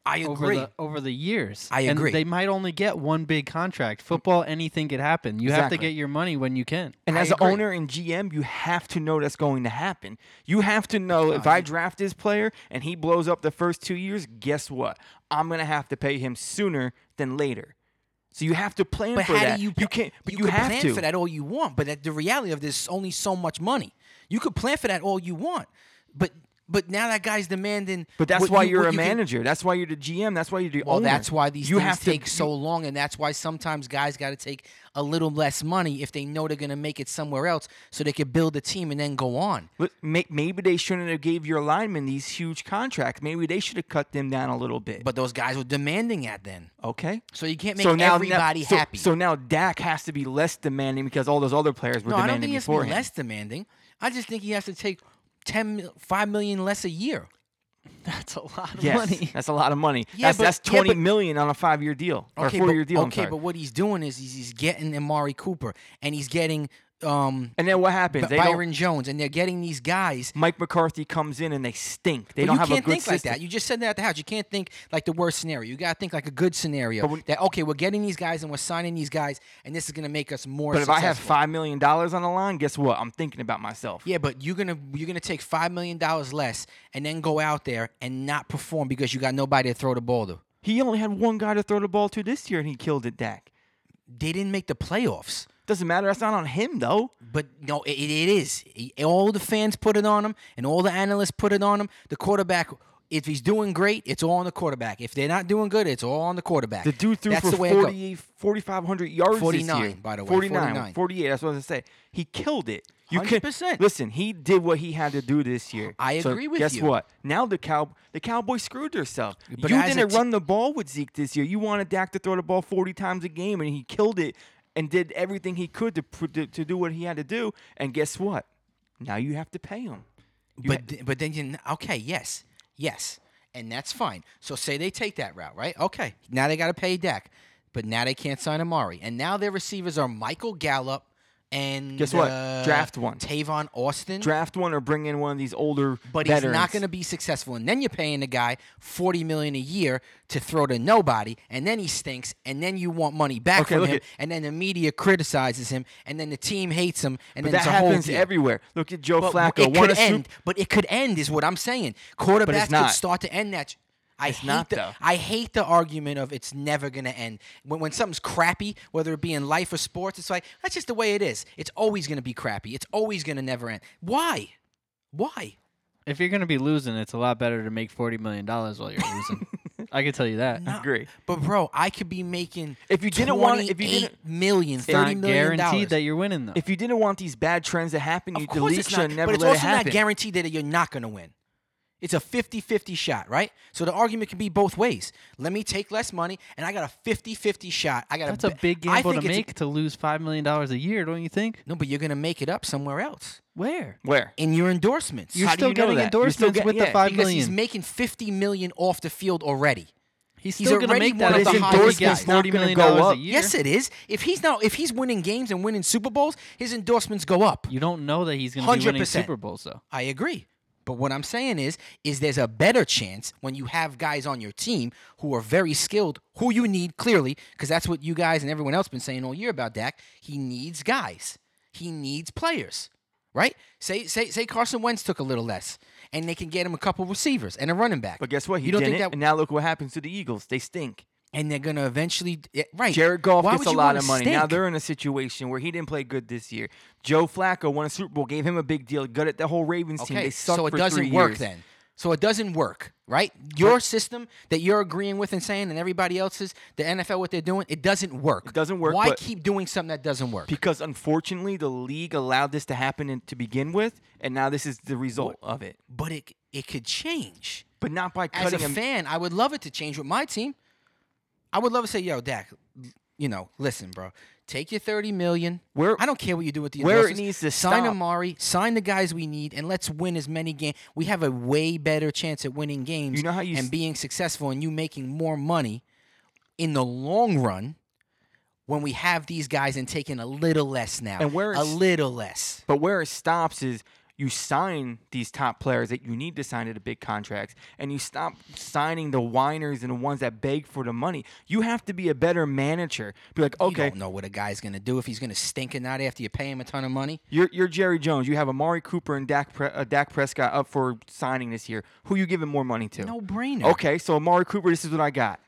[SPEAKER 1] I
[SPEAKER 3] over
[SPEAKER 1] agree.
[SPEAKER 3] the over the years.
[SPEAKER 1] I
[SPEAKER 3] And
[SPEAKER 1] agree.
[SPEAKER 3] they might only get one big contract. Football, anything could happen. You have to
[SPEAKER 2] Exactly.
[SPEAKER 3] get your money when you can.
[SPEAKER 2] And
[SPEAKER 1] I
[SPEAKER 2] as an
[SPEAKER 1] agree.
[SPEAKER 2] owner and GM, you have to know that's going to happen. You have to know if I draft this player and he blows up the first two years, guess what? I'm gonna have to pay him sooner than later. So you have to plan
[SPEAKER 1] but
[SPEAKER 2] for
[SPEAKER 1] how
[SPEAKER 2] that.
[SPEAKER 1] do you?
[SPEAKER 2] you can't. But you,
[SPEAKER 1] could
[SPEAKER 2] have
[SPEAKER 1] plan
[SPEAKER 2] to.
[SPEAKER 1] for that all you want. But that, the reality of this is only so much money. You could plan for that all you want, but but now that guy's demanding.
[SPEAKER 2] But that's
[SPEAKER 1] what
[SPEAKER 2] why
[SPEAKER 1] you-
[SPEAKER 2] you, are
[SPEAKER 1] what
[SPEAKER 2] a
[SPEAKER 1] you can-
[SPEAKER 2] manager. that's why you're the GM. That's why you're the
[SPEAKER 1] Well,
[SPEAKER 2] owner.
[SPEAKER 1] that's why these
[SPEAKER 2] you
[SPEAKER 1] things
[SPEAKER 2] have to-
[SPEAKER 1] take so long, and that's why sometimes guys got to take a little less money if they know they're going to make it somewhere else, so they can build a team and then go on.
[SPEAKER 2] But may- Maybe they shouldn't have gave your linemen these huge contracts. Maybe they should have cut them down a little bit.
[SPEAKER 1] But those guys were demanding that then,
[SPEAKER 2] okay.
[SPEAKER 1] so you can't make
[SPEAKER 2] so now
[SPEAKER 1] everybody
[SPEAKER 2] now, so-
[SPEAKER 1] happy.
[SPEAKER 2] So, now Dak has to be less demanding because all those other players were
[SPEAKER 1] no, I don't
[SPEAKER 2] demanding
[SPEAKER 1] think it's
[SPEAKER 2] before him.
[SPEAKER 1] less demanding. I just think he has to take 10, mil- 5 million less a year.
[SPEAKER 3] That's a lot of
[SPEAKER 2] Yes,
[SPEAKER 3] money.
[SPEAKER 2] that's a lot of money.
[SPEAKER 1] Yeah,
[SPEAKER 2] that's
[SPEAKER 1] but-
[SPEAKER 2] that's
[SPEAKER 1] yeah,
[SPEAKER 2] twenty
[SPEAKER 1] but-
[SPEAKER 2] million on a five year deal or
[SPEAKER 1] Okay,
[SPEAKER 2] a four
[SPEAKER 1] but,
[SPEAKER 2] year deal. I'm
[SPEAKER 1] okay,
[SPEAKER 2] sorry.
[SPEAKER 1] but what he's doing is he's, he's getting Amari Cooper and he's getting um,
[SPEAKER 2] and then what happens?
[SPEAKER 1] B-
[SPEAKER 2] they don't-
[SPEAKER 1] Byron Jones, and they're getting these guys
[SPEAKER 2] Mike McCarthy comes in and they stink. They
[SPEAKER 1] But
[SPEAKER 2] don't
[SPEAKER 1] you
[SPEAKER 2] have
[SPEAKER 1] can't
[SPEAKER 2] a good
[SPEAKER 1] think like
[SPEAKER 2] system.
[SPEAKER 1] that. You just said that at the house. You can't think like the worst scenario. You got to think like a good scenario.
[SPEAKER 2] when-
[SPEAKER 1] that okay, we're getting these guys and we're signing these guys, and this is gonna make us more.
[SPEAKER 2] But if I have
[SPEAKER 1] successful.
[SPEAKER 2] five million dollars on the line, guess what? I'm thinking about myself.
[SPEAKER 1] yeah, but you're gonna you're gonna take five million dollars less and then go out there and not perform because you got nobody to throw the ball to.
[SPEAKER 2] He only had one guy to throw the ball to this year, and he killed it. Dak
[SPEAKER 1] They didn't make the playoffs.
[SPEAKER 2] doesn't matter. That's not on him though.
[SPEAKER 1] But no, it, it is. All the fans put it on him, and all the analysts put it on him. The quarterback, if he's doing great, it's all on the quarterback. If they're not doing good, it's all on the quarterback.
[SPEAKER 2] The dude threw
[SPEAKER 1] That's
[SPEAKER 2] for
[SPEAKER 1] the way it go.
[SPEAKER 2] 40 4,500 yards this
[SPEAKER 1] 49,
[SPEAKER 2] year.
[SPEAKER 1] by the way,
[SPEAKER 2] 49,
[SPEAKER 1] 49.
[SPEAKER 2] 48, that's what I was going to say. He killed it. You can
[SPEAKER 1] 100%.
[SPEAKER 2] Listen, he did what he had to do this year.
[SPEAKER 1] I
[SPEAKER 2] So
[SPEAKER 1] agree with
[SPEAKER 2] guess
[SPEAKER 1] you.
[SPEAKER 2] Guess what? Now the cow the Cowboys screwed themselves.
[SPEAKER 1] But
[SPEAKER 2] you
[SPEAKER 1] as a
[SPEAKER 2] didn't
[SPEAKER 1] te-
[SPEAKER 2] run the ball with Zeke this year. You wanted Dak to throw the ball 40 times a game, and he killed it and did everything he could to, pr- to, to do what he had to do. And guess what? Now you have to pay him. You
[SPEAKER 1] But
[SPEAKER 2] ha-
[SPEAKER 1] th- but then you kn- okay yes yes and that's fine. So say they take that route right? Okay, now they got to pay Dak, but now they can't sign Amari, and now their receivers are Michael Gallup and
[SPEAKER 2] Guess what?
[SPEAKER 1] uh,
[SPEAKER 2] Draft one.
[SPEAKER 1] Tavon Austin.
[SPEAKER 2] draft one or bring in one of these older
[SPEAKER 1] but he's
[SPEAKER 2] veterans.
[SPEAKER 1] not going to be successful, and then you're paying the guy forty million a year to throw to nobody, and then he stinks, and then you want money back
[SPEAKER 2] Okay,
[SPEAKER 1] from
[SPEAKER 2] look
[SPEAKER 1] him,
[SPEAKER 2] at-
[SPEAKER 1] and then the media criticizes him, and then the team hates him, and then
[SPEAKER 2] But that
[SPEAKER 1] it's a whole
[SPEAKER 2] happens
[SPEAKER 1] deal.
[SPEAKER 2] everywhere. Look at Joe
[SPEAKER 1] But
[SPEAKER 2] Flacco.
[SPEAKER 1] It
[SPEAKER 2] won
[SPEAKER 1] could
[SPEAKER 2] a Super-
[SPEAKER 1] end, but it could end is what I'm saying. Quarterbacks could
[SPEAKER 2] not.
[SPEAKER 1] start to end that. I hate
[SPEAKER 2] not,
[SPEAKER 1] the
[SPEAKER 2] though.
[SPEAKER 1] I hate the argument of it's never gonna end. When, when something's crappy, whether it be in life or sports, it's like that's just the way it is. It's always gonna be crappy. It's always gonna never end. Why? Why?
[SPEAKER 3] If you're going to be losing, it's a lot better to make $40 million while you're losing. I can tell you that.
[SPEAKER 1] Not-
[SPEAKER 2] agree.
[SPEAKER 1] But bro, I could be making
[SPEAKER 2] If you didn't want it- if you
[SPEAKER 1] 28
[SPEAKER 2] didn't-
[SPEAKER 1] million,
[SPEAKER 3] It's
[SPEAKER 1] thirty
[SPEAKER 3] not
[SPEAKER 1] million dollars.
[SPEAKER 3] guaranteed that you're winning, though.
[SPEAKER 2] If you didn't want these bad trends to happen, you
[SPEAKER 1] Of course
[SPEAKER 2] delete
[SPEAKER 1] it's
[SPEAKER 2] should
[SPEAKER 1] not,
[SPEAKER 2] and never
[SPEAKER 1] but it's
[SPEAKER 2] let
[SPEAKER 1] also
[SPEAKER 2] it happen.
[SPEAKER 1] not guaranteed that you're not going to win. It's a 50-50 shot, right? So the argument can be both ways. Let me take less money, and I got a 50-50 shot. I got
[SPEAKER 3] That's a
[SPEAKER 1] bet-
[SPEAKER 3] big
[SPEAKER 1] I
[SPEAKER 3] gamble to
[SPEAKER 1] think it's-
[SPEAKER 3] make to lose $5 million a year, don't you think?
[SPEAKER 1] No, but you're going to make it up somewhere else
[SPEAKER 3] Where?
[SPEAKER 2] Where?
[SPEAKER 1] in your endorsements.
[SPEAKER 3] You're
[SPEAKER 2] How do
[SPEAKER 3] still
[SPEAKER 2] you know
[SPEAKER 3] getting
[SPEAKER 2] that? You're
[SPEAKER 3] endorsements
[SPEAKER 2] still get-
[SPEAKER 3] with
[SPEAKER 2] yeah,
[SPEAKER 3] the five
[SPEAKER 1] because he's
[SPEAKER 3] million.
[SPEAKER 1] making 50 million off the field already.
[SPEAKER 3] He's
[SPEAKER 1] he's
[SPEAKER 3] still going to
[SPEAKER 1] already
[SPEAKER 3] make
[SPEAKER 1] one
[SPEAKER 3] that
[SPEAKER 1] of
[SPEAKER 3] if
[SPEAKER 1] the
[SPEAKER 3] he
[SPEAKER 1] highest
[SPEAKER 3] endorsements
[SPEAKER 1] guys.
[SPEAKER 3] not
[SPEAKER 2] Not
[SPEAKER 3] forty
[SPEAKER 2] gonna
[SPEAKER 3] million
[SPEAKER 2] go
[SPEAKER 3] dollars
[SPEAKER 2] up.
[SPEAKER 3] a year.
[SPEAKER 1] Yes, it is. If he's not if he's winning games and winning Super Bowls, his endorsements go up.
[SPEAKER 3] You don't know that he's going to be winning
[SPEAKER 1] 100%.
[SPEAKER 3] Super Bowls though.
[SPEAKER 1] I agree. But what I'm saying is, is there's a better chance when you have guys on your team who are very skilled, who you need clearly, because that's what you guys and everyone else been saying all year about Dak. He needs guys. He needs players. Right? Say say say Carson Wentz took a little less, and they can get him a couple receivers and a running back.
[SPEAKER 2] But guess what? He
[SPEAKER 1] you don't
[SPEAKER 2] didn't.
[SPEAKER 1] think that
[SPEAKER 2] and now look what happens to the Eagles. They stink.
[SPEAKER 1] and they're gonna eventually yeah, right.
[SPEAKER 2] Jared Goff
[SPEAKER 1] Why
[SPEAKER 2] gets
[SPEAKER 1] would
[SPEAKER 2] a
[SPEAKER 1] you
[SPEAKER 2] lot
[SPEAKER 1] wanna
[SPEAKER 2] of money. Now
[SPEAKER 1] stink?
[SPEAKER 2] they're in a situation where he didn't play good this year. Joe Flacco won a Super Bowl, gave him a big deal, gutted the whole Ravens team. They sucked
[SPEAKER 1] so it
[SPEAKER 2] for
[SPEAKER 1] doesn't
[SPEAKER 2] three
[SPEAKER 1] work
[SPEAKER 2] years.
[SPEAKER 1] then. So it doesn't work, right? Your system that you're agreeing with and saying, and everybody else's, the NFL, what they're doing, it doesn't work. It
[SPEAKER 2] doesn't work,
[SPEAKER 1] Why
[SPEAKER 2] but-
[SPEAKER 1] keep doing something that doesn't work?
[SPEAKER 2] Because unfortunately, the league allowed this to happen in, to begin with, and now this is the result of it.
[SPEAKER 1] but it it could change.
[SPEAKER 2] But not by
[SPEAKER 1] As
[SPEAKER 2] cutting
[SPEAKER 1] a
[SPEAKER 2] him.
[SPEAKER 1] fan, I would love it to change with my team. I would love to say, "Yo, Dak, you know, listen, bro, take your thirty million.
[SPEAKER 2] Where-
[SPEAKER 1] I don't care what you do with the
[SPEAKER 2] where it
[SPEAKER 1] endorsements.
[SPEAKER 2] needs to
[SPEAKER 1] sign
[SPEAKER 2] stop.
[SPEAKER 1] Amari, sign the guys we need, and let's win as many games. We have a way better chance at winning games
[SPEAKER 2] You know how you
[SPEAKER 1] and
[SPEAKER 2] s-
[SPEAKER 1] being successful, and you making more money in the long run." When we have these guys and taking a little less now,
[SPEAKER 2] And where
[SPEAKER 1] a
[SPEAKER 2] it's-
[SPEAKER 1] little less.
[SPEAKER 2] But where it stops is you sign these top players that you need to sign to the big contracts, and you stop signing the whiners and the ones that beg for the money. You have to be a better manager. Be like,
[SPEAKER 1] You
[SPEAKER 2] okay,
[SPEAKER 1] don't know what a guy's gonna do if he's gonna stink or not after you pay him a ton of money.
[SPEAKER 2] You're, you're Jerry Jones. You have Amari Cooper and Dak, Pre- uh, Dak Prescott up for signing this year. Who you giving more money to?
[SPEAKER 1] No brainer.
[SPEAKER 2] Okay, so Amari Cooper, this is what I got.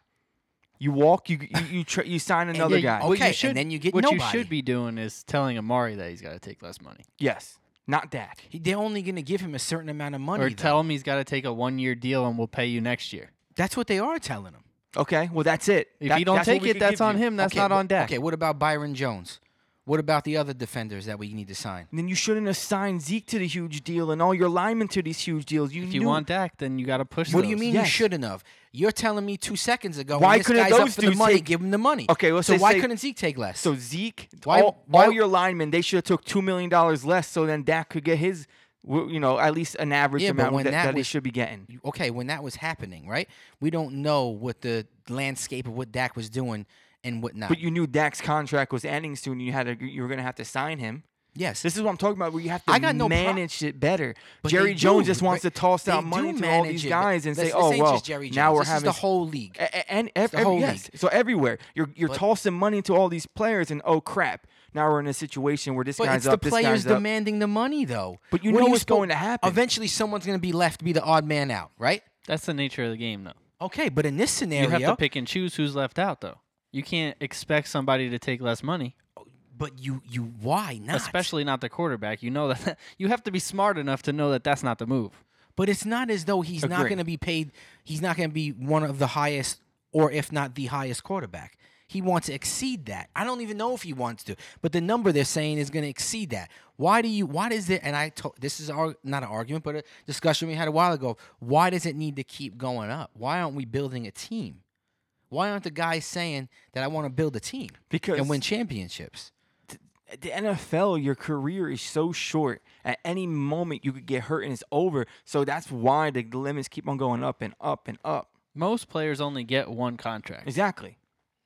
[SPEAKER 2] You walk, you you you, tr- you sign another
[SPEAKER 3] Yeah,
[SPEAKER 2] guy.
[SPEAKER 1] oh.
[SPEAKER 3] what
[SPEAKER 1] Okay,
[SPEAKER 3] you should,
[SPEAKER 1] and then you get
[SPEAKER 3] what
[SPEAKER 1] nobody.
[SPEAKER 3] you should be doing is telling Amari that he's got to take less money,
[SPEAKER 2] Yes, not Dak.
[SPEAKER 1] He- They're only gonna give him a certain amount of money.
[SPEAKER 3] or
[SPEAKER 1] though.
[SPEAKER 3] tell him he's got to take a one-year deal and we'll pay you next year.
[SPEAKER 1] That's what they are telling him.
[SPEAKER 2] Okay, well that's it.
[SPEAKER 3] If
[SPEAKER 2] That-
[SPEAKER 3] you don't
[SPEAKER 2] that's what
[SPEAKER 3] take
[SPEAKER 2] we
[SPEAKER 3] it,
[SPEAKER 2] could
[SPEAKER 3] that's
[SPEAKER 2] give
[SPEAKER 3] on
[SPEAKER 2] you.
[SPEAKER 3] him. That's
[SPEAKER 1] Okay,
[SPEAKER 3] not
[SPEAKER 1] wh-
[SPEAKER 3] on deck.
[SPEAKER 1] Okay, what about Byron Jones? What about the other defenders that we need to sign?
[SPEAKER 2] And then you shouldn't have signed Zeke to the huge deal and all your linemen to these huge deals. You
[SPEAKER 3] If you
[SPEAKER 2] knew-
[SPEAKER 3] want Dak, then you got to push.
[SPEAKER 1] What do you
[SPEAKER 3] those.
[SPEAKER 1] mean
[SPEAKER 2] Yes.
[SPEAKER 1] you shouldn't have? You're telling me two seconds ago.
[SPEAKER 2] Why
[SPEAKER 1] when this
[SPEAKER 2] couldn't
[SPEAKER 1] guy's up
[SPEAKER 2] those
[SPEAKER 1] for the
[SPEAKER 2] dudes
[SPEAKER 1] money?
[SPEAKER 2] take-
[SPEAKER 1] give him the money.
[SPEAKER 2] Okay, let's
[SPEAKER 1] so
[SPEAKER 2] say-
[SPEAKER 1] why
[SPEAKER 2] say-
[SPEAKER 1] couldn't Zeke take less?
[SPEAKER 2] So Zeke,
[SPEAKER 1] Why-
[SPEAKER 2] all,
[SPEAKER 1] why-
[SPEAKER 2] all your linemen, they should have took two million dollars less, so then Dak could get his, w- you know, at least an average
[SPEAKER 1] Yeah, but
[SPEAKER 2] amount
[SPEAKER 1] when
[SPEAKER 2] that,
[SPEAKER 1] that
[SPEAKER 2] that he
[SPEAKER 1] was-
[SPEAKER 2] should be getting.
[SPEAKER 1] you- okay, when that was happening, right? We don't know what the landscape of what Dak was doing and whatnot.
[SPEAKER 2] But you knew Dak's contract was ending soon. And you had to, you were gonna have to sign him.
[SPEAKER 1] yes,
[SPEAKER 2] This is what I'm talking about. Where you have to
[SPEAKER 1] I got no pro-
[SPEAKER 2] manage it better.
[SPEAKER 1] But
[SPEAKER 2] Jerry
[SPEAKER 1] they
[SPEAKER 2] Jones
[SPEAKER 1] do,
[SPEAKER 2] just wants to
[SPEAKER 1] right?
[SPEAKER 2] toss
[SPEAKER 1] They
[SPEAKER 2] out
[SPEAKER 1] do
[SPEAKER 2] money to all
[SPEAKER 1] manage
[SPEAKER 2] these
[SPEAKER 1] it, but
[SPEAKER 2] guys and
[SPEAKER 1] this-
[SPEAKER 2] say,
[SPEAKER 1] this
[SPEAKER 2] "Oh
[SPEAKER 1] ain't
[SPEAKER 2] well,
[SPEAKER 1] just Jerry Jones.
[SPEAKER 2] now we're
[SPEAKER 1] this
[SPEAKER 2] having
[SPEAKER 1] is the whole league."
[SPEAKER 2] A- a- and ev-
[SPEAKER 1] the
[SPEAKER 2] ev-
[SPEAKER 1] whole
[SPEAKER 2] yes.
[SPEAKER 1] league.
[SPEAKER 2] So everywhere you're you're
[SPEAKER 1] But-
[SPEAKER 2] tossing money to all these players, and oh crap, now we're in a situation where this
[SPEAKER 1] But
[SPEAKER 2] guy's
[SPEAKER 1] it's
[SPEAKER 2] up,
[SPEAKER 1] the
[SPEAKER 2] this
[SPEAKER 1] players
[SPEAKER 2] guy's up.
[SPEAKER 1] demanding the money, though.
[SPEAKER 2] But you
[SPEAKER 1] What are
[SPEAKER 2] know what's
[SPEAKER 1] suppo-
[SPEAKER 2] going to happen.
[SPEAKER 1] Eventually, someone's going to be left to be the odd man out, right?
[SPEAKER 3] That's the nature of the game, though.
[SPEAKER 1] Okay, but in this
[SPEAKER 3] You
[SPEAKER 1] scenario,
[SPEAKER 3] have to pick and choose who's left out, though. You can't expect somebody to take less money,
[SPEAKER 1] but you you why not?
[SPEAKER 3] especially not the quarterback. You know that you have to be smart enough to know that that's not the move.
[SPEAKER 1] But it's not as though he's not
[SPEAKER 2] Agree.
[SPEAKER 1] going to be paid. He's not going to be one of the highest, or if not the highest quarterback. He wants to exceed that. I don't even know if he wants to, but the number they're saying is going to exceed that. Why do you? Why does it? And I told this is our not an argument, but a discussion we had a while ago. Why does it need to keep going up? Why aren't we building a team? Why aren't the guys saying that I want to build a team
[SPEAKER 2] Because
[SPEAKER 1] and win championships?
[SPEAKER 2] at the NFL, your career is so short. At any moment, you could get hurt and it's over. So that's why the limits keep on going up and up and up.
[SPEAKER 3] Most players only get one contract.
[SPEAKER 2] Exactly.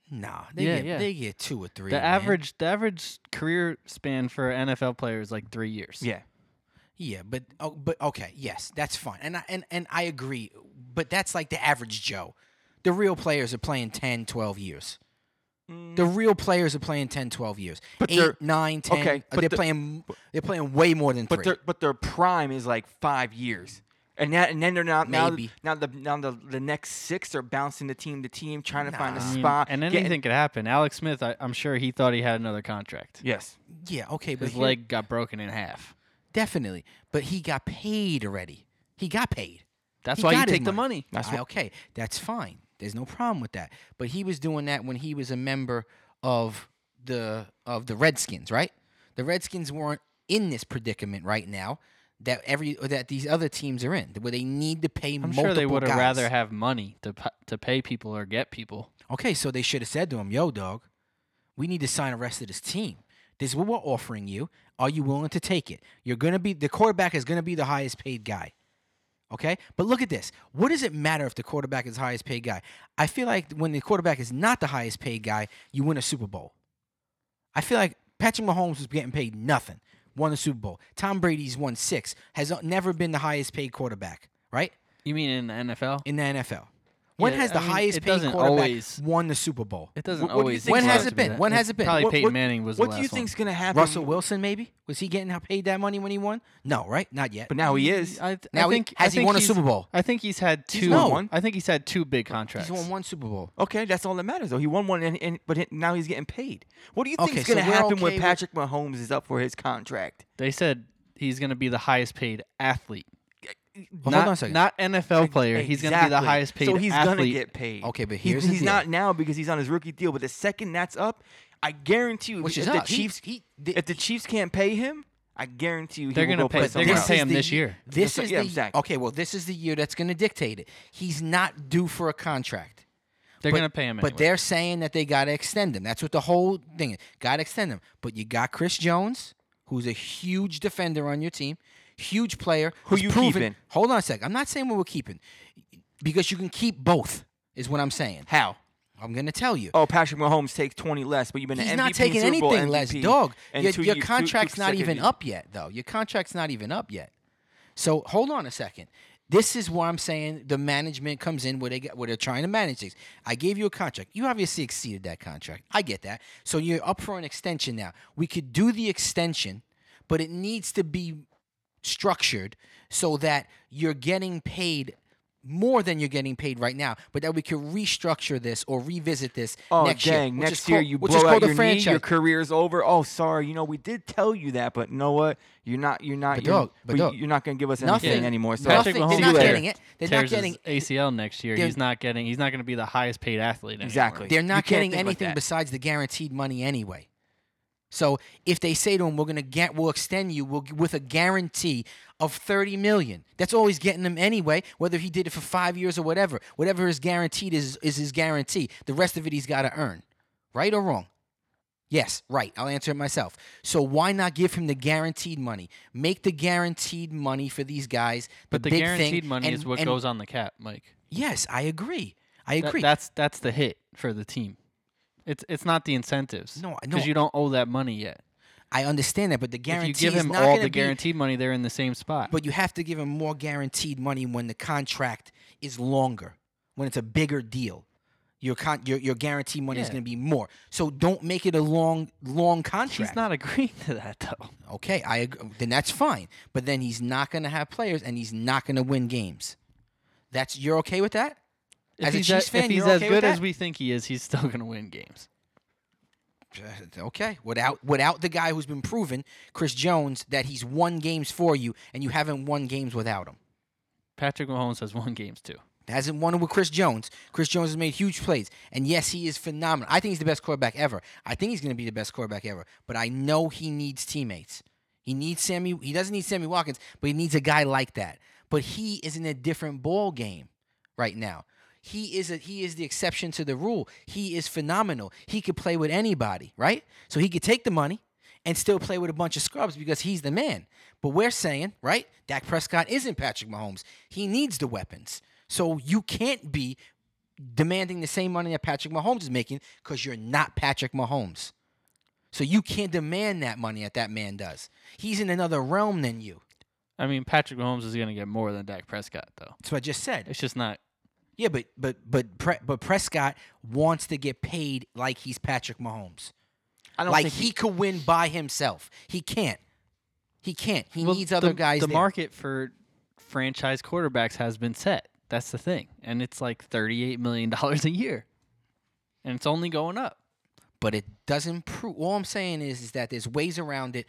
[SPEAKER 1] Nah, they
[SPEAKER 3] Yeah,
[SPEAKER 1] get
[SPEAKER 3] yeah.
[SPEAKER 1] they get two or three.
[SPEAKER 3] The
[SPEAKER 1] man.
[SPEAKER 3] average the average career span for an NFL player is like three years.
[SPEAKER 2] Yeah.
[SPEAKER 1] Yeah, but oh, but okay, yes, that's fine, and I, and and I agree, but that's like the average Joe. The real players are playing 10, 12 years. The real players are playing 10, 12 years.
[SPEAKER 2] Mm. But
[SPEAKER 1] Eight,
[SPEAKER 2] they're-
[SPEAKER 1] nine, 10.
[SPEAKER 2] okay,
[SPEAKER 1] uh,
[SPEAKER 2] but
[SPEAKER 1] they're
[SPEAKER 2] the-
[SPEAKER 1] playing they're playing way more than
[SPEAKER 2] But
[SPEAKER 1] three.
[SPEAKER 2] their but their prime is like five years. And that and then they're not
[SPEAKER 1] Maybe.
[SPEAKER 2] now now the now the, the next six are bouncing the team to team, trying to find a
[SPEAKER 1] Nah.
[SPEAKER 3] I mean,
[SPEAKER 2] spot.
[SPEAKER 3] and
[SPEAKER 2] getting-
[SPEAKER 3] anything could happen. Alex Smith, I, I'm sure he thought he had another contract.
[SPEAKER 2] yes.
[SPEAKER 1] yeah, okay, but
[SPEAKER 3] His
[SPEAKER 1] here-
[SPEAKER 3] leg got broken in half.
[SPEAKER 1] definitely. But he got paid already. He got paid.
[SPEAKER 3] That's
[SPEAKER 1] He
[SPEAKER 3] why you
[SPEAKER 1] got his
[SPEAKER 3] take the money.
[SPEAKER 2] That's
[SPEAKER 1] I-
[SPEAKER 2] what-
[SPEAKER 1] okay. That's fine. There's no problem with that. But he was doing that when he was a member of the of the Redskins, right? The Redskins weren't in this predicament right now that every or that these other teams are in, where they need to pay
[SPEAKER 3] I'm
[SPEAKER 1] multiple
[SPEAKER 3] sure they would have
[SPEAKER 1] guys.
[SPEAKER 3] rather have money to p- to pay people or get people.
[SPEAKER 1] Okay, so they should have said to him, "Yo, dog, we need to sign the rest of this team. This is what we're offering you. Are you willing to take it? You're gonna be the quarterback is gonna be the highest paid guy. Okay, but look at this. What does it matter if the quarterback is the highest paid guy? I feel like when the quarterback is not the highest paid guy, you win a Super Bowl. I feel like Patrick Mahomes was getting paid nothing, won the Super Bowl. Tom Brady's won six, has never been the highest paid quarterback, right?
[SPEAKER 3] You mean in the NFL?
[SPEAKER 1] In the NFL. When
[SPEAKER 3] Yeah,
[SPEAKER 1] has the
[SPEAKER 3] I mean,
[SPEAKER 1] highest
[SPEAKER 3] it
[SPEAKER 1] paid
[SPEAKER 3] doesn't
[SPEAKER 1] quarterback
[SPEAKER 3] always-
[SPEAKER 1] won the Super Bowl?
[SPEAKER 3] It doesn't
[SPEAKER 2] What- what do you
[SPEAKER 3] always.
[SPEAKER 2] think- When
[SPEAKER 3] work
[SPEAKER 2] has
[SPEAKER 3] out
[SPEAKER 2] it
[SPEAKER 3] to
[SPEAKER 1] been?
[SPEAKER 3] that.
[SPEAKER 1] When has it been?
[SPEAKER 3] Probably
[SPEAKER 2] What-
[SPEAKER 3] Peyton
[SPEAKER 2] what-
[SPEAKER 3] Manning was.
[SPEAKER 2] What do
[SPEAKER 3] the
[SPEAKER 2] you
[SPEAKER 3] last one.
[SPEAKER 2] think's gonna happen?
[SPEAKER 1] Russell Wilson, maybe? Was he getting paid that money when he won? No, right? Not yet.
[SPEAKER 2] But now he is.
[SPEAKER 3] I, th-
[SPEAKER 1] Now
[SPEAKER 3] I
[SPEAKER 1] he-
[SPEAKER 3] think
[SPEAKER 1] has
[SPEAKER 3] I
[SPEAKER 1] he
[SPEAKER 3] think
[SPEAKER 1] won a
[SPEAKER 3] he's-
[SPEAKER 1] Super Bowl?
[SPEAKER 3] I think he's had two.
[SPEAKER 2] won one.
[SPEAKER 3] I think he's had two big contracts.
[SPEAKER 1] He's won one Super Bowl.
[SPEAKER 2] Okay, that's all that matters. Though he won one, and, and but now he's getting paid. What do you think's
[SPEAKER 1] Okay, so
[SPEAKER 2] gonna
[SPEAKER 1] we're
[SPEAKER 2] happen
[SPEAKER 1] okay
[SPEAKER 2] when
[SPEAKER 1] with-
[SPEAKER 2] Patrick Mahomes is up for his contract?
[SPEAKER 3] They said he's going to be the highest paid athlete.
[SPEAKER 1] Well,
[SPEAKER 3] not,
[SPEAKER 1] hold on a second.
[SPEAKER 3] Not NFL player. He's going to be the
[SPEAKER 2] Exactly.
[SPEAKER 3] highest paid
[SPEAKER 2] So he's gonna
[SPEAKER 3] athlete.
[SPEAKER 2] get paid.
[SPEAKER 1] Okay, but
[SPEAKER 2] He's-
[SPEAKER 1] here's the
[SPEAKER 2] he's,
[SPEAKER 1] deal.
[SPEAKER 2] not now because he's on his rookie deal. But the second that's up, I guarantee you,
[SPEAKER 1] Which
[SPEAKER 2] if
[SPEAKER 1] is
[SPEAKER 2] the
[SPEAKER 1] us. He-
[SPEAKER 2] Chiefs,
[SPEAKER 1] he- the-
[SPEAKER 2] if the Chiefs can't pay him, I guarantee you, he
[SPEAKER 3] They're
[SPEAKER 2] will
[SPEAKER 3] gonna
[SPEAKER 2] go
[SPEAKER 3] pay-
[SPEAKER 2] play
[SPEAKER 3] they're
[SPEAKER 2] somewhere
[SPEAKER 3] gonna
[SPEAKER 2] else.
[SPEAKER 3] pay him
[SPEAKER 1] the
[SPEAKER 3] this
[SPEAKER 1] ye-
[SPEAKER 3] year.
[SPEAKER 1] This
[SPEAKER 2] Yeah,
[SPEAKER 1] is the,
[SPEAKER 2] exactly.
[SPEAKER 1] Okay, well, this is the year that's going to dictate it. He's not due for a contract.
[SPEAKER 3] They're
[SPEAKER 1] But-
[SPEAKER 3] going to pay him.
[SPEAKER 1] But
[SPEAKER 3] anyway.
[SPEAKER 1] they're saying that they got to extend him. That's what the whole thing is. Got to extend him. But you got Chris Jones, who's a huge defender on your team, huge player.
[SPEAKER 2] Who
[SPEAKER 1] who's
[SPEAKER 2] you
[SPEAKER 1] proven,
[SPEAKER 2] keeping?
[SPEAKER 1] Hold on a sec. I'm not saying what we're keeping because you can keep both, is what I'm saying.
[SPEAKER 2] How?
[SPEAKER 1] I'm gonna tell you.
[SPEAKER 2] Oh, Patrick Mahomes takes 20 less, but you've been
[SPEAKER 1] He's
[SPEAKER 2] an MVP,
[SPEAKER 1] not taking
[SPEAKER 2] Super Bowl
[SPEAKER 1] anything less,
[SPEAKER 2] MVP,
[SPEAKER 1] dog.
[SPEAKER 2] and
[SPEAKER 1] Your,
[SPEAKER 2] two
[SPEAKER 1] your
[SPEAKER 2] years- two- two
[SPEAKER 1] contract's not even
[SPEAKER 2] consecutive-
[SPEAKER 1] up yet, though. Your contract's not even up yet. So hold on a second. This is where I'm saying the management comes in where they get where they're trying to manage things. I gave you a contract. You obviously exceeded that contract. I get that. So you're up for an extension now. We could do the extension, but it needs to be structured so that you're getting paid more than you're getting paid right now, but that we can restructure this or revisit this
[SPEAKER 2] Oh
[SPEAKER 1] next year.
[SPEAKER 2] dang!
[SPEAKER 1] which
[SPEAKER 2] next
[SPEAKER 1] is
[SPEAKER 2] year
[SPEAKER 1] called-
[SPEAKER 2] you
[SPEAKER 1] which
[SPEAKER 2] blow
[SPEAKER 1] is
[SPEAKER 2] out
[SPEAKER 1] called
[SPEAKER 2] your
[SPEAKER 1] a
[SPEAKER 2] knee, your
[SPEAKER 1] franchise.
[SPEAKER 2] career's over. Oh, sorry. You know we did tell you that, but you know what? You're not. You're not.
[SPEAKER 1] But
[SPEAKER 2] you're,
[SPEAKER 1] dog- but dog-
[SPEAKER 2] you're not gonna give us
[SPEAKER 1] Nothing.
[SPEAKER 2] anything anymore. So
[SPEAKER 1] Patrick
[SPEAKER 3] Patrick
[SPEAKER 1] Nothing.
[SPEAKER 3] Mahomes
[SPEAKER 1] They're not
[SPEAKER 3] tears-
[SPEAKER 1] getting it. They're not
[SPEAKER 3] tears his
[SPEAKER 1] getting.
[SPEAKER 3] ACL next year.
[SPEAKER 1] They're-
[SPEAKER 3] He's not getting. He's not going to be the highest paid athlete. Anymore.
[SPEAKER 2] Exactly.
[SPEAKER 1] They're
[SPEAKER 2] You
[SPEAKER 1] not
[SPEAKER 2] can't
[SPEAKER 1] getting
[SPEAKER 2] think like
[SPEAKER 1] anything
[SPEAKER 2] that.
[SPEAKER 1] besides the guaranteed money anyway. So if they say to him, "We're gonna get, we'll extend you we'll, with a guarantee of thirty million, that's always getting him anyway. Whether he did it for five years or whatever, whatever is guaranteed is is his guarantee. The rest of it he's got to earn, right or wrong. Yes, right. I'll answer it myself. So why not give him the guaranteed money? Make the guaranteed money for these guys.
[SPEAKER 3] But the
[SPEAKER 1] big
[SPEAKER 3] guaranteed
[SPEAKER 1] thing,
[SPEAKER 3] money
[SPEAKER 1] and-
[SPEAKER 3] is what
[SPEAKER 1] and-
[SPEAKER 3] goes on the cap, Mike.
[SPEAKER 1] Yes, I agree. I
[SPEAKER 3] That-
[SPEAKER 1] agree.
[SPEAKER 3] that's that's the hit for the team. It's it's not the incentives.
[SPEAKER 1] No, I- no.
[SPEAKER 3] because you don't owe that money yet.
[SPEAKER 1] I understand that, but the guarantee
[SPEAKER 3] if you give
[SPEAKER 1] is
[SPEAKER 3] him
[SPEAKER 1] not
[SPEAKER 3] all
[SPEAKER 1] gonna
[SPEAKER 3] the
[SPEAKER 1] be-
[SPEAKER 3] guaranteed money, they're in the same spot.
[SPEAKER 1] But you have to give him more guaranteed money when the contract is longer, when it's a bigger deal. Your con- your, your guaranteed money is
[SPEAKER 3] Yeah.
[SPEAKER 1] going to be more. So don't make it a long long contract.
[SPEAKER 3] he's not agreeing to that though.
[SPEAKER 1] okay. I ag- then that's fine. But then he's not going to have players, and he's not going to win games. That's you're okay with that?
[SPEAKER 3] If
[SPEAKER 1] As a
[SPEAKER 3] he's,
[SPEAKER 1] Chiefs
[SPEAKER 3] a-
[SPEAKER 1] fan,
[SPEAKER 3] if he's
[SPEAKER 1] you're
[SPEAKER 3] as
[SPEAKER 1] okay with
[SPEAKER 3] good as
[SPEAKER 1] that?
[SPEAKER 3] we think he is, he's still going to win games.
[SPEAKER 1] Okay. Without without the guy who's been proven, Chris Jones, that he's won games for you, and you haven't won games without him.
[SPEAKER 3] Patrick Mahomes has won games too.
[SPEAKER 1] hasn't won it with Chris Jones. Chris Jones has made huge plays, and yes, he is phenomenal. I think he's the best quarterback ever. I think he's going to be the best quarterback ever. But I know he needs teammates. He needs Sammy. He doesn't need Sammy Watkins, but he needs a guy like that. But he is in a different ball game right now. He is a, he is the exception to the rule. He is phenomenal. He could play with anybody, right? So he could take the money and still play with a bunch of scrubs because he's the man. But we're saying, right? Dak Prescott isn't Patrick Mahomes. He needs the weapons. So you can't be demanding the same money that Patrick Mahomes is making because you're not Patrick Mahomes. So you can't demand that money that that man does. He's in another realm than you.
[SPEAKER 3] I mean, Patrick Mahomes is going to get more than Dak Prescott though.
[SPEAKER 1] That's what I just said.
[SPEAKER 3] It's just not.
[SPEAKER 1] Yeah, but but but Pre- but Prescott wants to get paid like he's Patrick Mahomes.
[SPEAKER 2] I don't
[SPEAKER 1] Like
[SPEAKER 2] think
[SPEAKER 1] he could win by himself. He can't. He can't. He
[SPEAKER 3] Well,
[SPEAKER 1] needs other
[SPEAKER 3] the,
[SPEAKER 1] guys.
[SPEAKER 3] The
[SPEAKER 1] there.
[SPEAKER 3] market for franchise quarterbacks has been set. That's the thing, and it's like thirty-eight million dollars a year, and it's only going up.
[SPEAKER 1] but it doesn't prove. All I'm saying is, is that there's ways around it,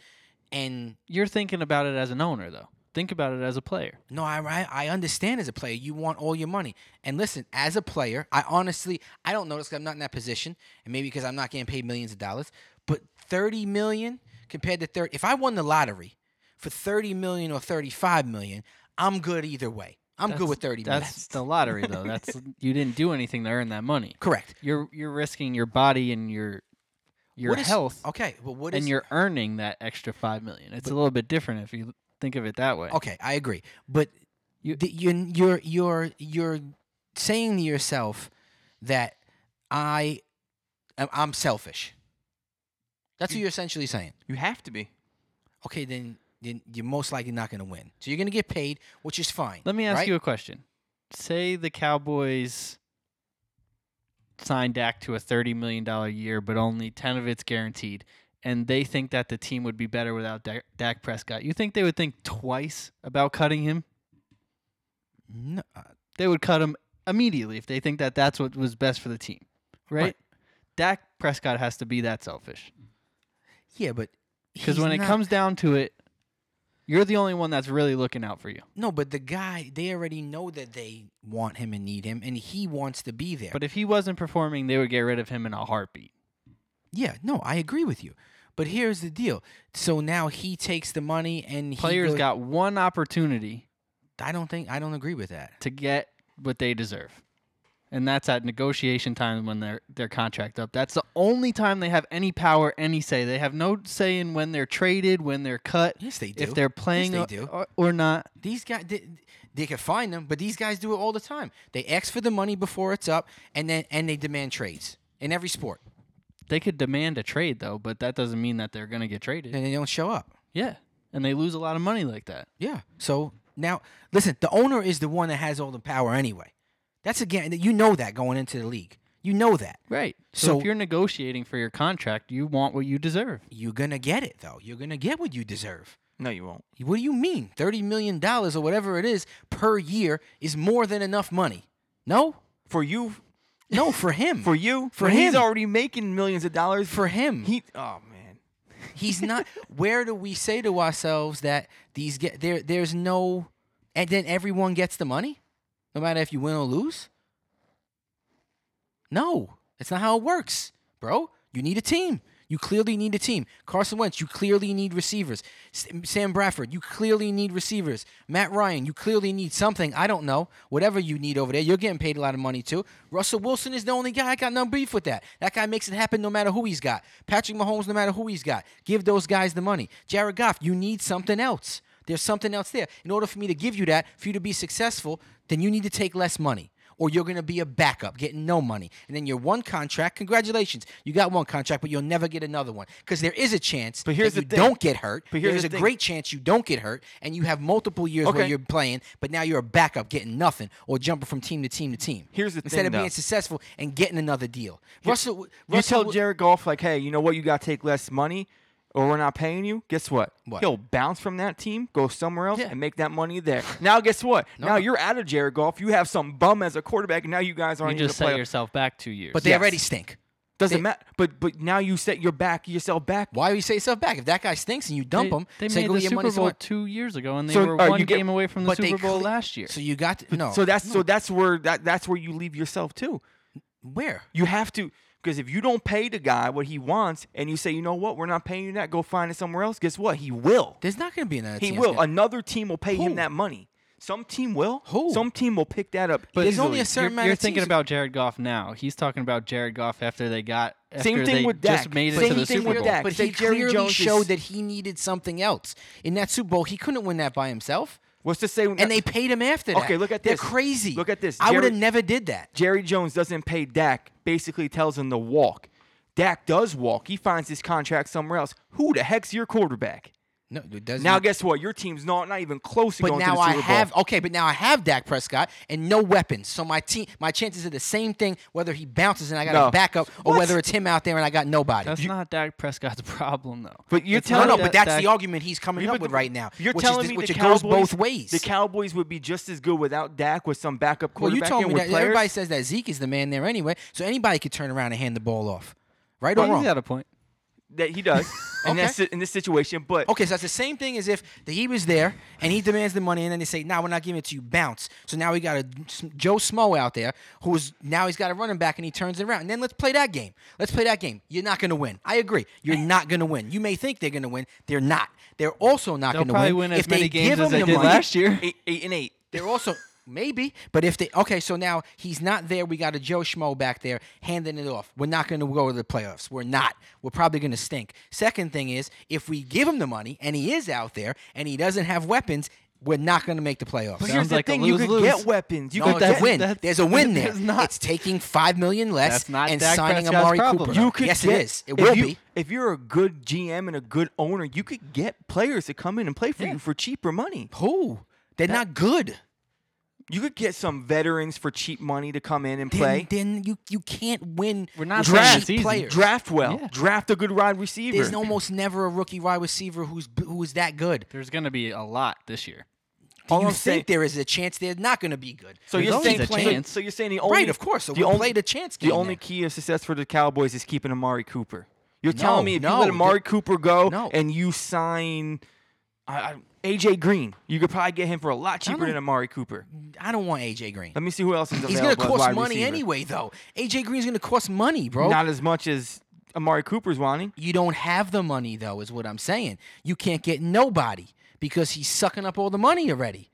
[SPEAKER 1] and
[SPEAKER 3] You're thinking about it as an owner though. Think about it as a player.
[SPEAKER 1] No, I I- I understand as a player, you want all your money. And listen, as a player, I honestly I don't know this 'cause I'm not in that position, and maybe because I'm not getting paid millions of dollars, but 30 million compared to 30 if I won the lottery for 30 million or 35 million, I'm good either way. I'm good
[SPEAKER 3] That's-
[SPEAKER 1] with 30 million.
[SPEAKER 3] That's the lottery though. That's you didn't do anything to earn that money.
[SPEAKER 1] Correct.
[SPEAKER 3] You're you're risking your body and your your
[SPEAKER 1] What is-
[SPEAKER 3] health
[SPEAKER 1] Okay, but what is
[SPEAKER 3] and you're earning that extra five million. It's a little bit different if you think of it that way.
[SPEAKER 1] Okay, I agree. But you,
[SPEAKER 3] You-
[SPEAKER 1] you, you're you're you're saying to yourself that I am- I'm selfish. That's what you're essentially saying.
[SPEAKER 2] you have to be.
[SPEAKER 1] Okay, then then you're most likely not going to win. So you're going to get paid, which is fine.
[SPEAKER 3] Let me ask
[SPEAKER 1] right?
[SPEAKER 3] you a question. Say the Cowboys sign Dak to a thirty million dollar year, but only ten of it's guaranteed, and they think that the team would be better without Dak, Dak Prescott. You think they would think twice about cutting him?
[SPEAKER 1] No, uh,
[SPEAKER 3] they would cut him immediately if they think that that's what was best for the team, right?
[SPEAKER 1] Right.
[SPEAKER 3] Dak Prescott has to be that selfish
[SPEAKER 1] yeah, but
[SPEAKER 3] because
[SPEAKER 1] he's
[SPEAKER 3] when it
[SPEAKER 1] not-
[SPEAKER 3] comes down to it, you're the only one that's really looking out for you.
[SPEAKER 1] no, but the guy they already know that they want him and need him, and he wants to be there.
[SPEAKER 3] But if he wasn't performing, they would get rid of him in a heartbeat.
[SPEAKER 1] yeah, no, I agree with you. But here's the deal. So now he takes the money and he
[SPEAKER 3] Players
[SPEAKER 1] goes-
[SPEAKER 3] got one opportunity
[SPEAKER 1] I don't think I don't agree with that.
[SPEAKER 3] to get what they deserve. and that's at negotiation time when their their contract up. That's the only time they have any power, any say. They have no say in when they're traded, when they're cut,
[SPEAKER 1] Yes, they do.
[SPEAKER 3] if they're playing
[SPEAKER 1] yes,
[SPEAKER 3] o-
[SPEAKER 1] they do.
[SPEAKER 3] or, or not.
[SPEAKER 1] These guys, they, they can find them, but these guys do it all the time. They ask for the money before it's up, and then and they demand trades in every sport,
[SPEAKER 3] They could demand a trade though, but that doesn't mean that they're going to get traded.
[SPEAKER 1] and they don't show up.
[SPEAKER 3] Yeah, and they lose a lot of money like that.
[SPEAKER 1] Yeah. So now, listen, the owner is the one that has all the power anyway. That's again, you know that going into the league, you know that.
[SPEAKER 3] Right. So,
[SPEAKER 1] So-
[SPEAKER 3] if you're negotiating for your contract, you want what you deserve.
[SPEAKER 1] You're gonna get it though. You're gonna get what you deserve.
[SPEAKER 2] No, you won't.
[SPEAKER 1] What do you mean? Thirty million dollars or whatever it is per year is more than enough money. No,
[SPEAKER 2] For you,
[SPEAKER 1] no, for him.
[SPEAKER 2] for you,
[SPEAKER 1] For
[SPEAKER 2] when he's
[SPEAKER 1] him.
[SPEAKER 2] already making millions of dollars.
[SPEAKER 1] for him.
[SPEAKER 2] he, oh man,
[SPEAKER 1] He's not. where do we say to ourselves that these get there? There's no, and then everyone gets the money, no matter if you win or lose. No, it's not how it works, bro. You need a team. You clearly need a team. Carson Wentz, you clearly need receivers. S- Sam Bradford, you clearly need receivers. Matt Ryan, you clearly need something. I don't know. Whatever you need over there, you're getting paid a lot of money too. Russell Wilson is the only guy I got no beef with that. That guy makes it happen no matter who he's got. Patrick Mahomes, no matter who he's got. Give those guys the money. Jared Goff, you need something else. There's something else there. In order for me to give you that, for you to be successful, then you need to take less money or you're going to be a backup getting no money. And then your one contract, congratulations, you got one contract, but you'll never get another one because there is a chance
[SPEAKER 2] But here's
[SPEAKER 1] that
[SPEAKER 2] the
[SPEAKER 1] you
[SPEAKER 2] thing.
[SPEAKER 1] don't get hurt.
[SPEAKER 2] But here's
[SPEAKER 1] There's
[SPEAKER 2] the
[SPEAKER 1] a
[SPEAKER 2] thing.
[SPEAKER 1] great chance you don't get hurt, and you have multiple years where
[SPEAKER 2] Okay.
[SPEAKER 1] you're playing, but now you're a backup getting nothing or jumping from team to team to team.
[SPEAKER 2] Here's the
[SPEAKER 1] Instead
[SPEAKER 2] thing,
[SPEAKER 1] of being
[SPEAKER 2] though.
[SPEAKER 1] successful and getting another deal. Russell,
[SPEAKER 2] you
[SPEAKER 1] Russell
[SPEAKER 2] tell Jared Goff like, hey, you know what? You gotta take less money, or we're not paying you. Guess what?
[SPEAKER 1] What?
[SPEAKER 2] He'll bounce from that team, go somewhere else,
[SPEAKER 1] Yeah.
[SPEAKER 2] and make that money there. Now, guess what? Now you're out of Jared Goff. You have some bum as a quarterback, and now you guys
[SPEAKER 3] You
[SPEAKER 2] aren't even
[SPEAKER 3] just
[SPEAKER 2] play.
[SPEAKER 3] set yourself back two years.
[SPEAKER 1] but they
[SPEAKER 2] Yes.
[SPEAKER 1] already stink.
[SPEAKER 2] Doesn't matter. But but now you set your back yourself back.
[SPEAKER 1] Why do you say yourself back? If that guy stinks and you dump him,
[SPEAKER 3] They
[SPEAKER 1] say
[SPEAKER 3] made
[SPEAKER 1] go
[SPEAKER 3] the
[SPEAKER 1] get your
[SPEAKER 3] Super
[SPEAKER 1] money
[SPEAKER 3] Bowl
[SPEAKER 1] somewhere.
[SPEAKER 3] two years ago, and they
[SPEAKER 2] So
[SPEAKER 3] were
[SPEAKER 2] are you
[SPEAKER 3] one
[SPEAKER 2] get-
[SPEAKER 3] game away from the
[SPEAKER 1] But they
[SPEAKER 3] Super Bowl
[SPEAKER 1] cle-
[SPEAKER 3] last year.
[SPEAKER 1] So you got to, no.
[SPEAKER 2] So that's so that's where that that's where you leave yourself too.
[SPEAKER 1] where?
[SPEAKER 2] You have to because if you don't pay the guy what he wants, and you say, you know what, we're not paying you that, go find it somewhere else. Guess what? He will.
[SPEAKER 1] There's not going to be another
[SPEAKER 2] He
[SPEAKER 1] team.
[SPEAKER 2] will. Another team will pay
[SPEAKER 1] Who?
[SPEAKER 2] him that money. Some team will.
[SPEAKER 1] Who?
[SPEAKER 2] Some team will pick that up.
[SPEAKER 3] But
[SPEAKER 1] There's only a
[SPEAKER 2] easily.
[SPEAKER 1] certain
[SPEAKER 3] you're,
[SPEAKER 1] amount
[SPEAKER 3] you're
[SPEAKER 1] of
[SPEAKER 3] thinking
[SPEAKER 1] teams-
[SPEAKER 3] about Jared Goff now. He's talking about Jared Goff after they got after
[SPEAKER 2] Same thing
[SPEAKER 3] they
[SPEAKER 2] with
[SPEAKER 3] just
[SPEAKER 2] Dak.
[SPEAKER 3] made it
[SPEAKER 2] Same
[SPEAKER 3] to the
[SPEAKER 2] thing
[SPEAKER 3] Super
[SPEAKER 2] with
[SPEAKER 3] Bowl.
[SPEAKER 2] Dak.
[SPEAKER 1] But
[SPEAKER 2] Say
[SPEAKER 1] he
[SPEAKER 2] Jerry
[SPEAKER 1] clearly
[SPEAKER 2] Jones is-
[SPEAKER 1] showed that he needed something else in that Super Bowl. He couldn't win that by himself,
[SPEAKER 2] What's to say?
[SPEAKER 1] and they paid him after that.
[SPEAKER 2] Okay, look at
[SPEAKER 1] They're
[SPEAKER 2] this.
[SPEAKER 1] crazy.
[SPEAKER 2] Look at this.
[SPEAKER 1] I would have
[SPEAKER 2] Jerry-
[SPEAKER 1] never did that.
[SPEAKER 2] Jerry Jones doesn't pay Dak, basically tells him to walk. Dak does walk. He finds his contract somewhere else. Who the heck's your quarterback?
[SPEAKER 1] No, it doesn't.
[SPEAKER 2] Now guess what? Your team's not not even close to
[SPEAKER 1] but
[SPEAKER 2] going
[SPEAKER 1] now
[SPEAKER 2] to the
[SPEAKER 1] I
[SPEAKER 2] Super Bowl.
[SPEAKER 1] have okay, but now I have Dak Prescott and no weapons, so my team, my chances are the same thing whether he bounces and I got
[SPEAKER 2] No.
[SPEAKER 1] a backup or
[SPEAKER 2] What?
[SPEAKER 1] whether it's him out there and I got nobody.
[SPEAKER 3] That's not Dak Prescott's problem though.
[SPEAKER 2] But you're
[SPEAKER 3] It's
[SPEAKER 1] no,
[SPEAKER 2] telling
[SPEAKER 3] not
[SPEAKER 1] no,
[SPEAKER 2] me
[SPEAKER 1] but
[SPEAKER 3] that
[SPEAKER 1] that's the
[SPEAKER 3] Dak-
[SPEAKER 1] argument he's coming
[SPEAKER 2] But
[SPEAKER 1] up with
[SPEAKER 2] the-
[SPEAKER 1] right now.
[SPEAKER 2] You're
[SPEAKER 1] which is
[SPEAKER 2] telling
[SPEAKER 1] the-
[SPEAKER 2] me
[SPEAKER 1] which
[SPEAKER 2] the
[SPEAKER 1] it
[SPEAKER 2] Cowboys,
[SPEAKER 1] goes both ways.
[SPEAKER 2] The Cowboys would be just as good without Dak with some backup
[SPEAKER 1] Well, you
[SPEAKER 2] quarterback.
[SPEAKER 1] told
[SPEAKER 2] and
[SPEAKER 1] me
[SPEAKER 2] with
[SPEAKER 1] that
[SPEAKER 2] players.
[SPEAKER 1] everybody says that Zeke is the man there anyway, so anybody could turn around and hand the ball off, right or
[SPEAKER 3] He's
[SPEAKER 1] wrong.
[SPEAKER 3] got a point.
[SPEAKER 2] that he does, and
[SPEAKER 1] Okay.
[SPEAKER 2] that's it in this situation. But
[SPEAKER 1] Okay, so that's the same thing as if the, he was there and he demands the money, and then they say, "Nah, we're not giving it to you." Bounce. So now we got a Joe Smo out there who's now he's got a running back, and he turns it around. And then let's play that game. Let's play that game. You're not going to win. I agree. You're not going to win. You may think they're going to win. They're not. They're also not
[SPEAKER 3] They'll
[SPEAKER 1] going to
[SPEAKER 3] probably
[SPEAKER 1] win.
[SPEAKER 3] win as
[SPEAKER 1] if they
[SPEAKER 3] many games
[SPEAKER 1] give
[SPEAKER 3] as
[SPEAKER 1] them
[SPEAKER 3] they
[SPEAKER 1] the
[SPEAKER 3] did
[SPEAKER 1] money,
[SPEAKER 3] last year.
[SPEAKER 2] eight, eight and eight.
[SPEAKER 1] They're also maybe, but if they okay, so now he's not there. We got a Joe Schmo back there handing it off. We're not going to go to the playoffs. We're not. We're probably going to stink. Second thing is, if we give him the money and he is out there and he doesn't have weapons, we're not going to make the playoffs.
[SPEAKER 2] But
[SPEAKER 3] Sounds
[SPEAKER 2] here's the
[SPEAKER 3] like a
[SPEAKER 2] thing: you could
[SPEAKER 3] lose-lose.
[SPEAKER 2] get weapons. You
[SPEAKER 1] no,
[SPEAKER 2] could
[SPEAKER 1] it's
[SPEAKER 2] get
[SPEAKER 1] a win.
[SPEAKER 3] that's-
[SPEAKER 1] There's a win there.
[SPEAKER 3] that's not-
[SPEAKER 1] it's taking five million less
[SPEAKER 3] That's not
[SPEAKER 1] and
[SPEAKER 3] Dak
[SPEAKER 1] signing
[SPEAKER 3] Prescott's
[SPEAKER 1] Amari
[SPEAKER 3] problem.
[SPEAKER 1] Cooper.
[SPEAKER 2] You could
[SPEAKER 1] yes,
[SPEAKER 2] get-
[SPEAKER 1] it is. It
[SPEAKER 2] if
[SPEAKER 1] will
[SPEAKER 2] you-
[SPEAKER 1] be.
[SPEAKER 2] If you're a good GM and a good owner, you could get players to come in and play for you for cheaper money.
[SPEAKER 1] Who? They're not good.
[SPEAKER 2] You could get some veterans for cheap money to come in and play.
[SPEAKER 1] Then, then you you can't win.
[SPEAKER 3] We're not
[SPEAKER 1] with
[SPEAKER 3] saying
[SPEAKER 1] cheap
[SPEAKER 3] it's easy.
[SPEAKER 1] players.
[SPEAKER 2] Draft well.
[SPEAKER 3] Yeah.
[SPEAKER 2] Draft a good wide receiver.
[SPEAKER 1] There's almost never a rookie wide receiver who's who is that good.
[SPEAKER 3] There's going to be a lot this year.
[SPEAKER 1] Do
[SPEAKER 2] All
[SPEAKER 1] you
[SPEAKER 2] I'm
[SPEAKER 1] think
[SPEAKER 2] saying-
[SPEAKER 1] there is a chance they're not going to be good?
[SPEAKER 2] so
[SPEAKER 3] There's
[SPEAKER 2] you're
[SPEAKER 3] always
[SPEAKER 2] saying
[SPEAKER 3] a
[SPEAKER 2] playing-
[SPEAKER 3] chance.
[SPEAKER 2] So you're saying the only
[SPEAKER 1] right, of course. So
[SPEAKER 2] the
[SPEAKER 1] we
[SPEAKER 2] only-
[SPEAKER 1] play the chance game.
[SPEAKER 2] The only
[SPEAKER 1] then.
[SPEAKER 2] key of success for the Cowboys is keeping Amari Cooper. You're
[SPEAKER 1] No,
[SPEAKER 2] telling me if
[SPEAKER 1] no,
[SPEAKER 2] you let Amari
[SPEAKER 1] th-
[SPEAKER 2] Cooper go
[SPEAKER 1] no.
[SPEAKER 2] and you sign I, I, AJ Green, you could probably get him for a lot cheaper
[SPEAKER 1] don't-
[SPEAKER 2] than Amari Cooper.
[SPEAKER 1] I don't want AJ Green.
[SPEAKER 2] Let me see who else is available.
[SPEAKER 1] He's going to
[SPEAKER 2] as
[SPEAKER 1] cost
[SPEAKER 2] wide
[SPEAKER 1] money
[SPEAKER 2] receiver.
[SPEAKER 1] anyway, though. AJ Green's going to cost money, bro.
[SPEAKER 2] Not as much as Amari Cooper's wanting.
[SPEAKER 1] you don't have the money, though, is what I'm saying. You can't get nobody because he's sucking up all the money already.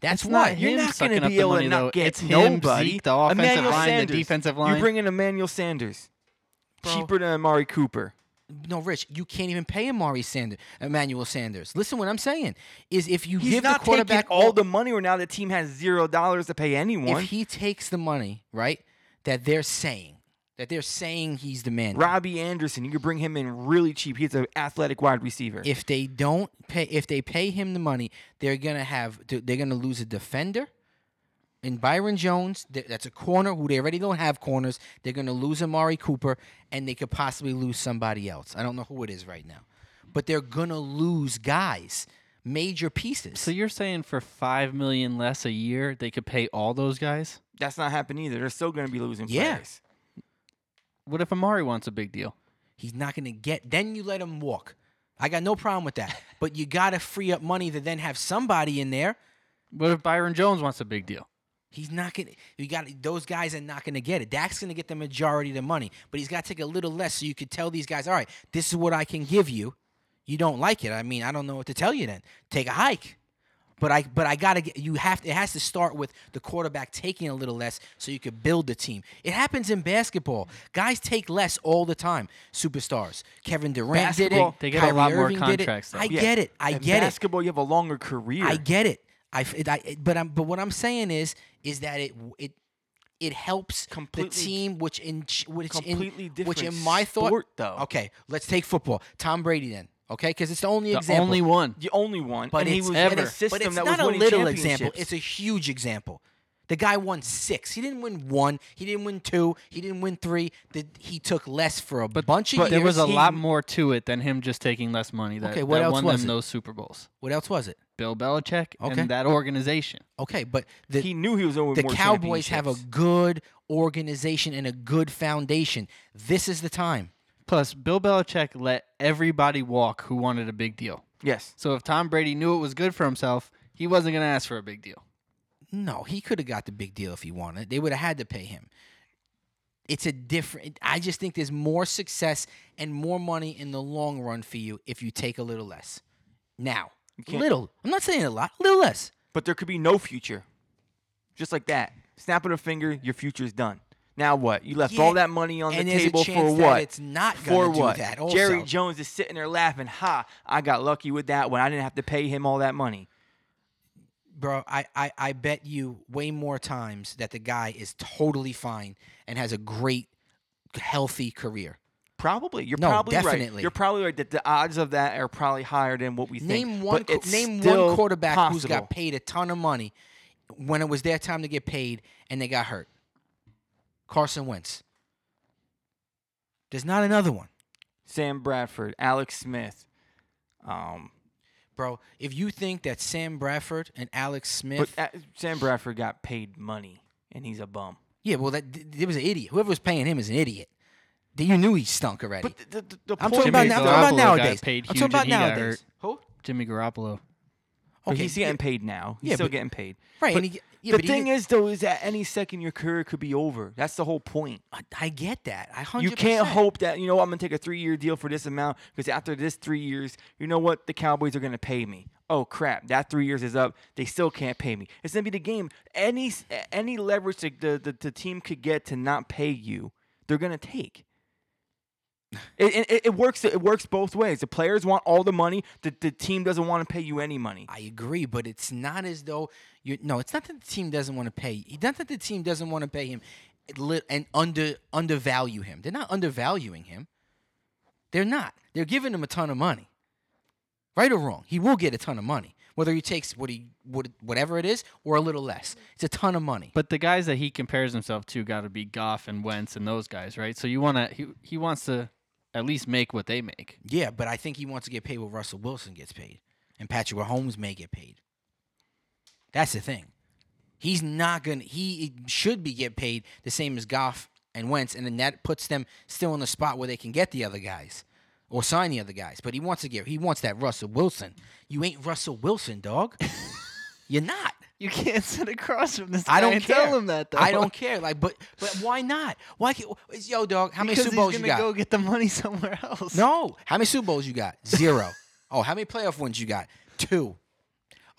[SPEAKER 1] That's
[SPEAKER 3] It's
[SPEAKER 1] why
[SPEAKER 3] not
[SPEAKER 2] You're
[SPEAKER 3] him
[SPEAKER 2] not
[SPEAKER 3] sucking
[SPEAKER 2] going to
[SPEAKER 3] up
[SPEAKER 2] be
[SPEAKER 3] the
[SPEAKER 2] able
[SPEAKER 3] money,
[SPEAKER 2] to not
[SPEAKER 3] though.
[SPEAKER 2] get
[SPEAKER 3] It's him,
[SPEAKER 2] nobody.
[SPEAKER 3] Zeke, the offensive
[SPEAKER 2] Emmanuel
[SPEAKER 3] line, the
[SPEAKER 2] Sanders.
[SPEAKER 3] defensive
[SPEAKER 2] You
[SPEAKER 3] line.
[SPEAKER 2] bring in Emmanuel Sanders,
[SPEAKER 1] Bro.
[SPEAKER 2] cheaper than Amari Cooper.
[SPEAKER 1] no, Rich. You can't even pay Amari Sanders, Emmanuel Sanders. Listen, what I'm saying is, if you
[SPEAKER 2] He's
[SPEAKER 1] give
[SPEAKER 2] not
[SPEAKER 1] the quarterback
[SPEAKER 2] taking all the money, or now the team has zero dollars to pay anyone.
[SPEAKER 1] if he takes the money, right, that they're saying that they're saying he's the man.
[SPEAKER 2] Robbie Anderson, you could bring him in really cheap. He's an athletic wide receiver.
[SPEAKER 1] If they don't pay, if they pay him the money, they're gonna have they're gonna lose a defender. In Byron Jones, th- that's a corner who they already don't have corners. They're gonna lose Amari Cooper, and they could possibly lose somebody else. I don't know who it is right now, but they're gonna lose guys, major pieces.
[SPEAKER 3] So you're saying for five million less a year, they could pay all those guys?
[SPEAKER 2] That's not happening either. They're still going to be losing
[SPEAKER 1] Yeah.
[SPEAKER 2] players.
[SPEAKER 3] What if Amari wants a big deal?
[SPEAKER 1] He's not gonna get. Then you let him walk. I got no problem with that, but you gotta free up money to then have somebody in there.
[SPEAKER 3] What if Byron Jones wants a big deal?
[SPEAKER 1] He's not gonna. You got those guys are not gonna get it. Dak's gonna get the majority of the money, but he's got to take a little less so you could tell these guys, all right, this is what I can give you. You don't like it. I mean, I don't know what to tell you. Then take a hike. But I, but I gotta get. You have to. It has to start with the quarterback taking a little less so you could build the team. It happens in basketball. Guys take less all the time. Superstars. Kevin Durant did
[SPEAKER 2] Basketball-
[SPEAKER 1] it.
[SPEAKER 3] They get a lot
[SPEAKER 1] Kyrie
[SPEAKER 3] more
[SPEAKER 1] Irving did it.
[SPEAKER 3] contracts, though.
[SPEAKER 1] I
[SPEAKER 2] Yeah.
[SPEAKER 1] get it. I
[SPEAKER 2] In
[SPEAKER 1] get it.
[SPEAKER 2] basketball, you have a longer career.
[SPEAKER 1] I get it. I, f- it- I- it- but I'm but what I'm saying is is that it it it helps the
[SPEAKER 2] Completely-
[SPEAKER 1] team, which in ch- which
[SPEAKER 2] completely
[SPEAKER 1] in,
[SPEAKER 2] different
[SPEAKER 1] which in my thought,
[SPEAKER 2] sport, though.
[SPEAKER 1] okay, let's take football. Tom Brady then, okay, because it's the only
[SPEAKER 3] The
[SPEAKER 1] example.
[SPEAKER 3] only one.
[SPEAKER 2] The only one.
[SPEAKER 1] but
[SPEAKER 2] and he
[SPEAKER 1] it's
[SPEAKER 2] was in
[SPEAKER 1] but
[SPEAKER 2] a
[SPEAKER 1] it's-
[SPEAKER 2] system
[SPEAKER 1] but it's
[SPEAKER 2] that
[SPEAKER 1] not a
[SPEAKER 2] was winning
[SPEAKER 1] little example. It's
[SPEAKER 2] championships.
[SPEAKER 1] a huge example. The guy won six. He didn't win one. He didn't win two. He didn't win three. The, he took less for a bunch of
[SPEAKER 3] But there
[SPEAKER 1] years.
[SPEAKER 3] was a
[SPEAKER 2] he-
[SPEAKER 3] lot more to it than him just taking less money. That,
[SPEAKER 1] Okay, what
[SPEAKER 3] that
[SPEAKER 1] else
[SPEAKER 3] won
[SPEAKER 1] was it?
[SPEAKER 3] them those Super Bowls?
[SPEAKER 1] what else was it?
[SPEAKER 3] Bill Belichick
[SPEAKER 1] Okay.
[SPEAKER 3] and that organization.
[SPEAKER 1] Okay, but the,
[SPEAKER 2] he knew he was over
[SPEAKER 1] the
[SPEAKER 2] more
[SPEAKER 1] Cowboys have a
[SPEAKER 2] championships.
[SPEAKER 1] good organization and a good foundation. This is the time.
[SPEAKER 3] Plus, Bill Belichick let everybody walk who wanted a big deal.
[SPEAKER 2] yes.
[SPEAKER 3] So if Tom Brady knew it was good for himself, he wasn't going to ask for a big deal.
[SPEAKER 1] No, he could have got the big deal if he wanted. They would have had to pay him. It's a different. I just think there's more success and more money in the long run for you if you take a little less. Now,
[SPEAKER 2] can't-
[SPEAKER 1] little. I'm not saying a lot. A little less.
[SPEAKER 2] But there could be no future. Just like that. Snap of a finger, your future's done. Now what? You left
[SPEAKER 1] Yeah,
[SPEAKER 2] all that money on the
[SPEAKER 1] and there's a
[SPEAKER 2] table for
[SPEAKER 1] chance
[SPEAKER 2] what?
[SPEAKER 1] that it's not
[SPEAKER 2] for
[SPEAKER 1] gonna do
[SPEAKER 2] what?
[SPEAKER 1] that also.
[SPEAKER 2] Jerry Jones is sitting there laughing. Ha! I got lucky with that one. I didn't have to pay him all that money.
[SPEAKER 1] bro, I, I, I bet you way more times that the guy is totally fine and has a great, healthy career.
[SPEAKER 2] Probably. You're
[SPEAKER 1] No,
[SPEAKER 2] probably right.
[SPEAKER 1] definitely.
[SPEAKER 2] You're probably right that the odds of that are probably higher than what we
[SPEAKER 1] Name
[SPEAKER 2] think.
[SPEAKER 1] one.
[SPEAKER 2] but
[SPEAKER 1] qu-
[SPEAKER 2] it's
[SPEAKER 1] name
[SPEAKER 2] still
[SPEAKER 1] one quarterback who's
[SPEAKER 2] possible.
[SPEAKER 1] got paid a ton of money when it was their time to get paid and they got hurt. Carson Wentz. There's not another one,
[SPEAKER 2] Sam Bradford, Alex Smith. Um,
[SPEAKER 1] bro. If you think that Sam Bradford and Alex
[SPEAKER 2] but
[SPEAKER 1] Smith,
[SPEAKER 2] uh, Sam Bradford got paid money, and he's a bum.
[SPEAKER 1] yeah, well, that th- it was an idiot. Whoever was paying him is an idiot. Th- You knew he stunk already.
[SPEAKER 2] But the, the, the
[SPEAKER 1] I'm
[SPEAKER 2] point
[SPEAKER 1] talking about
[SPEAKER 2] is,
[SPEAKER 1] now. I'm
[SPEAKER 2] though-
[SPEAKER 1] talking
[SPEAKER 3] Garoppolo
[SPEAKER 1] about
[SPEAKER 3] got
[SPEAKER 1] nowadays.
[SPEAKER 3] paid
[SPEAKER 1] I'm
[SPEAKER 3] huge
[SPEAKER 1] talking about
[SPEAKER 3] and he got
[SPEAKER 1] nowadays. Who?
[SPEAKER 3] Jimmy Garoppolo.
[SPEAKER 2] But
[SPEAKER 1] Okay,
[SPEAKER 2] he's
[SPEAKER 1] yeah,
[SPEAKER 2] getting paid now. He's
[SPEAKER 1] yeah,
[SPEAKER 2] still
[SPEAKER 1] but-
[SPEAKER 2] getting paid.
[SPEAKER 1] right.
[SPEAKER 2] But
[SPEAKER 1] and he, yeah,
[SPEAKER 2] the
[SPEAKER 1] but he
[SPEAKER 2] thing
[SPEAKER 1] did-
[SPEAKER 2] is, though, is that any second your career could be over. That's the whole point.
[SPEAKER 1] I, I get that. I hundred.
[SPEAKER 2] You can't hope that you know I'm gonna take a three-year deal for this amount because after this three years, you know what? The Cowboys are gonna pay me. Oh crap! That three years is up. They still can't pay me. It's gonna be the game. Any s- any leverage that the, the, the team could get to not pay you, they're gonna take. It, it- it, it works. It works both ways. The players want all the money. The, the team doesn't want to pay you any money.
[SPEAKER 1] I agree, but it's not as though you. No, it's not that the team doesn't want to pay. Not that the team doesn't want to pay him, it lit- and under undervalue him. They're not undervaluing him. They're not. They're giving him a ton of money. Right or wrong, he will get a ton of money. Whether he takes what he what, whatever it is or a little less, it's a ton of money.
[SPEAKER 3] But the guys that he compares himself to got to be Goff and Wentz and those guys, right? So you want to he, he wants to at least make what they make.
[SPEAKER 1] Yeah, but I think he wants to get paid what Russell Wilson gets paid, and Patrick Mahomes may get paid. That's the thing. He's not gonna. He should be get paid the same as Goff and Wentz, and then that puts them still in the spot where they can get the other guys or sign the other guys. But he wants to get. He wants that Russell Wilson. You ain't Russell Wilson, dog. You're not.
[SPEAKER 3] You can't sit across from this
[SPEAKER 1] I don't care. I don't care. Like, but but why not? Why can't? Yo, dog. How many Super Bowls you got?
[SPEAKER 3] get the money somewhere else.
[SPEAKER 1] No. How many Super Bowls you got? Zero. oh, how many playoff wins you got? Two.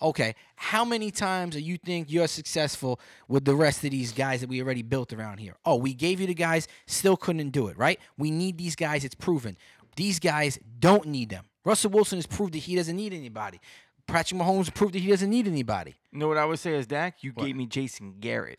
[SPEAKER 1] okay, how many times do you think you're successful with the rest of these guys that we already built around here? Oh, we gave you the guys, still couldn't do it, right? We need these guys, it's proven. These guys don't need them. Russell Wilson has proved that he doesn't need anybody. Patrick Mahomes proved that he doesn't need anybody.
[SPEAKER 2] You know what I would say is Dak, you gave me Jason Garrett.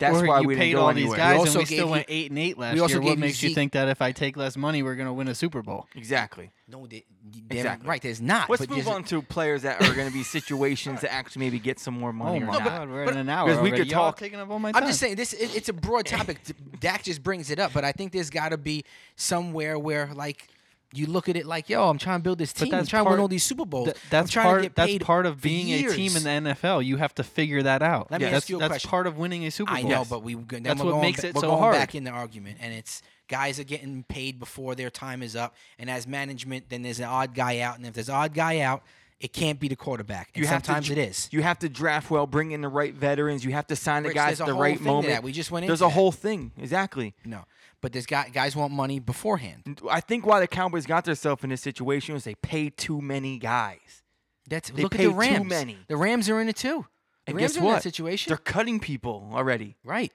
[SPEAKER 2] That's
[SPEAKER 3] Or
[SPEAKER 2] why
[SPEAKER 3] you
[SPEAKER 2] we
[SPEAKER 3] paid
[SPEAKER 2] didn't go
[SPEAKER 3] all
[SPEAKER 2] anywhere.
[SPEAKER 3] these guys,
[SPEAKER 1] also
[SPEAKER 3] and we
[SPEAKER 1] gave
[SPEAKER 3] still
[SPEAKER 1] you-
[SPEAKER 3] went eight and eight last
[SPEAKER 1] we also
[SPEAKER 3] year. What
[SPEAKER 1] gave you
[SPEAKER 3] makes you
[SPEAKER 1] Zeke.
[SPEAKER 3] think that if I take less money, we're going to win a Super Bowl?
[SPEAKER 2] Exactly.
[SPEAKER 1] No, they, damn
[SPEAKER 2] Exactly.
[SPEAKER 1] right. There's not.
[SPEAKER 2] Let's
[SPEAKER 1] but
[SPEAKER 2] move
[SPEAKER 1] there's-
[SPEAKER 2] on to players that are going to be situations that actually maybe get some more money.
[SPEAKER 3] Oh
[SPEAKER 2] or
[SPEAKER 3] my
[SPEAKER 2] not.
[SPEAKER 3] God, we're
[SPEAKER 1] but-
[SPEAKER 3] in an hour
[SPEAKER 2] because we
[SPEAKER 3] already.
[SPEAKER 2] could
[SPEAKER 3] Y'all
[SPEAKER 2] talk-
[SPEAKER 3] taking up all my time.
[SPEAKER 1] I'm just saying this. It, it's a broad topic. D- Dak just brings it up, but I think there's got to be somewhere where like you look at it like, yo, I'm trying to build this team. I'm
[SPEAKER 3] that's
[SPEAKER 1] trying to
[SPEAKER 3] part-
[SPEAKER 1] win all these Super Bowls.
[SPEAKER 3] Th-
[SPEAKER 1] I'm
[SPEAKER 3] that's
[SPEAKER 1] trying
[SPEAKER 3] part.
[SPEAKER 1] to get
[SPEAKER 3] that's
[SPEAKER 1] paid
[SPEAKER 3] part of
[SPEAKER 1] for
[SPEAKER 3] being a team
[SPEAKER 1] years."
[SPEAKER 3] in the NFL. You have to figure that out.
[SPEAKER 1] Let me
[SPEAKER 3] that's,
[SPEAKER 1] ask you a
[SPEAKER 3] that's
[SPEAKER 1] question.
[SPEAKER 3] part of winning a Super Bowl.
[SPEAKER 1] I know, but we then
[SPEAKER 3] That's
[SPEAKER 1] we're
[SPEAKER 3] what
[SPEAKER 1] going
[SPEAKER 3] makes
[SPEAKER 1] ba-
[SPEAKER 3] it
[SPEAKER 1] we're
[SPEAKER 3] so
[SPEAKER 1] going
[SPEAKER 3] hard.
[SPEAKER 1] back in the argument, and it's guys are getting paid before their time is up. And as management, then there's an odd guy out, and if there's an odd guy out, it can't be the quarterback. And
[SPEAKER 2] You have to
[SPEAKER 1] sometimes
[SPEAKER 2] dr-
[SPEAKER 1] it is.
[SPEAKER 2] You have to draft well, bring in the right veterans. You have to sign the
[SPEAKER 1] Rich,
[SPEAKER 2] guys
[SPEAKER 1] there's
[SPEAKER 2] at
[SPEAKER 1] a
[SPEAKER 2] the
[SPEAKER 1] whole
[SPEAKER 2] right
[SPEAKER 1] thing to
[SPEAKER 2] moment.
[SPEAKER 1] that. We just went
[SPEAKER 2] There's
[SPEAKER 1] into
[SPEAKER 2] a
[SPEAKER 1] that.
[SPEAKER 2] whole thing. Exactly.
[SPEAKER 1] No, but there's guy guys want money beforehand.
[SPEAKER 2] I think why the Cowboys got themselves in this situation was they paid too many guys.
[SPEAKER 1] That's
[SPEAKER 2] They
[SPEAKER 1] look at
[SPEAKER 2] pay
[SPEAKER 1] the
[SPEAKER 2] too
[SPEAKER 1] Rams.
[SPEAKER 2] many.
[SPEAKER 1] The Rams are in it too. The
[SPEAKER 2] And
[SPEAKER 1] Rams
[SPEAKER 2] guess
[SPEAKER 1] are in
[SPEAKER 2] what?
[SPEAKER 1] that situation.
[SPEAKER 2] They're cutting people already.
[SPEAKER 1] right.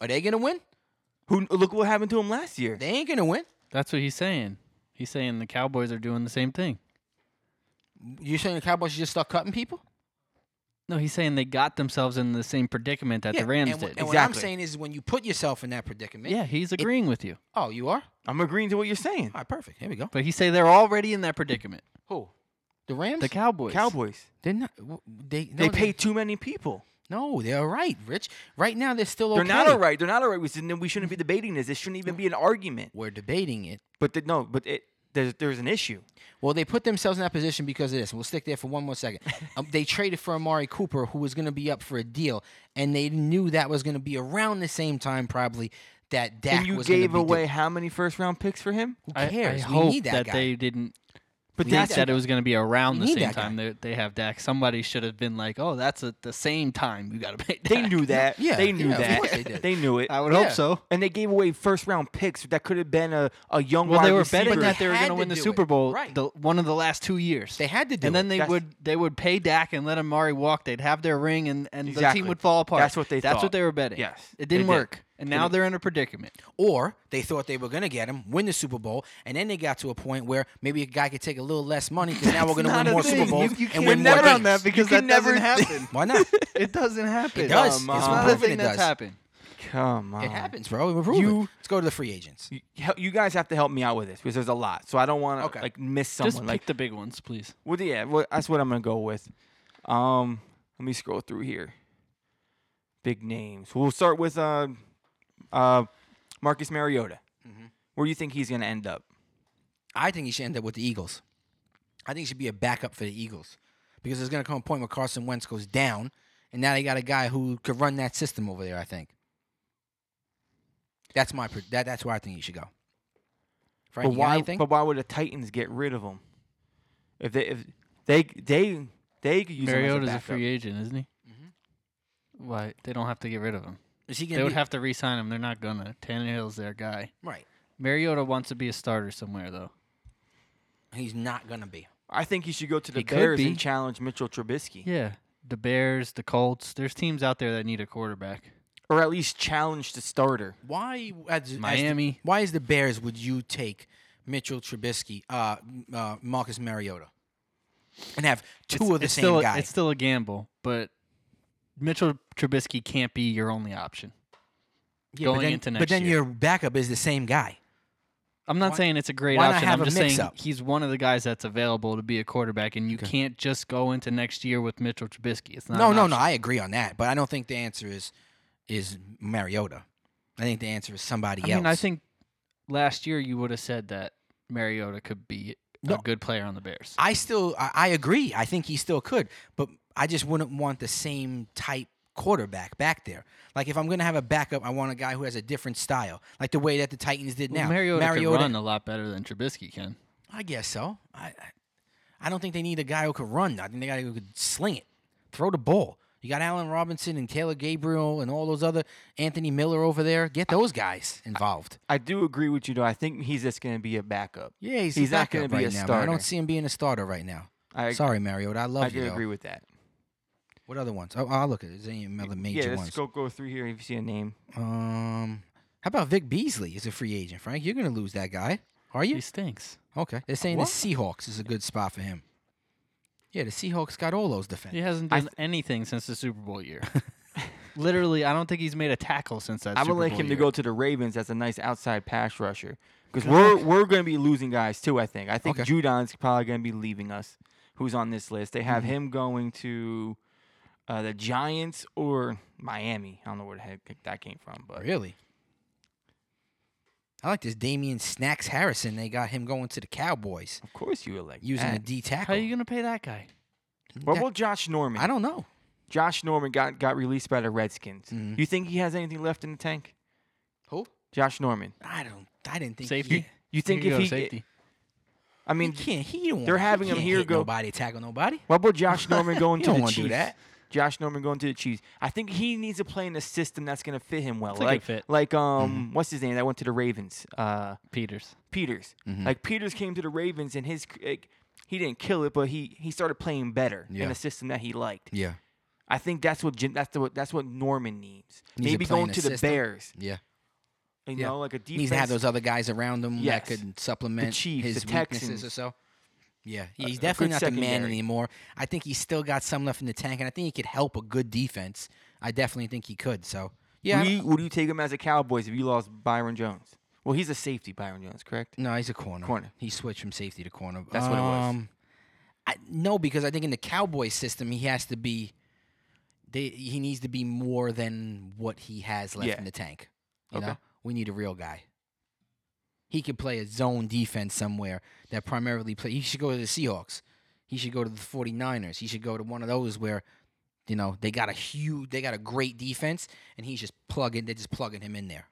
[SPEAKER 1] Are they gonna win?
[SPEAKER 2] Who look what happened to them last year?
[SPEAKER 1] They ain't gonna win.
[SPEAKER 3] that's what he's saying. He's saying the Cowboys are doing the same thing.
[SPEAKER 1] You saying the Cowboys should just start cutting people?
[SPEAKER 3] No, he's saying they got themselves in the same predicament that the Rams
[SPEAKER 1] and, wh-
[SPEAKER 3] did.
[SPEAKER 1] And what I'm
[SPEAKER 2] Exactly.
[SPEAKER 1] saying is, when you put yourself in that predicament,
[SPEAKER 3] yeah, he's agreeing with you.
[SPEAKER 1] Oh, you are.
[SPEAKER 2] I'm agreeing to what you're saying.
[SPEAKER 1] All right, perfect. Here we go.
[SPEAKER 3] But he say they're already in that predicament.
[SPEAKER 2] Who?
[SPEAKER 1] The Rams.
[SPEAKER 3] The Cowboys.
[SPEAKER 2] Cowboys.
[SPEAKER 1] They're not. w- They no,
[SPEAKER 2] They paid too many people.
[SPEAKER 1] No, they're all right, Rich. Right now, they're still okay.
[SPEAKER 2] They're not all right. They're not all right. We shouldn't, we shouldn't be
[SPEAKER 1] Mm-hmm.
[SPEAKER 2] debating this. This shouldn't even be an argument.
[SPEAKER 1] We're debating it.
[SPEAKER 2] But the, no, but it, there's, there's an issue.
[SPEAKER 1] Well, they put themselves in that position because of this. We'll stick there for one more second. um, they traded for Amari Cooper, who was going to be up for a deal, and they knew that was going to be around the same time, probably that Dak
[SPEAKER 2] and you
[SPEAKER 1] was gonna
[SPEAKER 2] gave
[SPEAKER 1] be due.
[SPEAKER 2] away how many first round picks for him?
[SPEAKER 1] Who
[SPEAKER 3] I, I
[SPEAKER 1] cares? we
[SPEAKER 3] hope
[SPEAKER 1] need that, guy.
[SPEAKER 3] they didn't
[SPEAKER 2] But
[SPEAKER 3] think
[SPEAKER 2] that's
[SPEAKER 3] that it was going to be around
[SPEAKER 1] We
[SPEAKER 3] the
[SPEAKER 1] need
[SPEAKER 3] same
[SPEAKER 1] that guy.
[SPEAKER 3] time that they have Dak. Somebody should have been like, "Oh, that's at the same time you got to pay." Dak.
[SPEAKER 2] they knew that.
[SPEAKER 1] Yeah,
[SPEAKER 2] they knew
[SPEAKER 1] yeah, of
[SPEAKER 2] that.
[SPEAKER 1] course they did.
[SPEAKER 2] knew it.
[SPEAKER 3] I would
[SPEAKER 1] Yeah.
[SPEAKER 3] hope so.
[SPEAKER 2] And they gave away first round picks that could have been a, a young
[SPEAKER 3] Well,
[SPEAKER 2] wide
[SPEAKER 3] they were
[SPEAKER 2] receiver.
[SPEAKER 3] betting that
[SPEAKER 1] they
[SPEAKER 3] they were
[SPEAKER 1] had
[SPEAKER 3] going
[SPEAKER 1] to
[SPEAKER 3] to win the
[SPEAKER 1] do
[SPEAKER 3] Super
[SPEAKER 1] it.
[SPEAKER 3] Bowl
[SPEAKER 1] Right.
[SPEAKER 3] the, one of the last two years.
[SPEAKER 1] They had to do
[SPEAKER 3] and then
[SPEAKER 1] it.
[SPEAKER 3] they
[SPEAKER 2] That's-
[SPEAKER 3] would they would pay Dak and let Amari walk. They'd have their ring, and, and the
[SPEAKER 2] Exactly.
[SPEAKER 3] team would fall apart.
[SPEAKER 2] That's what they
[SPEAKER 3] That's
[SPEAKER 2] thought.
[SPEAKER 3] what they were betting.
[SPEAKER 2] Yes,
[SPEAKER 3] it
[SPEAKER 2] they
[SPEAKER 3] didn't
[SPEAKER 2] did.
[SPEAKER 3] work, and now they're in a predicament.
[SPEAKER 1] Or they thought they were going to get him, win the Super Bowl, and then they got to a point where maybe a guy could take a little less money because now we're going to
[SPEAKER 2] not
[SPEAKER 1] win
[SPEAKER 2] a
[SPEAKER 1] more
[SPEAKER 2] thing.
[SPEAKER 1] Super Bowls
[SPEAKER 2] You- you
[SPEAKER 1] and
[SPEAKER 2] can't
[SPEAKER 1] win more
[SPEAKER 2] bet
[SPEAKER 3] never
[SPEAKER 1] games.
[SPEAKER 2] on that because You can that doesn't never-
[SPEAKER 3] happen.
[SPEAKER 1] Why not?
[SPEAKER 3] it doesn't happen.
[SPEAKER 1] It does.
[SPEAKER 2] Come
[SPEAKER 3] It's
[SPEAKER 2] on.
[SPEAKER 3] not a
[SPEAKER 1] Proven it
[SPEAKER 3] thing that's
[SPEAKER 1] does.
[SPEAKER 3] happened.
[SPEAKER 2] Come on.
[SPEAKER 1] It happens, bro. We're proven.
[SPEAKER 2] Uh, You-
[SPEAKER 1] Let's go to the free agents.
[SPEAKER 2] You, hel- you guys have to help me out with this because there's a lot. So I don't want to
[SPEAKER 1] Okay.
[SPEAKER 2] like miss someone.
[SPEAKER 3] Just pick
[SPEAKER 2] like,
[SPEAKER 3] the big ones, please.
[SPEAKER 2] well, yeah, well, that's what I'm gonna go with. Um, let me scroll through here. Big names. We'll start with uh, uh, Marcus Mariota.
[SPEAKER 1] Mm-hmm.
[SPEAKER 2] Where do you think he's gonna end up?
[SPEAKER 1] I think he should end up with the Eagles. I think he should be a backup for the Eagles because there's going to come a point where Carson Wentz goes down, and now they got a guy who could run that system over there. I think that's my pre- that, that's where I think he should go. Frank,
[SPEAKER 2] but why?
[SPEAKER 1] think?
[SPEAKER 2] But why would the Titans get rid of him? If they if they they they could use him as
[SPEAKER 3] Mariota's a,
[SPEAKER 2] a, backup.
[SPEAKER 3] free agent, isn't he?
[SPEAKER 1] Mm-hmm.
[SPEAKER 3] Why they don't have to get rid of him?
[SPEAKER 1] Is he
[SPEAKER 3] They
[SPEAKER 1] going
[SPEAKER 3] would
[SPEAKER 1] to
[SPEAKER 3] have to re-sign him. They're not gonna. Tannehill's their guy.
[SPEAKER 1] right?
[SPEAKER 3] Mariota wants to be a starter somewhere though.
[SPEAKER 1] He's not going to be.
[SPEAKER 2] I think he should go to the
[SPEAKER 3] He could
[SPEAKER 2] Bears
[SPEAKER 3] be.
[SPEAKER 2] and challenge Mitchell Trubisky,
[SPEAKER 3] Yeah, the Bears, the Colts. There's teams out there that need a quarterback.
[SPEAKER 2] or at least challenge the starter.
[SPEAKER 1] Why as, as the-
[SPEAKER 3] Miami.
[SPEAKER 1] why is the Bears? Would you take Mitchell Trubisky, uh, uh, Marcus Mariota, and have two of the
[SPEAKER 3] it's
[SPEAKER 1] same
[SPEAKER 3] still,
[SPEAKER 1] guy?
[SPEAKER 3] It's still a gamble, but Mitchell Trubisky can't be your only option.
[SPEAKER 1] Yeah,
[SPEAKER 3] going
[SPEAKER 1] but then,
[SPEAKER 3] into
[SPEAKER 1] but
[SPEAKER 3] next
[SPEAKER 1] then
[SPEAKER 3] year.
[SPEAKER 1] your backup is the same guy.
[SPEAKER 3] I'm not
[SPEAKER 1] Why-
[SPEAKER 3] saying it's a great
[SPEAKER 1] why not
[SPEAKER 3] option.
[SPEAKER 1] have
[SPEAKER 3] I'm
[SPEAKER 1] a
[SPEAKER 3] just saying
[SPEAKER 1] mix-up?
[SPEAKER 3] he's one of the guys that's available to be a quarterback, and you can't just go into next year with Mitchell Trubisky. It's not.
[SPEAKER 1] No,
[SPEAKER 3] an
[SPEAKER 1] no,
[SPEAKER 3] option.
[SPEAKER 1] no. I agree on that, but I don't think the answer is is Mariota. I think the answer is somebody
[SPEAKER 3] I
[SPEAKER 1] else.
[SPEAKER 3] mean, I think last year you would have said that Mariota could be
[SPEAKER 1] No.
[SPEAKER 3] a good player on the Bears.
[SPEAKER 1] I still I, I agree. I think he still could, but I just wouldn't want the same type quarterback back there. Like if I'm gonna have a backup, I want a guy who has a different style, like the way that the Titans did
[SPEAKER 3] Well,
[SPEAKER 1] now.
[SPEAKER 3] Mariota, can run a lot better than Trubisky can.
[SPEAKER 1] I guess so. I I- I don't think they need a guy who could run. I think they got a guy who could sling it, throw the ball. You got Allen Robinson and Taylor Gabriel and all those other Anthony Miller over there. Get those guys involved.
[SPEAKER 2] I do agree with you though. I think he's just going to be a backup.
[SPEAKER 1] Yeah, he's,
[SPEAKER 2] He's
[SPEAKER 1] a
[SPEAKER 2] not
[SPEAKER 1] backup
[SPEAKER 2] gonna be
[SPEAKER 1] right
[SPEAKER 2] a
[SPEAKER 1] now, man. I don't
[SPEAKER 2] starter.
[SPEAKER 1] see him being a starter right now.
[SPEAKER 2] I,
[SPEAKER 1] Sorry, Mariota. I love
[SPEAKER 2] I
[SPEAKER 1] you.
[SPEAKER 2] do
[SPEAKER 1] though.
[SPEAKER 2] agree with that.
[SPEAKER 1] What other ones? Oh, I'll look at it. Is there any other major
[SPEAKER 2] yeah,
[SPEAKER 1] ones?
[SPEAKER 2] let's go go through here if you see a name.
[SPEAKER 1] Um, how about Vic Beasley is a free agent, Frank? You're gonna lose that guy, are
[SPEAKER 3] He
[SPEAKER 1] you?
[SPEAKER 3] stinks.
[SPEAKER 1] Okay. They're saying
[SPEAKER 2] What?
[SPEAKER 1] the Seahawks is a good spot for him. Yeah, the Seahawks got all those
[SPEAKER 3] He
[SPEAKER 1] defenders.
[SPEAKER 3] hasn't
[SPEAKER 2] I
[SPEAKER 3] done anything since the Super Bowl year. Literally, I don't think he's made a tackle since that.
[SPEAKER 2] I'm
[SPEAKER 3] Super
[SPEAKER 2] gonna like
[SPEAKER 3] Bowl
[SPEAKER 2] him
[SPEAKER 3] year.
[SPEAKER 2] to go to the Ravens as a nice outside pass rusher because
[SPEAKER 3] Good
[SPEAKER 2] we're
[SPEAKER 3] luck.
[SPEAKER 2] we're gonna be losing guys too. I think. I think
[SPEAKER 1] Okay.
[SPEAKER 2] Judon's probably gonna be leaving us. Who's on this list? They have
[SPEAKER 1] Mhm.
[SPEAKER 2] him going to uh, the Giants or Miami. I don't know where the heck that came from, but
[SPEAKER 1] Really? I like this Damian Snacks Harrison. They got him going to the Cowboys
[SPEAKER 2] of course you would like
[SPEAKER 1] using a
[SPEAKER 2] that.
[SPEAKER 1] D tackle.
[SPEAKER 3] How are you gonna pay that guy?
[SPEAKER 2] What
[SPEAKER 1] Yeah,
[SPEAKER 2] about Josh Norman?
[SPEAKER 1] I don't know.
[SPEAKER 2] Josh Norman got, got released by the Redskins.
[SPEAKER 1] Mhm.
[SPEAKER 2] You think he has anything left in the tank?
[SPEAKER 1] Who?
[SPEAKER 2] Josh Norman.
[SPEAKER 1] I don't. I didn't think
[SPEAKER 3] Safety.
[SPEAKER 1] He,
[SPEAKER 2] You think
[SPEAKER 3] He could
[SPEAKER 2] if
[SPEAKER 3] go
[SPEAKER 2] he?
[SPEAKER 3] safety.
[SPEAKER 2] I mean,
[SPEAKER 1] he can't. He don't.
[SPEAKER 2] they're
[SPEAKER 1] he
[SPEAKER 2] having him
[SPEAKER 1] can't
[SPEAKER 2] here
[SPEAKER 1] hit
[SPEAKER 2] go-
[SPEAKER 1] Nobody tackle nobody.
[SPEAKER 2] what about Josh Norman going
[SPEAKER 1] You
[SPEAKER 2] to
[SPEAKER 1] don't
[SPEAKER 2] the
[SPEAKER 1] wanna do
[SPEAKER 2] Chiefs?
[SPEAKER 1] that.
[SPEAKER 2] Josh Norman going to the Chiefs. I think he needs to play in a system that's going to fit him well.
[SPEAKER 3] It's a good
[SPEAKER 2] like
[SPEAKER 3] fit.
[SPEAKER 2] like um
[SPEAKER 1] Mm-hmm.
[SPEAKER 2] what's his name that went to the Ravens? Uh
[SPEAKER 3] Peters.
[SPEAKER 2] Peters.
[SPEAKER 1] Mhm.
[SPEAKER 2] Like Peters came to the Ravens and his like, he didn't kill it, but he he started playing better
[SPEAKER 1] Yeah.
[SPEAKER 2] in a system that he liked.
[SPEAKER 1] Yeah.
[SPEAKER 2] I think that's what Jim, that's the that's what Norman needs.
[SPEAKER 1] Needs to
[SPEAKER 2] Maybe
[SPEAKER 1] play in
[SPEAKER 2] going
[SPEAKER 1] a
[SPEAKER 2] to the
[SPEAKER 1] system.
[SPEAKER 2] Bears.
[SPEAKER 1] Yeah.
[SPEAKER 2] You
[SPEAKER 1] Yeah.
[SPEAKER 2] know, like a defense.
[SPEAKER 1] Needs to have those other guys around him
[SPEAKER 2] Yes.
[SPEAKER 1] that could supplement
[SPEAKER 2] Chiefs,
[SPEAKER 1] his
[SPEAKER 2] the
[SPEAKER 1] weaknesses
[SPEAKER 2] Texans.
[SPEAKER 1] or so. Yeah,
[SPEAKER 2] a
[SPEAKER 1] he's
[SPEAKER 2] good
[SPEAKER 1] definitely not the man
[SPEAKER 2] secondary.
[SPEAKER 1] anymore. I think he's still got some left in the tank, and I think he could help a good defense. I definitely think he could. So, yeah, I
[SPEAKER 2] would,
[SPEAKER 1] don't-
[SPEAKER 2] you, would you take him as a Cowboys if you lost Byron Jones? Well, he's a safety, Byron Jones, correct?
[SPEAKER 1] No, he's a corner.
[SPEAKER 2] Corner.
[SPEAKER 1] He switched from safety to corner. Um,
[SPEAKER 2] That's what it was.
[SPEAKER 1] I, no, because I think in the Cowboys system, he has to be. They, he needs to be more than what he has left
[SPEAKER 2] Yeah.
[SPEAKER 1] in the tank. You
[SPEAKER 2] Okay.
[SPEAKER 1] know, we need a real guy. He could play a zone defense somewhere that primarily play. He should go to the Seahawks. He should go to the 49ers. He should go to one of those where, you know, they got a huge, they got a great defense, and he's just plugging. They're just plugging him in there.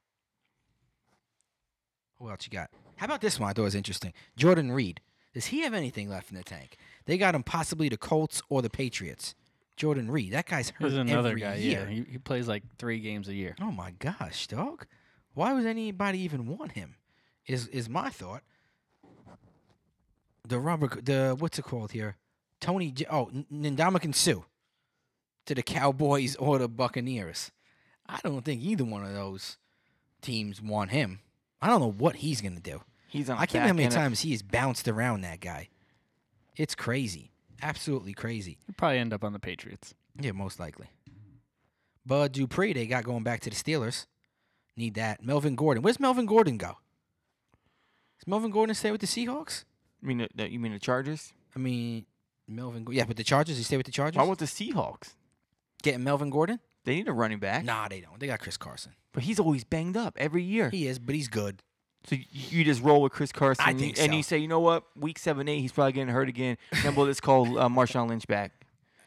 [SPEAKER 1] Who else you got? How about this one? I thought was interesting. Jordan Reed. Does he have anything left in the tank? They got him possibly the Colts or the Patriots. Jordan Reed. That guy's hurt
[SPEAKER 3] There's another
[SPEAKER 1] every
[SPEAKER 3] guy.
[SPEAKER 1] year.
[SPEAKER 3] Yeah, he, he plays like three games a year.
[SPEAKER 1] Oh my gosh, dog! Why would anybody even want him? Is is my thought. The rubber, c- the what's it called here? Tony. J- oh, Ndamukong Sue to the Cowboys or the Buccaneers. I don't think either one of those teams want him. I don't know what he's gonna do.
[SPEAKER 2] He's on.
[SPEAKER 1] I
[SPEAKER 2] the
[SPEAKER 1] can't believe how
[SPEAKER 2] back
[SPEAKER 1] many
[SPEAKER 2] end of-
[SPEAKER 1] times he has bounced around that guy. It's crazy, absolutely crazy.
[SPEAKER 3] He'll probably end up on the Patriots.
[SPEAKER 1] Yeah, most likely. Bud Dupree, they got going back to the Steelers. Need that. Melvin Gordon. Where's Melvin Gordon go? Does Melvin Gordon stay with the Seahawks?
[SPEAKER 2] You mean the, the- you mean the Chargers?
[SPEAKER 1] I mean, Melvin. Go- Yeah, but the Chargers. He stay with the Chargers.
[SPEAKER 2] Why with the Seahawks?
[SPEAKER 1] Getting Melvin Gordon?
[SPEAKER 2] They need a running back,
[SPEAKER 1] Nah, they don't. They got Chris Carson.
[SPEAKER 2] but he's always banged up every year.
[SPEAKER 1] He is, but he's good.
[SPEAKER 2] so you, you just roll with Chris Carson,
[SPEAKER 1] I
[SPEAKER 2] and you-
[SPEAKER 1] think
[SPEAKER 2] and
[SPEAKER 1] so.
[SPEAKER 2] you say, you know what? Week seven, eight, he's probably getting hurt again. Then we'll just call uh, Marshawn Lynch back.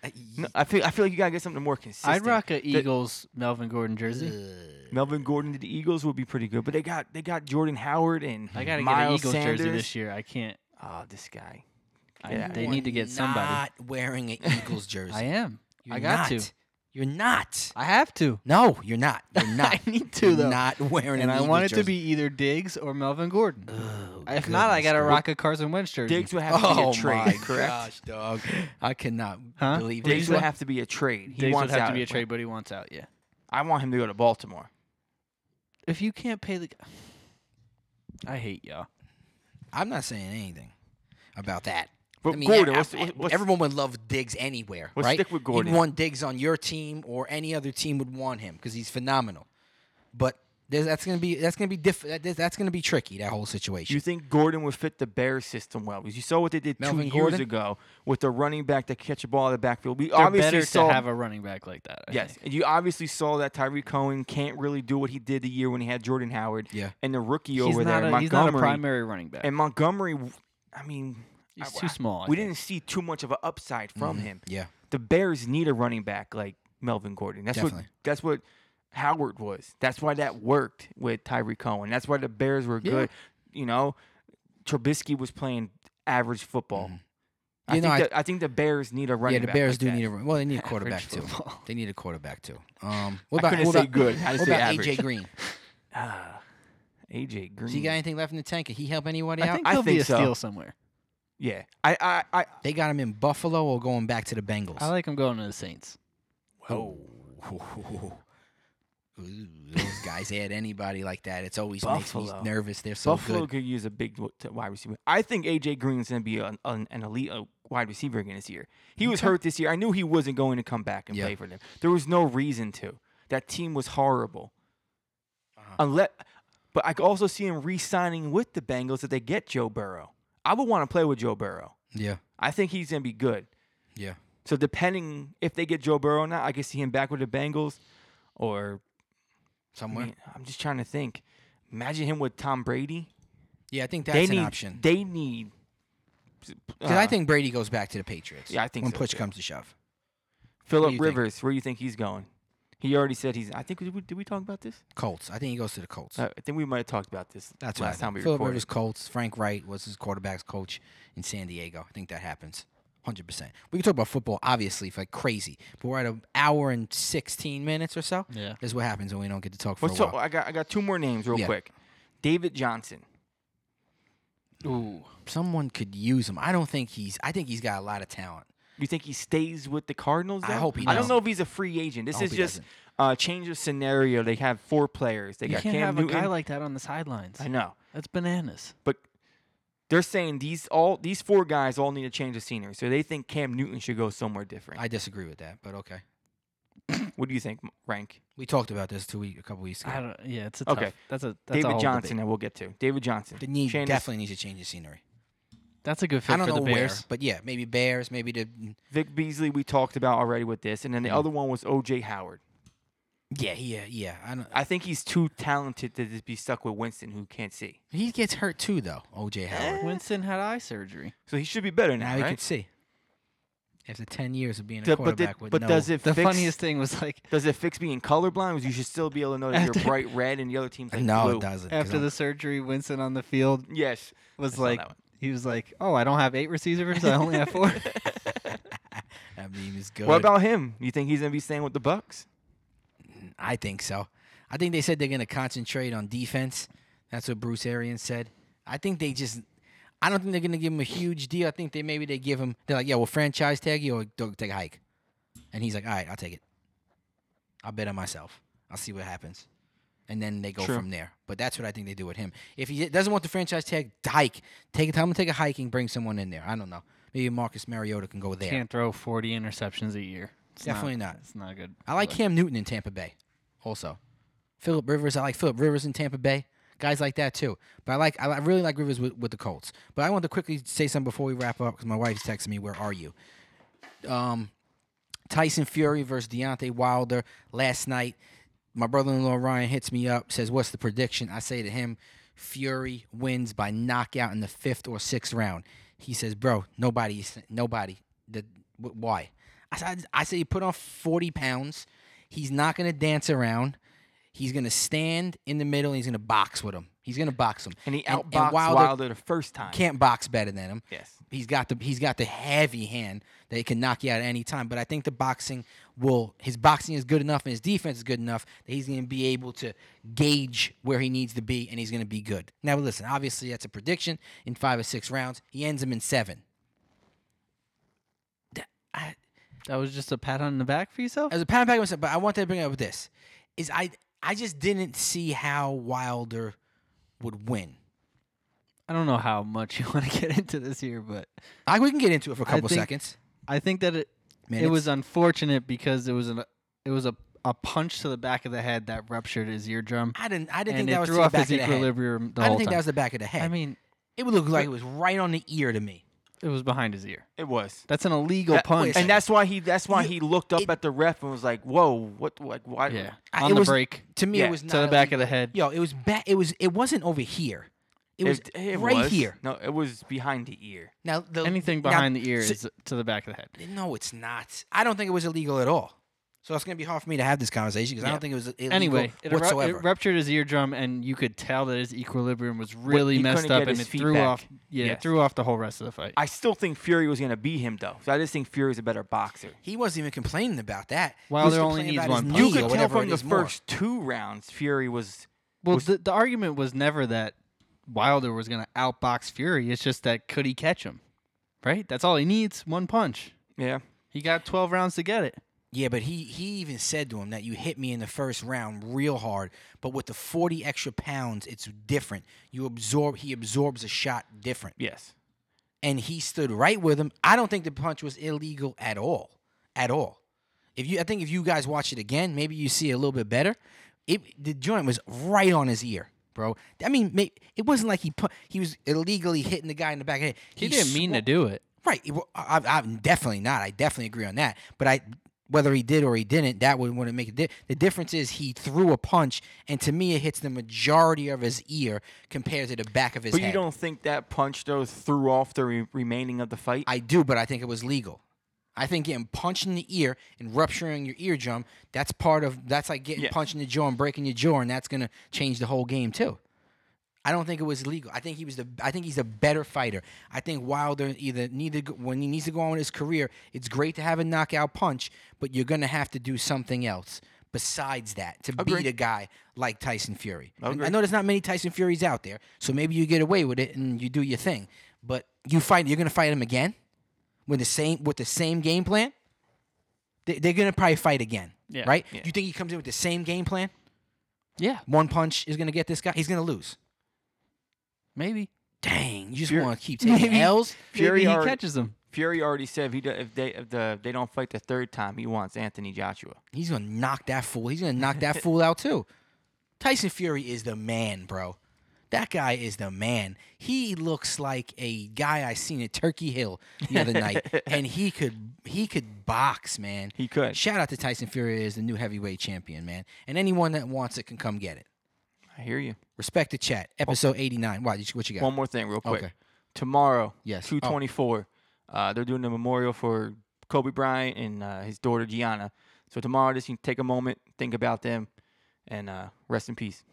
[SPEAKER 1] Uh,
[SPEAKER 2] No, I feel I feel like you gotta get something more consistent.
[SPEAKER 3] I'd rock a Eagles Melvin Gordon jersey.
[SPEAKER 2] Melvin Gordon to the Eagles would be pretty good, but they got they got Jordan Howard and
[SPEAKER 3] I gotta
[SPEAKER 2] Miles
[SPEAKER 3] get an Eagles
[SPEAKER 2] Sanders.
[SPEAKER 3] jersey this year. I can't.
[SPEAKER 2] Oh, this guy.
[SPEAKER 3] I,
[SPEAKER 2] Yeah.
[SPEAKER 3] They
[SPEAKER 1] You
[SPEAKER 3] need to
[SPEAKER 1] are
[SPEAKER 3] get somebody.
[SPEAKER 1] Not wearing an Eagles jersey.
[SPEAKER 3] I am.
[SPEAKER 1] You're
[SPEAKER 3] I got
[SPEAKER 1] not.
[SPEAKER 3] to.
[SPEAKER 1] You're not.
[SPEAKER 3] I have to.
[SPEAKER 1] No, you're not. You're not.
[SPEAKER 3] I need to
[SPEAKER 1] You're
[SPEAKER 3] though.
[SPEAKER 1] Not wearing an
[SPEAKER 3] and I
[SPEAKER 1] Eagles
[SPEAKER 3] want it to
[SPEAKER 1] jersey.
[SPEAKER 3] be either Diggs or Melvin Gordon.
[SPEAKER 1] Oh,
[SPEAKER 3] if not, I
[SPEAKER 1] goodness
[SPEAKER 3] gotta
[SPEAKER 1] gracious.
[SPEAKER 3] rock a Carson Wentz jersey.
[SPEAKER 2] Diggs would have to
[SPEAKER 3] Oh,
[SPEAKER 2] be a trade,
[SPEAKER 1] my
[SPEAKER 2] correct?
[SPEAKER 1] gosh, dog! I cannot
[SPEAKER 3] Huh?
[SPEAKER 1] believe
[SPEAKER 3] Diggs
[SPEAKER 2] Diggs
[SPEAKER 1] it.
[SPEAKER 2] would
[SPEAKER 3] would-
[SPEAKER 2] have to be a trade. He
[SPEAKER 3] Diggs would
[SPEAKER 2] wants
[SPEAKER 3] have
[SPEAKER 2] out.
[SPEAKER 3] to be a trade, but he wants out. Yeah.
[SPEAKER 2] I want him to go to Baltimore.
[SPEAKER 3] If you can't pay the, g- I hate y'all.
[SPEAKER 1] I'm not saying anything about that.
[SPEAKER 2] But
[SPEAKER 1] I mean,
[SPEAKER 2] Gordon,
[SPEAKER 1] yeah,
[SPEAKER 2] what's,
[SPEAKER 1] I-
[SPEAKER 2] what's, what's-
[SPEAKER 1] everyone would love Diggs anywhere,
[SPEAKER 2] Let's
[SPEAKER 1] right?
[SPEAKER 2] stick with Gordon.
[SPEAKER 1] You'd want Diggs on your team, or any other team would want him because he's phenomenal. But there's, that's gonna be that's gonna be diff- that, that's gonna be tricky. That whole
[SPEAKER 2] do you
[SPEAKER 1] situation.
[SPEAKER 2] think Gordon would fit the Bears system well? Because you saw what they did
[SPEAKER 1] Melvin
[SPEAKER 2] two years
[SPEAKER 1] Gordon?
[SPEAKER 2] ago with the running back that catch a ball in the backfield. We
[SPEAKER 3] They're
[SPEAKER 2] obviously
[SPEAKER 3] better
[SPEAKER 2] saw
[SPEAKER 3] to have a running back like that. I
[SPEAKER 2] yes,
[SPEAKER 3] think.
[SPEAKER 2] and you obviously saw that Tyreek Cohen can't really do what he did the year when he had Jordan Howard
[SPEAKER 1] Yeah.
[SPEAKER 2] and the rookie
[SPEAKER 3] He's
[SPEAKER 2] over there
[SPEAKER 3] not, a, he's not a
[SPEAKER 2] Montgomery.
[SPEAKER 3] primary running back.
[SPEAKER 2] and Montgomery, I mean,
[SPEAKER 3] he's
[SPEAKER 2] I-
[SPEAKER 3] too small. I
[SPEAKER 2] we
[SPEAKER 3] think. Mm-hmm.
[SPEAKER 2] didn't see too much of an upside from him.
[SPEAKER 1] Yeah,
[SPEAKER 2] the Bears need a running back like Melvin Gordon. That's what
[SPEAKER 1] Definitely.
[SPEAKER 2] that's what Howard was. That's why that worked with Tyree Cohen. That's why the Bears were
[SPEAKER 1] Yeah.
[SPEAKER 2] good. You know, Trubisky was playing average football. I,
[SPEAKER 1] Mm-hmm. You know,
[SPEAKER 2] think
[SPEAKER 1] I-
[SPEAKER 2] the, I think the Bears need a running
[SPEAKER 1] yeah.
[SPEAKER 2] back.
[SPEAKER 1] The Bears
[SPEAKER 2] like
[SPEAKER 1] do
[SPEAKER 2] that.
[SPEAKER 1] need a run- well, they need a quarterback
[SPEAKER 3] Average
[SPEAKER 1] too.
[SPEAKER 3] football.
[SPEAKER 1] They need a quarterback too. Um, what
[SPEAKER 2] I
[SPEAKER 1] about
[SPEAKER 2] couldn't
[SPEAKER 1] what
[SPEAKER 2] say
[SPEAKER 1] about,
[SPEAKER 2] good. I
[SPEAKER 1] what
[SPEAKER 2] just say
[SPEAKER 1] about
[SPEAKER 2] average.
[SPEAKER 1] AJ Green?
[SPEAKER 2] Ah, AJ Green.
[SPEAKER 1] Does he got anything left in the tank? Can he help anybody
[SPEAKER 3] I
[SPEAKER 1] out?
[SPEAKER 3] think
[SPEAKER 2] I
[SPEAKER 3] he'll be
[SPEAKER 2] think
[SPEAKER 3] a
[SPEAKER 2] so.
[SPEAKER 3] steal somewhere.
[SPEAKER 2] Yeah, I, I, I
[SPEAKER 1] They got him in Buffalo or going back to the Bengals.
[SPEAKER 3] I like him going to the Saints.
[SPEAKER 1] oh. Ooh, those guys add anybody like that. It's always makes
[SPEAKER 2] Buffalo.
[SPEAKER 1] me nervous. They're so
[SPEAKER 2] Buffalo
[SPEAKER 1] good.
[SPEAKER 2] could use a big w- t- wide receiver. I think AJ Green's gonna be an, an, an elite uh, wide receiver again this year. He was hurt this year. I knew he wasn't going to come back and
[SPEAKER 1] Yeah.
[SPEAKER 2] play for them. There was no reason to. That team was horrible.
[SPEAKER 1] Uh-huh.
[SPEAKER 2] Unless, but I could also see him re-signing with the Bengals if they get Joe Burrow. I would want to play with Joe Burrow.
[SPEAKER 1] Yeah,
[SPEAKER 2] I think he's gonna be good.
[SPEAKER 1] yeah.
[SPEAKER 2] So depending if they get Joe Burrow or not, I could see him back with the Bengals, or I
[SPEAKER 1] Somewhere.
[SPEAKER 2] mean, I'm just trying to think. Imagine him with Tom Brady.
[SPEAKER 1] Yeah, I think that's
[SPEAKER 2] they need,
[SPEAKER 1] an option.
[SPEAKER 2] They need.
[SPEAKER 1] Because I
[SPEAKER 2] uh,
[SPEAKER 1] think Brady goes back to the Patriots.
[SPEAKER 2] Yeah, I think
[SPEAKER 1] when
[SPEAKER 2] so,
[SPEAKER 1] push
[SPEAKER 2] too.
[SPEAKER 1] comes to shove. do
[SPEAKER 2] Philip
[SPEAKER 1] you think?
[SPEAKER 2] Rivers. Where do you think he's going? He already said he's. I think we- did we talk about this?
[SPEAKER 1] Colts. I think he goes to the Colts.
[SPEAKER 2] Uh, I think we might have talked about this
[SPEAKER 1] That's what I
[SPEAKER 2] last
[SPEAKER 1] think.
[SPEAKER 2] time we
[SPEAKER 1] Philip
[SPEAKER 2] recorded.
[SPEAKER 1] Rivers Colts. Frank Wright was his quarterback's coach in San Diego. I think that happens. Hundred percent. We can talk about football, obviously, for like crazy. But we're at an hour and sixteen minutes or so.
[SPEAKER 3] Yeah.
[SPEAKER 1] This is what happens when we don't get to talk for
[SPEAKER 2] What's
[SPEAKER 1] a
[SPEAKER 2] up?
[SPEAKER 1] while.
[SPEAKER 2] I got I got two more names real
[SPEAKER 1] Yeah.
[SPEAKER 2] quick. David Johnson.
[SPEAKER 3] Ooh.
[SPEAKER 1] Someone could use him. I don't think he's. I think he's got a lot of talent.
[SPEAKER 2] You think he stays with the Cardinals?
[SPEAKER 1] I
[SPEAKER 2] though?
[SPEAKER 1] hope he
[SPEAKER 2] I don't
[SPEAKER 1] doesn't.
[SPEAKER 2] know if he's a free agent. This
[SPEAKER 1] hope
[SPEAKER 2] is
[SPEAKER 1] he
[SPEAKER 2] just
[SPEAKER 1] doesn't.
[SPEAKER 2] uh, change of scenario. They have four players. They
[SPEAKER 3] You
[SPEAKER 2] got
[SPEAKER 3] can't
[SPEAKER 2] Cam
[SPEAKER 3] have
[SPEAKER 2] Newton.
[SPEAKER 3] a guy like that on the sidelines.
[SPEAKER 2] I know.
[SPEAKER 3] That's bananas.
[SPEAKER 2] But they're saying these all these four guys all need a change of scenery. So they think Cam Newton should go somewhere different.
[SPEAKER 1] I disagree with that, but okay.
[SPEAKER 2] what do you think, M- Rank?
[SPEAKER 1] We talked about this two week, a couple weeks
[SPEAKER 3] I
[SPEAKER 1] ago.
[SPEAKER 3] don't. Yeah, it's a tough.
[SPEAKER 2] Okay.
[SPEAKER 3] That's a that's a
[SPEAKER 2] David
[SPEAKER 3] whole
[SPEAKER 2] Johnson,
[SPEAKER 3] debate.
[SPEAKER 2] and we'll get to David Johnson.
[SPEAKER 1] The need
[SPEAKER 2] Shannon
[SPEAKER 1] definitely needs to change the scenery.
[SPEAKER 3] That's a good fit
[SPEAKER 1] I don't
[SPEAKER 3] for
[SPEAKER 1] know
[SPEAKER 3] the
[SPEAKER 1] where,
[SPEAKER 3] Bears.
[SPEAKER 1] but yeah, maybe Bears, maybe the
[SPEAKER 2] Vic Beasley, we talked about already with this, and then the other one was OJ Howard.
[SPEAKER 1] yeah, yeah, yeah. I don't.
[SPEAKER 2] I think he's too talented to just be stuck with Winston, who can't see.
[SPEAKER 1] He gets hurt too, though. OJ Howard.
[SPEAKER 3] Winston had eye surgery.
[SPEAKER 2] So he should be better now,
[SPEAKER 1] Now he
[SPEAKER 2] right?
[SPEAKER 1] could see. After ten years of being a
[SPEAKER 2] Do- but did-
[SPEAKER 1] quarterback with
[SPEAKER 2] but
[SPEAKER 1] no,
[SPEAKER 2] does it
[SPEAKER 3] The
[SPEAKER 2] fix,
[SPEAKER 3] funniest thing was like
[SPEAKER 2] does it fix being colorblind? Because you should still be able to know that you're
[SPEAKER 3] After-
[SPEAKER 2] bright red and the other team's like
[SPEAKER 1] no,
[SPEAKER 2] blue.
[SPEAKER 1] it doesn't. 'cause
[SPEAKER 3] after
[SPEAKER 1] I'm-
[SPEAKER 3] the surgery, Winston on the field
[SPEAKER 2] Yes, I
[SPEAKER 3] was
[SPEAKER 2] saw
[SPEAKER 3] like,
[SPEAKER 2] that one.
[SPEAKER 3] he was like, "Oh, I don't have eight receivers. I only have four.
[SPEAKER 1] that meme is good.
[SPEAKER 2] What about him? You think he's gonna be staying with the Bucks?
[SPEAKER 1] I think so. I think they said they're going to concentrate on defense. That's what Bruce Arians said. I think they just. I don't think they're going to give him a huge deal. I think they maybe they give him. They're like, yeah, we'll franchise tag you or don't take a hike. And he's like, all right, I'll take it. I'll bet on myself. I'll see what happens. And then they go
[SPEAKER 2] True.
[SPEAKER 1] from there. But that's what I think they do with him. If he doesn't want the franchise tag, hike. Take it. Tell him to take a hike and bring someone in there. I don't know. Maybe Marcus Mariota can go there.
[SPEAKER 3] Can't throw 40 interceptions a year. It's
[SPEAKER 1] Definitely not.
[SPEAKER 3] It's not good.
[SPEAKER 1] I like Cam Newton in Tampa Bay. Also, Philip Rivers. I like Philip Rivers in Tampa Bay. Guys like that too. But I like I li- really like Rivers with, with the Colts. But I want to quickly say something before we wrap up because my wife's texting me. Where are you? Um, Tyson Fury versus Deontay Wilder last night. My brother-in-law Ryan hits me up, says, "What's the prediction?" I say to him, "Fury wins by knockout in the fifth or sixth round." He says, "Bro, nobody, is- nobody. The wh- why?" I said, "I said he put on forty pounds. He's not gonna dance around. He's gonna stand in the middle. and He's gonna box with him. He's gonna box him.
[SPEAKER 2] And he
[SPEAKER 1] And-
[SPEAKER 2] outboxed
[SPEAKER 1] and
[SPEAKER 2] Wilder,
[SPEAKER 1] Wilder
[SPEAKER 2] the first time.
[SPEAKER 1] can't box better than him.
[SPEAKER 2] Yes.
[SPEAKER 1] He's got the he's got the heavy hand that he can knock you out at any time. But I think the boxing will his boxing is good enough and his defense is good enough that he's gonna be able to gauge where he needs to be and he's gonna be good. Now listen, obviously that's a prediction in five or six rounds. He ends him in seven. That- I-
[SPEAKER 3] That was just a pat on the back for yourself.
[SPEAKER 1] as a pound back myself, but I wanted to bring up this is I I just didn't see how Wilder would win.
[SPEAKER 3] I don't know how much you want to get into this here, but
[SPEAKER 1] I we can get into it for a
[SPEAKER 3] I
[SPEAKER 1] couple
[SPEAKER 3] think-
[SPEAKER 1] seconds.
[SPEAKER 3] I think that it
[SPEAKER 1] Minutes.
[SPEAKER 3] it was unfortunate because it was an it was a, a punch to the back of the head that ruptured his eardrum.
[SPEAKER 1] I didn't I didn't think
[SPEAKER 3] and
[SPEAKER 1] that
[SPEAKER 3] it
[SPEAKER 1] was
[SPEAKER 3] threw
[SPEAKER 1] to the
[SPEAKER 3] off
[SPEAKER 1] back
[SPEAKER 3] his
[SPEAKER 1] of the head.
[SPEAKER 3] equilibrium the
[SPEAKER 1] I
[SPEAKER 3] whole
[SPEAKER 1] didn't think
[SPEAKER 3] time.
[SPEAKER 1] that was the back of the head.
[SPEAKER 3] I mean,
[SPEAKER 1] It would look like it was right on the ear to me.
[SPEAKER 3] it was behind his ear.
[SPEAKER 2] It was.
[SPEAKER 3] That's an illegal
[SPEAKER 2] That-
[SPEAKER 3] punch.
[SPEAKER 2] And that's why he that's why
[SPEAKER 1] You-
[SPEAKER 2] he looked up
[SPEAKER 1] it-
[SPEAKER 2] at the ref and was like, "Whoa, what? Like, why?"
[SPEAKER 3] yeah,
[SPEAKER 1] I-
[SPEAKER 3] on
[SPEAKER 1] it
[SPEAKER 3] the
[SPEAKER 1] was-
[SPEAKER 3] break
[SPEAKER 1] To me,
[SPEAKER 2] Yeah,
[SPEAKER 1] it was
[SPEAKER 3] to
[SPEAKER 1] not
[SPEAKER 3] the back of the head.
[SPEAKER 1] Yo, it was back. It was. It wasn't over here. It was right
[SPEAKER 2] was.
[SPEAKER 1] here.
[SPEAKER 2] No, it was behind the ear.
[SPEAKER 1] Now the,
[SPEAKER 3] Anything
[SPEAKER 1] now-
[SPEAKER 3] behind the ear
[SPEAKER 1] so-
[SPEAKER 3] is to the back of the head.
[SPEAKER 1] no, it's not. I don't think it was illegal at all. So it's gonna be hard for me to have this conversation because I
[SPEAKER 3] Yeah.
[SPEAKER 1] don't think it was illegal
[SPEAKER 3] Anyway, it, eru-
[SPEAKER 1] whatsoever.
[SPEAKER 3] it ruptured his eardrum, and you could tell that his equilibrium was really
[SPEAKER 2] he
[SPEAKER 3] messed
[SPEAKER 2] couldn't
[SPEAKER 3] up,
[SPEAKER 2] get
[SPEAKER 3] and it
[SPEAKER 2] his feet
[SPEAKER 3] threw
[SPEAKER 2] back.
[SPEAKER 3] off. Yeah,
[SPEAKER 2] Yes.
[SPEAKER 3] it threw off the whole rest of the fight.
[SPEAKER 2] I still think Fury was gonna beat him though. So I just think Fury's a better boxer.
[SPEAKER 1] he wasn't even complaining about that. He
[SPEAKER 3] Wilder
[SPEAKER 1] was complaining
[SPEAKER 3] only needs
[SPEAKER 1] about his
[SPEAKER 3] one punch.
[SPEAKER 1] knee
[SPEAKER 2] You
[SPEAKER 1] or
[SPEAKER 2] could tell
[SPEAKER 1] Oh, whatever
[SPEAKER 2] from
[SPEAKER 1] it
[SPEAKER 2] the
[SPEAKER 1] is more.
[SPEAKER 2] first two rounds, Fury was.
[SPEAKER 3] well,
[SPEAKER 2] was-
[SPEAKER 3] the, the argument was never that Wilder was going to outbox Fury. It's just that could he catch him? Right? That's all he needs. One punch.
[SPEAKER 2] Yeah.
[SPEAKER 3] He got 12 rounds to get it.
[SPEAKER 1] Yeah, but he he even said to him that you hit me in the first round real hard, but with the 40 extra pounds, it's different. You absorb he absorbs a shot different.
[SPEAKER 2] Yes.
[SPEAKER 1] And he stood right with him. I don't think the punch was illegal at all. At all. If you I think if you guys watch it again, maybe you see it a little bit better. It the joint was right on his ear, bro. I mean, may- it wasn't like he put he was illegally hitting the guy in the back of the head.
[SPEAKER 3] He, didn't mean
[SPEAKER 1] swa-
[SPEAKER 3] to do it.
[SPEAKER 1] Right. It wa- I, I, I'm definitely not. I definitely agree on that. But I, whether he did or he didn't, that would, wouldn't make a difference. The difference is he threw a punch, and to me, it hits the majority of his ear compared to the back of his
[SPEAKER 2] But
[SPEAKER 1] head.
[SPEAKER 2] you don't think that punch though threw off the re- remaining of the fight?
[SPEAKER 1] I do, but I think it was legal. I think getting punched in the ear and rupturing your eardrum, that's part of that's like getting
[SPEAKER 2] Yes.
[SPEAKER 1] punched in the jaw and breaking your jaw, and that's gonna change the whole game too. I don't think it was legal. I think he was the I think he's a better fighter. I think Wilder either neither when he needs to go on with his career, it's great to have a knockout punch, but you're gonna have to do something else besides that to
[SPEAKER 2] Agreed.
[SPEAKER 1] beat a guy like Tyson Fury. And I
[SPEAKER 2] Agreed.
[SPEAKER 1] know there's not many Tyson Furies out there, so maybe you get away with it and you do your thing. But you fight you're gonna fight him again with the same with the same game plan, they, they're gonna probably fight again,
[SPEAKER 3] Yeah,
[SPEAKER 1] right?
[SPEAKER 2] yeah.
[SPEAKER 1] You think he comes in with the same game plan?
[SPEAKER 3] Yeah,
[SPEAKER 1] One punch is gonna get this guy. He's gonna lose.
[SPEAKER 3] maybe.
[SPEAKER 1] Dang, you just
[SPEAKER 2] Fury-
[SPEAKER 1] want to keep taking L's.
[SPEAKER 2] Fury
[SPEAKER 3] maybe he
[SPEAKER 2] already-
[SPEAKER 3] catches him.
[SPEAKER 2] Fury already said if, he do, if they if the they don't fight the third time, he wants Anthony Joshua.
[SPEAKER 1] He's gonna knock that fool. He's gonna knock that fool out too. Tyson Fury is the man, bro. That guy is the man. He looks like a guy I seen at Turkey Hill the other night, and he could he could box, man.
[SPEAKER 2] He could.
[SPEAKER 1] Shout out to Tyson Fury as the new heavyweight champion, man. And anyone that wants it can come get it.
[SPEAKER 2] I hear you.
[SPEAKER 1] Respect the chat. Episode eighty nine. Why? What you got?
[SPEAKER 2] One more thing, real quick.
[SPEAKER 1] Okay.
[SPEAKER 2] Tomorrow,
[SPEAKER 1] Yes. Oh.
[SPEAKER 2] two twenty four. Uh, they're doing a memorial for Kobe Bryant and uh, his daughter Gianna. So tomorrow, just you can take a moment, think about them, and uh, rest in peace.